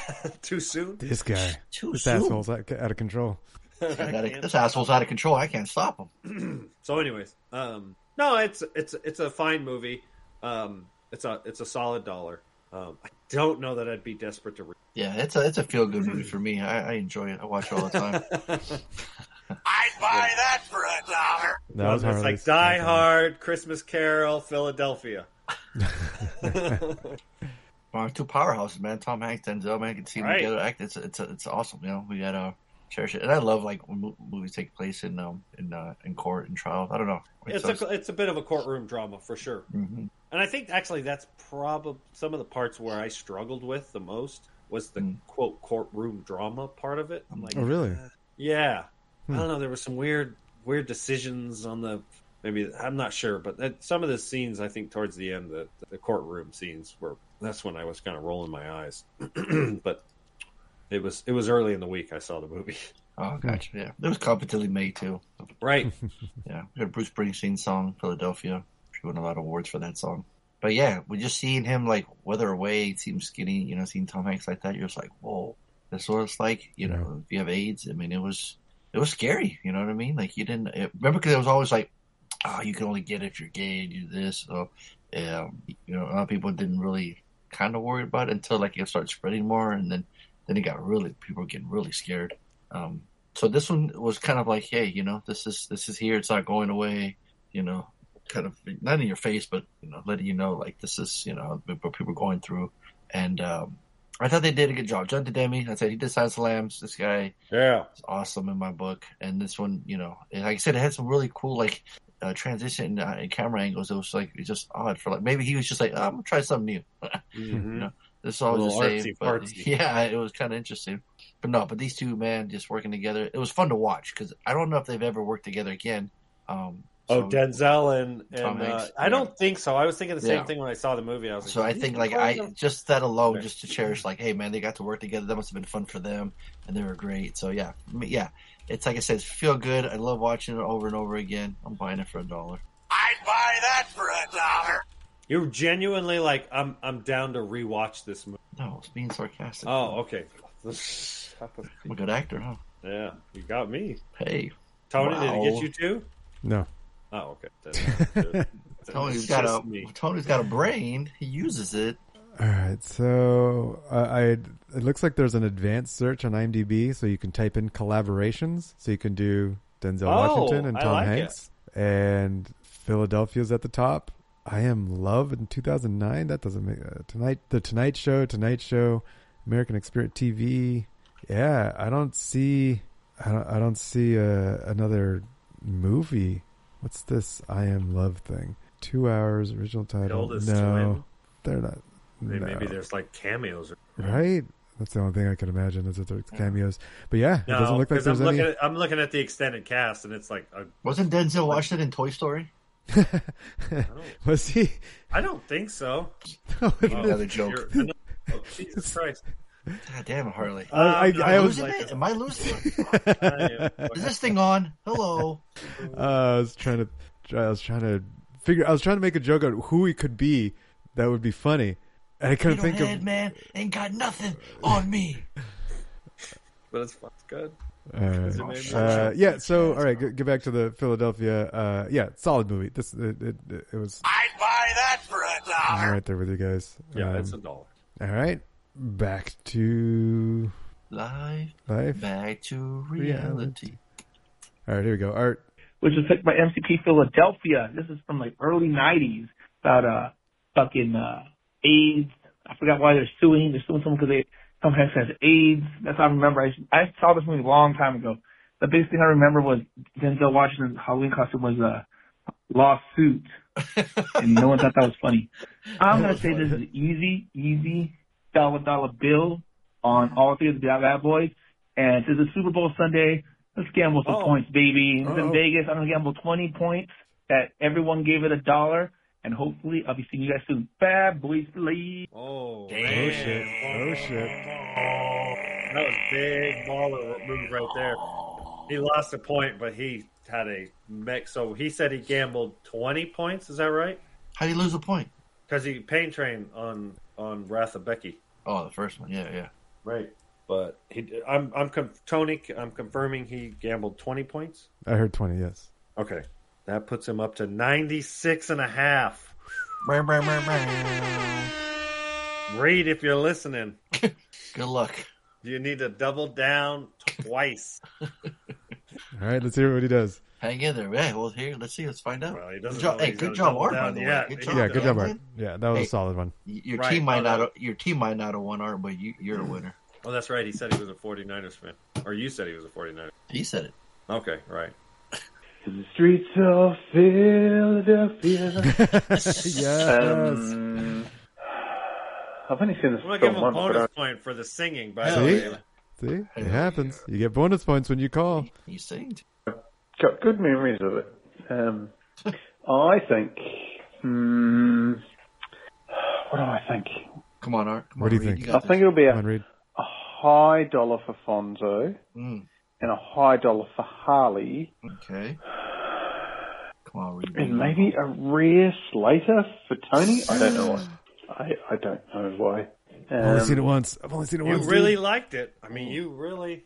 S7: Too soon.
S8: This guy,
S4: Too
S8: this
S4: soon.
S8: asshole's out, out of control.
S4: I gotta- this asshole's out of control. I can't stop him.
S7: so anyways um no it's it's it's a fine movie um it's a it's a solid dollar um i don't know that i'd be desperate to read
S4: yeah, it's a it's a feel good movie for me. I, I enjoy it. I watch it all the time.
S5: Buy that for a dollar.
S8: That
S7: One
S8: was
S7: that's
S8: Harley's-
S7: like die hard christmas carol philadelphia
S4: Our two powerhouses, man. Tom Hanks, Denzel, man. I can see them
S7: Right.
S4: together act. It's it's it's awesome. You know, we got to cherish it, and I love like when mo- movies take place in um in uh, in court and trial. I don't know.
S7: it's
S4: so-
S7: a it's a bit of a courtroom drama for sure
S4: Mhm.
S7: and i think actually that's probably some of the parts where i struggled with the most was the quote courtroom drama part of it i'm like
S8: Oh, really?
S7: Yeah,
S8: Hmm.
S7: I don't know. There were some weird, weird decisions on the maybe. I'm not sure, but that, some of the scenes, I think, towards the end, the, the courtroom scenes were. That's when I was kind of rolling my eyes. but it was it was early in the week. I saw the movie.
S4: Oh, gotcha. Yeah, it was competently made too.
S7: Right.
S4: yeah, we got a Bruce Springsteen song "Philadelphia." She won a lot of awards for that song. But yeah, we just seeing him like weather away, seem skinny. You know, seeing Tom Hanks like that, you're just like, whoa, that's what it's like. You know, if you have AIDS, I mean, it was it was scary. You know what I mean? Like you didn't it, remember because it was always like, oh, you can only get it if you're gay and you this. So, um, you know, a lot of people didn't really kind of worry about it until like it started spreading more, and then then it got really people were getting really scared. Um, so this one was kind of like, hey, you know, this is this is here. It's not going away. You know, kind of not in your face, but you know, letting you know like this is you know what people are going through. And um, I thought they did a good job. John Demi, I said he did Silence of the Lambs. This guy,
S7: yeah,
S4: is awesome in my book. And this one, you know, and like I said, it had some really cool like uh, transition uh, and camera angles. It was like it's just odd for like maybe he was just like, oh, I'm gonna try something new. You know, this is all
S7: A
S4: the
S7: little
S4: same.
S7: artsy
S4: but-
S7: fartsy.
S4: yeah, it was kind of interesting. But no, but these two man just working together. It was fun to watch because I don't know if they've ever worked together again. Um,
S7: Oh,
S4: so-
S7: Denzel and,
S4: Tom
S7: and uh,
S4: Hanks,
S7: I don't think so. I was thinking the same
S4: Yeah.
S7: thing when I saw the movie. I was like,
S4: So I
S7: "These
S4: think like
S7: guys
S4: I
S7: are-"
S4: just that alone, just to cherish like, hey man, they got to work together. That must have been fun for them, and they were great. So yeah, I mean, yeah, it's like I said, it's feel good. I love watching it over and over again. I'm buying it for a dollar.
S5: I'd buy that for a dollar.
S7: you're genuinely like I'm. I'm down to rewatch this movie.
S4: No, it's being sarcastic.
S7: Oh, okay.
S4: I'm a good actor, huh?
S7: Yeah, you got me.
S4: Hey,
S7: Tony, did it
S4: Wow.
S7: get you too?
S8: No.
S7: Oh, okay. Then-
S4: Tony's
S7: It's
S4: got
S7: just
S4: a Tony's got a brain. He uses it.
S8: All right, so uh, I it looks like there's an advanced search on IMDb, so you can type in collaborations, so you can do Denzel
S7: Oh,
S8: Washington and
S7: I
S8: Tom
S7: like
S8: Hanks, and Philadelphia's at the top. I Am Love in 2009. That doesn't make uh, tonight. The Tonight Show, Tonight Show, American Experience TV. Yeah, I don't see. I don't. I don't see uh, another movie. What's this I Am Love thing? Two hours original title.
S7: Eldest
S8: No,
S7: Twin?
S8: they're not.
S7: May-
S8: no.
S7: Maybe there's like cameos. Or,
S8: right. That's the only thing I can imagine is that there's cameos. But yeah, it doesn't
S7: No,
S8: look like
S7: because I'm
S8: there's
S7: looking.
S8: any.
S7: At, I'm looking at the extended cast, and it's like uh, a,
S4: Wasn't Denzel Washington in Toy Story?
S8: Was he?
S7: I don't think so.
S8: Oh, look at
S7: Oh,
S8: this.
S4: another joke.
S7: you're- oh, Jesus Christ!
S4: God damn, Harley.
S7: Uh,
S8: I- I-
S7: Um,
S4: Am
S8: I was-
S4: losing it? Am I losing it? Is this thing on? Hello.
S8: Uh, I was trying to, try- I was trying to figure, I was trying to make a joke on who he could be. That would be funny. And I couldn't think
S4: Head
S8: of.
S4: man ain't got nothing on me.
S7: But it's, it's good.
S8: Uh,
S7: Oh, shit.
S8: uh, yeah. So, all right, g- get back to the Philadelphia. Uh, yeah, solid movie. This it, it, it was.
S5: I'd buy that for a
S8: I'm
S5: dollar.
S8: right there with you guys. Um,
S7: Yeah, it's a dollar.
S8: All right, back to
S4: Life.
S8: Life.
S4: Back to reality.
S8: All right, here we go. Art.
S20: which was picked by MCP Philadelphia. This is from like early '90s about uh fucking uh AIDS. I forgot why they're suing. They're suing someone because they sometimes has AIDS. That's how I remember. I, I saw this movie a long time ago. The biggest thing I remember was Denzel Washington's Halloween costume was a lawsuit, and no one thought that was funny. I'm gonna say this is an easy, easy dollar dollar bill on all three of the Bad Boys, and this is Super Bowl Sunday. Let's gamble some
S3: Oh.
S20: points, baby. It's in
S3: Uh-oh.
S20: Vegas. I'm gonna gamble 20 points that everyone gave it a dollar, and hopefully I'll be seeing you guys soon. Bad boys, please.
S7: Oh,
S8: Oh shit! Oh shit!
S7: That was a big baller move right there. He lost a point, but he had a mech. So he said he gambled twenty points. Is that right?
S4: How do you lose a point?
S7: Because he pain trained on on Wrath of Becky.
S4: Oh, the first one. Yeah, yeah.
S7: Right, but he, I'm I'm conf- Tony. I'm confirming he gambled twenty points.
S8: I heard twenty. Yes.
S7: Okay, that puts him up to 96 and a half. Reed, if you're listening,
S4: good luck.
S7: You need to double down twice.
S8: All right, let's hear what he does.
S4: Hang in there. Yeah, well, here, let's see. Let's find out.
S7: Well, he
S4: good
S7: doesn't
S4: job,
S7: know
S4: hey,
S7: he's
S4: good
S7: gonna
S4: job,
S7: double
S4: Art. By
S7: down
S4: the way.
S7: yet.
S4: Good
S7: He
S4: job,
S8: Yeah, good job, Art.
S4: man.
S8: Yeah, that was
S4: Hey,
S8: a solid one.
S4: y- Your
S7: Right,
S4: team might
S7: oh,
S4: not.
S7: that-
S4: Your team might not have won, Art, but you, you're a winner.
S7: Oh, that's right. He said he was a 49ers fan. Or you said he was a 49ers.
S4: He said it.
S7: Okay, right.
S21: the streets of Philadelphia.
S8: yes.
S21: I've only seen this
S7: I'm going to
S21: film
S7: give him a
S21: once, but
S7: bonus
S21: I-
S7: point for the singing, by the
S8: See,
S7: way.
S8: see, it happens. You get bonus points when you call.
S4: You singed.
S21: got good memories of it. Um, I think. Hmm, what do I think?
S4: Come on, Art. Come
S8: What do
S4: on,
S8: you
S4: Reed,
S8: think?
S4: got
S21: I
S4: this.
S21: think it'll be a,
S8: Come on, Reed.
S21: a high dollar for Fonzo
S4: Mm,
S21: and a high dollar for Harley,
S4: okay. Come on, Reed.
S21: and maybe a rare Slater for Tony. I don't know
S3: Mm.
S21: why. I, I don't know why.
S8: I've only
S21: Um,
S8: seen it once. I've only seen it
S7: You
S8: once. dude.
S7: really liked it. I mean, you really.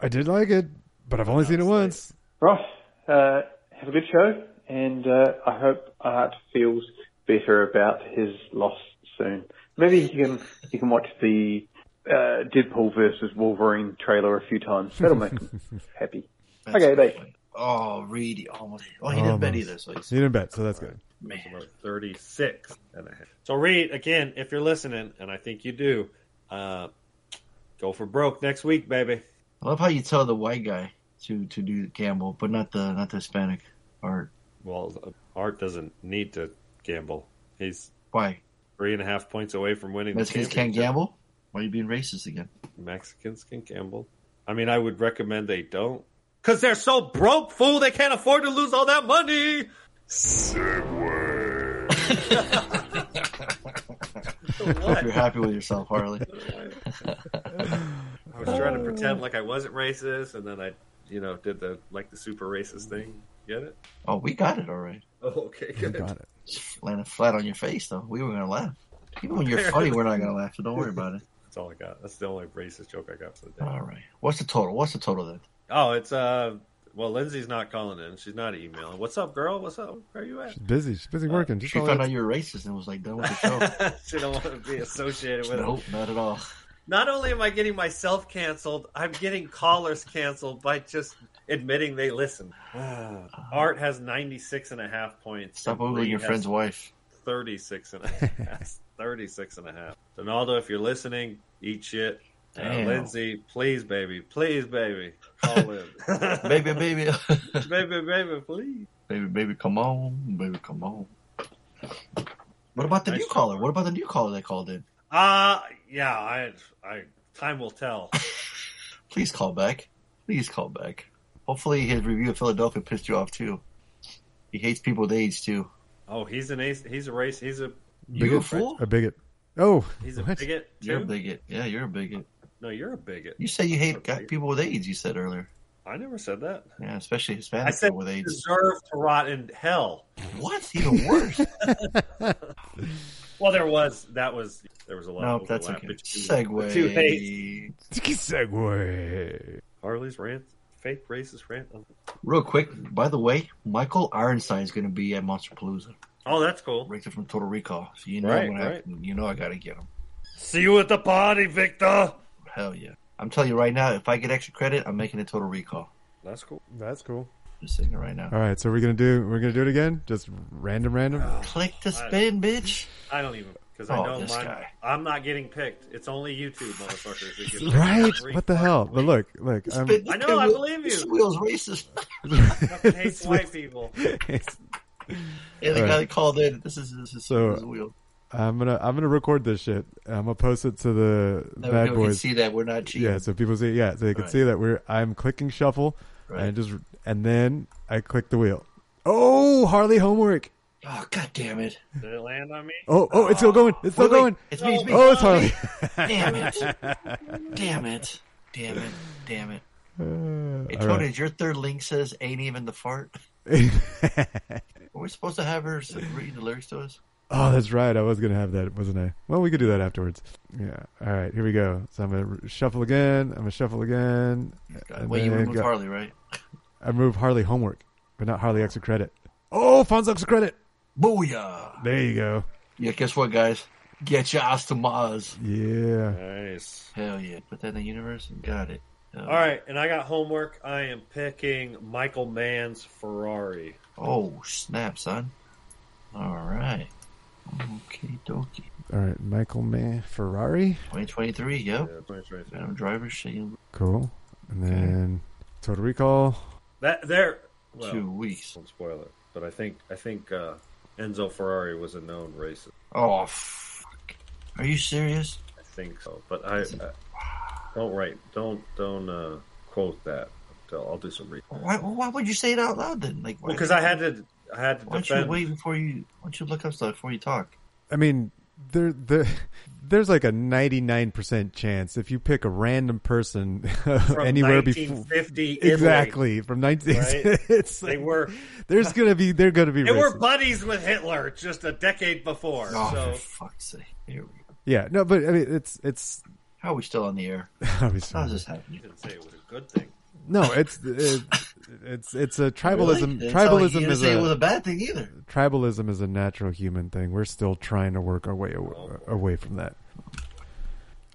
S8: I did like it, but I've only seen it once.
S21: Ross, uh, have a good show, and uh, I hope Art feels better about his loss soon. Maybe you can you can watch the uh, Deadpool versus Wolverine trailer a few times. That'll make him happy. okay, bye.
S4: Oh, Reed, he almost. Oh, he didn't bet
S8: Almost.
S4: either. So he's
S8: He didn't bet, so that's good.
S7: It's about 36 and a half. So, Reed, again, if you're listening, and I think you do, uh, go for broke next week, baby.
S4: I love how you tell the white guy to to do gamble, but not the not the Hispanic Art.
S7: Well, Art doesn't need to gamble. He's
S4: Why
S7: three and a half points away from winning. the
S4: Mexicans can't
S7: championship.
S4: gamble? Why are you being racist again?
S7: Mexicans can gamble. I mean, I would recommend they don't. Because they're so broke, fool. They can't afford to lose all that money.
S4: Hope you're happy with yourself, Harley.
S7: I was trying to pretend like I wasn't racist, and then I, you know, did the like the super racist thing. Get it?
S4: Oh, we got it all right.
S7: Oh, okay, good.
S4: Landed flat on your face, though. We were gonna laugh. Even when you're funny, we're not gonna laugh. So don't worry about it.
S7: That's all I got. That's the only racist joke I got for the day.
S4: All right. What's the total? What's the total then?
S7: Oh, it's uh, well, Lindsay's not calling in. She's not emailing. What's up, girl? What's up? Where are you at?
S8: She's busy. She's busy
S7: Uh,
S8: working. Just
S4: She
S8: all
S4: found
S8: that-
S4: out you were racist and was like done with the show.
S7: She don't want to be associated with
S4: nope,
S7: it.
S4: not at all.
S7: Not only am I getting myself canceled, I'm getting callers canceled by just admitting they listen. Art has 96 and a half points.
S4: Stop
S7: and
S4: ogling
S7: Reed
S4: your
S7: has-
S4: friend's wife.
S7: 36 and a half. 36 and a half. Donaldo, if you're listening, eat shit. Uh,
S4: Damn.
S7: Lindsay, please, baby. Please, baby. Call in.
S4: baby, baby,
S7: baby, baby, please.
S4: baby, baby, come on, baby, come on. What about the new caller? What about the new caller that called in?
S7: Uh, yeah, I, I, time will tell.
S4: Please call back. Please call back. Hopefully, his review of Philadelphia pissed you off too. He hates people with AIDS too.
S7: Oh, he's an ace. He's a race. He's a
S4: You a fool?
S8: A bigot. Oh,
S7: He's a
S8: what?
S7: bigot. Too?
S4: You're a bigot. Yeah, you're a bigot.
S7: No, you're a bigot.
S4: You say you hate got people with AIDS. You said earlier.
S7: I never said that.
S4: Yeah, especially Hispanic
S7: I said
S4: people with
S7: you
S4: AIDS.
S7: deserve to rot in hell.
S4: What? Even worse.
S7: well, there was that was there was a lot.
S4: No,
S7: of
S4: that's
S7: overlap
S4: okay.
S7: between the
S4: Segway.
S7: Two hates.
S8: Segway.
S7: Harley's rant, fake racist rant.
S4: Real quick, by the way, Michael Ironside is going to be at Monster Palooza.
S7: Oh, that's cool.
S4: Right there from Total Recall. So you know,
S7: Right,
S4: I'm gonna have- you know, I got to get him.
S7: See you at the party, Victor.
S4: Hell yeah! I'm telling you right now, if I get extra credit, I'm making a Total Recall.
S7: That's cool.
S8: That's cool.
S4: Just saying it right now.
S8: All right, so we're gonna do we're gonna do it again. Just random, random.
S7: Oh.
S4: Click to spin, bitch.
S7: I don't even because
S8: Oh,
S7: I know
S8: this
S7: mine,
S8: guy.
S7: I'm not getting picked. It's only you two motherfuckers. that get picked.
S8: Right?
S7: Three.
S8: What the hell? But look, look. um, I'm,
S7: I know. I believe you.
S4: This wheel's racist.
S7: fucking hates white people.
S4: Yeah, the
S8: All
S4: guy
S8: right.
S4: that called in. This is this is,
S8: So-
S4: this is wheel.
S8: I'm gonna I'm gonna record this shit. I'm gonna post it to the
S4: That way
S8: bad
S4: people
S8: boys.
S4: can see that we're not cheating.
S8: Yeah, so people see. Yeah, so they can
S4: Right.
S8: see that we're. I'm clicking shuffle,
S4: Right.
S8: and just and then I click the wheel. Oh, Harley homework.
S4: Oh god damn it!
S7: Did it land on me?
S8: Oh, oh, it's still going. It's still
S4: Wait, wait,
S8: going.
S4: It's me. It's me.
S8: Oh, it's Harley.
S4: damn it! Damn it! Damn it! Damn it!
S8: Uh,
S4: Hey,
S8: all
S4: Tony,
S8: right.
S4: your third link says "ain't even the fart." Are we supposed to have her s- read the lyrics to us?
S8: Oh, that's right. I was gonna have that, wasn't I? Well, we could do that afterwards. Yeah. All right. Here we go. So I'm gonna r- shuffle again. I'm gonna shuffle again. and
S4: Wait, you
S8: then
S4: removed
S8: go-
S4: Harley, right?
S8: I removed Harley homework, but not Harley extra credit. Oh, Fonz extra credit.
S4: Booyah!
S8: There you go.
S4: Yeah, guess what, guys? Get your ass to Mars.
S8: Yeah.
S7: Nice.
S4: Hell yeah! Put that in the universe and got it. Uh, Hell
S7: All right, and I got homework. I am picking Michael Mann's Ferrari.
S4: Oh snap, son! All right. Okay, dokie.
S8: All right, Michael May Ferrari.
S4: 2023. Yep.
S7: Yeah, 2023.
S4: Adam Driver, Shane.
S8: Cool. And then Total Recall.
S7: That there well,
S4: Two weeks.
S7: Don't spoil it, but I think I think uh, Enzo Ferrari was a known racist.
S4: Oh, fuck. Are you serious?
S7: I think so, but I, I don't write. Don't don't uh, quote that. I'll, I'll do some research.
S4: Why, why would you say it out loud then? Like, why-
S7: Because I had to I had to
S4: Why don't
S7: defend.
S4: you wait before you? Why don't you look up stuff before you talk?
S8: I mean, there, there, there's like a 99% chance if you pick a random person anywhere before
S7: 1950 Italy.
S8: exactly from 19
S7: Right?
S8: it's
S7: They were-
S8: there's going to be they're going to be
S7: They were
S8: racist.
S7: buddies with Hitler just a decade before.
S4: Oh,
S7: so
S4: for fuck's sake! Here we go.
S8: Yeah, no, but I mean it's it's
S4: How are we still on the air?
S8: How is
S4: How's this happening?
S7: didn't say it was a good thing.
S8: no, it's it, it's it's a tribalism
S4: Really? That's all you
S8: tribalism
S4: didn't
S8: is
S4: say
S8: a,
S4: it was a bad thing either.
S8: tribalism is a natural human thing. We're still trying to work our way away, away from that.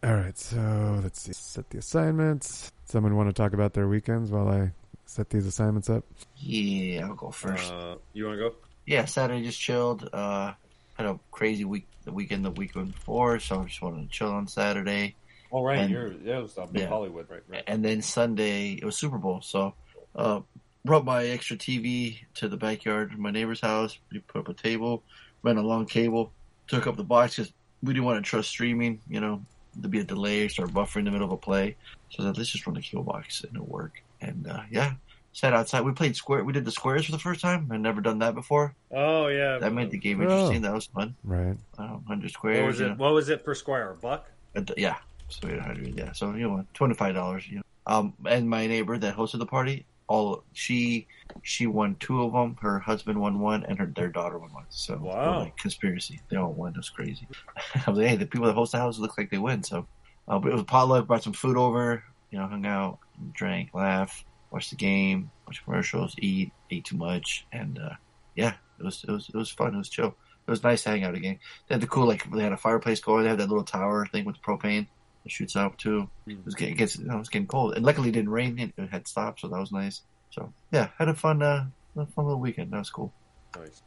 S8: All right, so let's see. Set the assignments. Someone want to talk about their weekends while I set these assignments up?
S4: Yeah, I'll go first.
S7: Uh, you want to go?
S4: yeah, Saturday just chilled. Uh, had a crazy week the weekend the weekend before, so I just wanted to chill on Saturday.
S7: All right,
S4: And-
S7: you're yeah, it was up in
S4: Yeah.
S7: Hollywood, right? Right.
S4: and then Sunday it was Super Bowl, so uh, brought my extra TV to the backyard, of my neighbor's house. We put up a table, ran a long cable, took up the box 'cause we didn't want to trust streaming. You know, there'd be a delay, start buffering in the middle of a play. So I said, let's just run the cable box and it'll work. And uh, yeah, sat outside. We played square. We did the squares for the first time. I'd never done that before.
S7: Oh yeah,
S4: That made the game
S8: Oh.
S4: interesting. That was fun.
S8: Right.
S4: Um, hundred squares.
S7: What was
S4: you
S7: it?
S4: know.
S7: What was it per square? A buck?
S4: Uh, th- yeah, so eight hundred. Yeah, so you know, twenty five dollars. You know, um, and my neighbor that hosted the party, all she she won two of them. Her husband won one, and her their daughter won one. So it was
S7: Wow.
S4: like conspiracy. They all won. It was crazy. I was like, hey, the people that host the house look like they win. So, uh, but it was a potluck. Brought some food over. You know, hung out, drank, laughed, watched the game, watched commercials, eat, ate too much, and uh, yeah, it was it was it was fun. It was chill. It was nice to hang out again. They had the cool like they had a fireplace going. They had that little tower thing with propane that shoots out too. It was getting it gets you know, it was getting cold, and luckily it didn't rain. It, it had stopped, so that was nice. So yeah, had a fun uh, a fun little weekend. That was cool.
S7: Nice.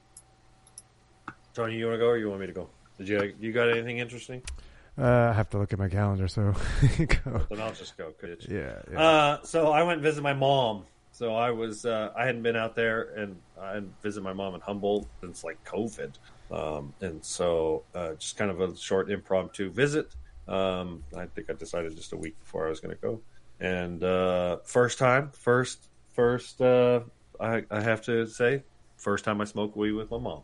S7: Tony, you want to go or you want me to go? Did you you got anything interesting?
S8: Uh, I have to look at my calendar. So go.
S7: Then I'll just go. 'cause it's-
S8: Yeah, yeah.
S7: Uh, so I went and visited my mom. So I was uh, I hadn't been out there and I hadn't visited my mom in Humboldt since like COVID. Um, and so uh, just kind of a short impromptu visit. Um, I think I decided just a week before I was going to go. And uh, first time, first first uh, I, I have to say, first time I smoked weed with my mom.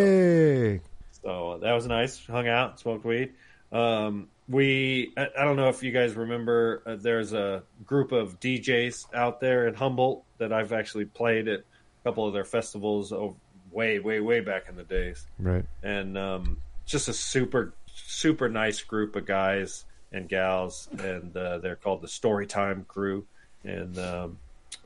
S8: Hey,
S7: So that was nice. Hung out, smoked weed. Um, we, I, I don't know if you guys remember, uh, there's a group of DJs out there in Humboldt that I've actually played at a couple of their festivals over, way, way, way back in the days
S8: right.
S7: and um, just a super super nice group of guys and gals and uh, they're called the storytime crew and um,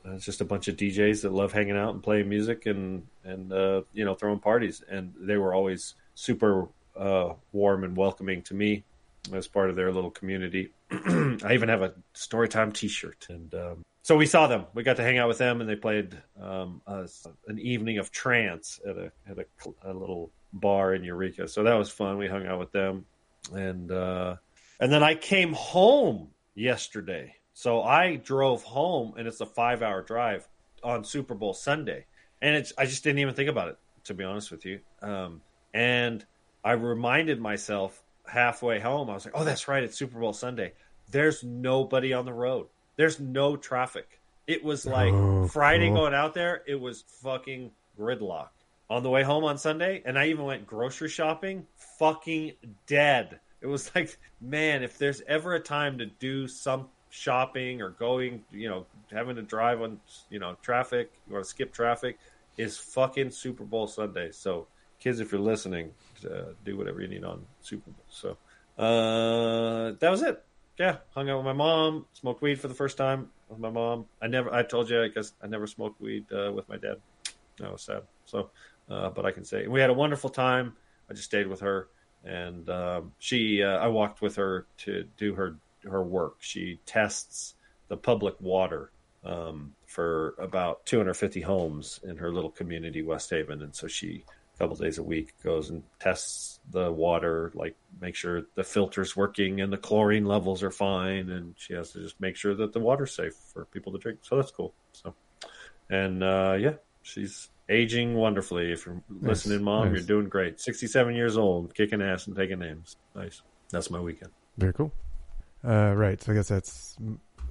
S7: it's just a bunch of djs that love hanging out and playing music and and uh, you know throwing parties and they were always super uh, warm and welcoming to me as part of their little community i even have a storytime t-shirt and um, so we saw them. We got to hang out with them, and they played um, a, an evening of trance at a at a, a little bar in Eureka. So that was fun. We hung out with them, and uh, and then I came home yesterday. So I drove home, and it's a five hour drive on Super Bowl Sunday, and it's I just didn't even think about it to be honest with you. Um, and I reminded myself halfway home, I was like, oh, that's right, it's Super Bowl Sunday. There's nobody on the road. There's no traffic. It was like
S3: Oh,
S7: Friday
S3: cool.
S7: going out there, it was fucking gridlock. On the way home on Sunday, and I even went grocery shopping, fucking dead. It was like, man, if there's ever a time to do some shopping or going, you know, having to drive on, you know, traffic, you want to skip traffic, is fucking Super Bowl Sunday. So, kids, if you're listening, uh, do whatever you need on Super Bowl. So, uh, that was it. Yeah, hung out with my mom, smoked weed for the first time with my mom. I never, I told you, I guess I never smoked weed uh, with my dad. That was sad. So, uh, but I can say we had a wonderful time. I just stayed with her, and um, she, uh, I walked with her to do her her work. She tests the public water um, for about 250 homes in her little community, West Haven, and so she a couple days a week goes and tests the water, like make sure the filters working and the chlorine levels are fine, and she has to just make sure that the water's safe for people to drink. So that's cool. So and uh, yeah, she's aging wonderfully. If you're
S8: Nice,
S7: listening, mom,
S8: nice.
S7: you're doing great. Sixty-seven years old, kicking ass and taking names. Nice. That's my weekend.
S8: Very cool. Uh, right. So I guess that's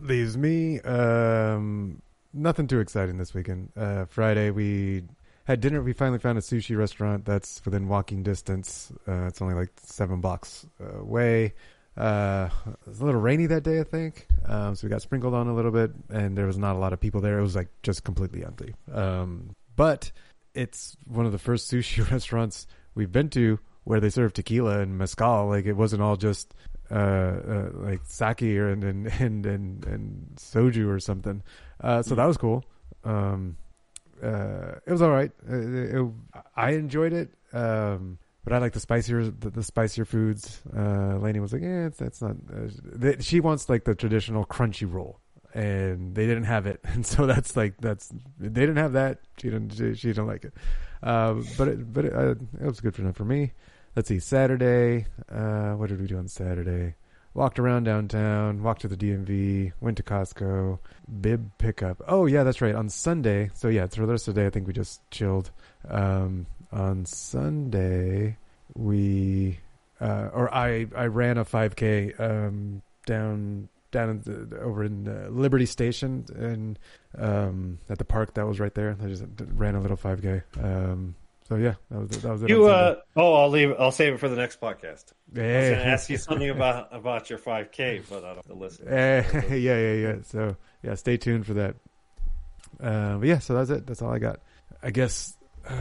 S8: leaves me. Um, nothing too exciting this weekend. Uh, Friday we had dinner. We finally found a sushi restaurant that's within walking distance. Uh, it's only like seven blocks away. Uh, it was a little rainy that day, I think. Um, so we got sprinkled on a little bit, and there was not a lot of people there. It was like just completely empty. Um, but it's one of the first sushi restaurants we've been to where they serve tequila and mezcal. Like it wasn't all just uh, uh like sake or and and and and, and soju or something. Uh, so that was cool. Um, uh, it was all right. Uh, It, it, I enjoyed it. Um, but I like the spicier the, the spicier foods. Uh, Lainey was like, "Yeah, it's, that's not." Uh, th- she wants like the traditional crunchy roll, and they didn't have it, and so that's like that's they didn't have that. She didn't she, she didn't like it. Um but it, but it, uh, it was good enough for me. Let's see, Saturday. Uh, what did we do on Saturday? Walked around downtown, walked to the DMV, went to Costco, bib pickup. Oh yeah, that's right. On Sunday, so yeah, it's for the rest of the day. I think we just chilled. Um, on Sunday, we uh, or I I ran a 5K um, down down in the, over in uh, Liberty Station and um, at the park that was right there. I just ran a little 5K. Um, so yeah, that was that was it.
S7: You
S8: on Sunday.
S7: uh oh, I'll leave. I'll save it for the next podcast. I was
S8: Hey.
S7: going to ask you something about about your five k, but I don't have to listen.
S8: Eh, yeah, yeah, yeah. So yeah, stay tuned for that. Uh, but yeah, so that's it. That's all I got. I guess. Uh,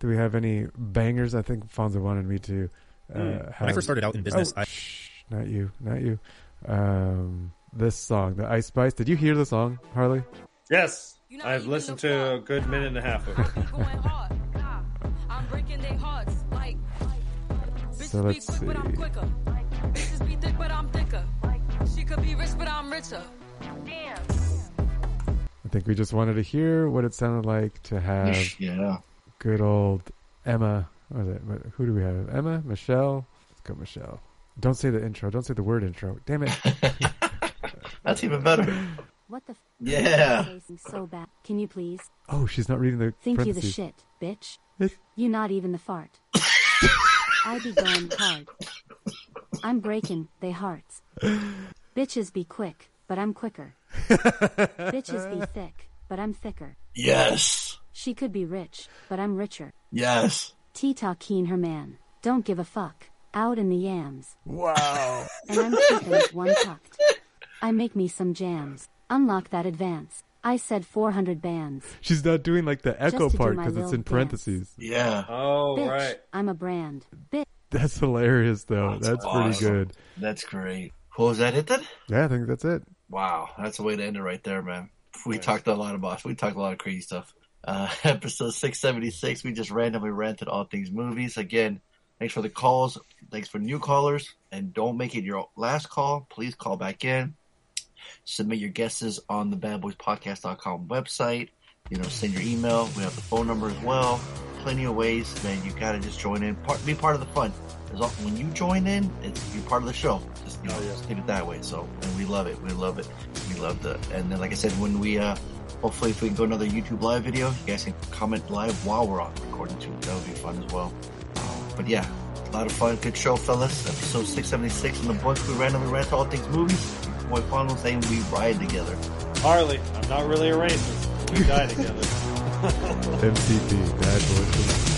S8: do we have any bangers? I think Fonzo wanted me to. Uh,
S22: Mm.
S8: have-
S22: When I first started out in business,
S8: Oh,
S22: I-
S8: shh, not you, not you. Um, this song, the Ice Spice. Did you hear the song, Harley?
S7: Yes, I've listened to a good minute and a half of it.
S23: I'm breaking their hearts like
S8: So let's see.
S23: but I'm quicker. Bitches be thick but I'm thicker. She could be rich but I'm richer. Damn.
S8: I think Uh, we just wanted to hear what it sounded like to have
S4: Yeah.
S8: good old Emma What is it? What- Who do we have? Emma, Michelle. Let's go, Michelle. Don't say the intro. Don't say the word intro. Damn it.
S4: That's even better.
S3: What the f-
S4: Yeah.
S3: You're facing So bad. Can you please?
S8: Oh, she's not reading the.
S3: Think you the
S8: parentheses.
S3: shit, bitch.
S8: It-
S3: You not even the fart. I be going hard. I'm breaking they hearts. Bitches be quick, but I'm quicker. Bitches be thick, but I'm thicker.
S4: Yes.
S3: She could be rich, but I'm richer.
S4: Yes.
S3: T-Talk keen her man. Don't give a fuck. Out in the yams.
S4: Wow.
S3: And I'm keeping it one tucked. I make me some jams. Unlock that advance. I said 400 bands.
S8: She's not doing like the
S3: Just
S8: echo
S3: to do
S8: part
S3: my
S8: because it's
S3: little
S8: in parentheses.
S4: Yeah.
S7: Oh,
S3: Bitch, I'm a brand. Bitch.
S8: That's hilarious, though. That's, pretty
S4: awesome.
S8: good.
S4: That's great. Well, was that it then?
S8: Yeah, I think that's it.
S4: Wow, that's a way to end it right there, man. We talked a lot about we talked a lot of crazy stuff. Uh, episode six seventy six, we just randomly ranted all things movies. Again, thanks for the calls, thanks for new callers, and don't make it your last call. Please call back in. Submit your guesses on the badboyspodcast.com website. You know, send your email. We have the phone number as well. Plenty of ways, man. You gotta just join in, part, be part of the fun. As long, when you join in, it's you're part of the show. Just you know, just keep it that way. So, and we love it. We love it. We love the. And then, like I said, when we uh, hopefully if we can go another YouTube live video, you guys can comment live while we're on recording too. That would be fun as well. Um, But yeah, a lot of fun. Good show, fellas. Episode 676 in the books. We randomly rant all things movies. Boy Fondo saying we ride together.
S7: Harley, I'm not really a racist. We die together.
S8: MCP, bad boy.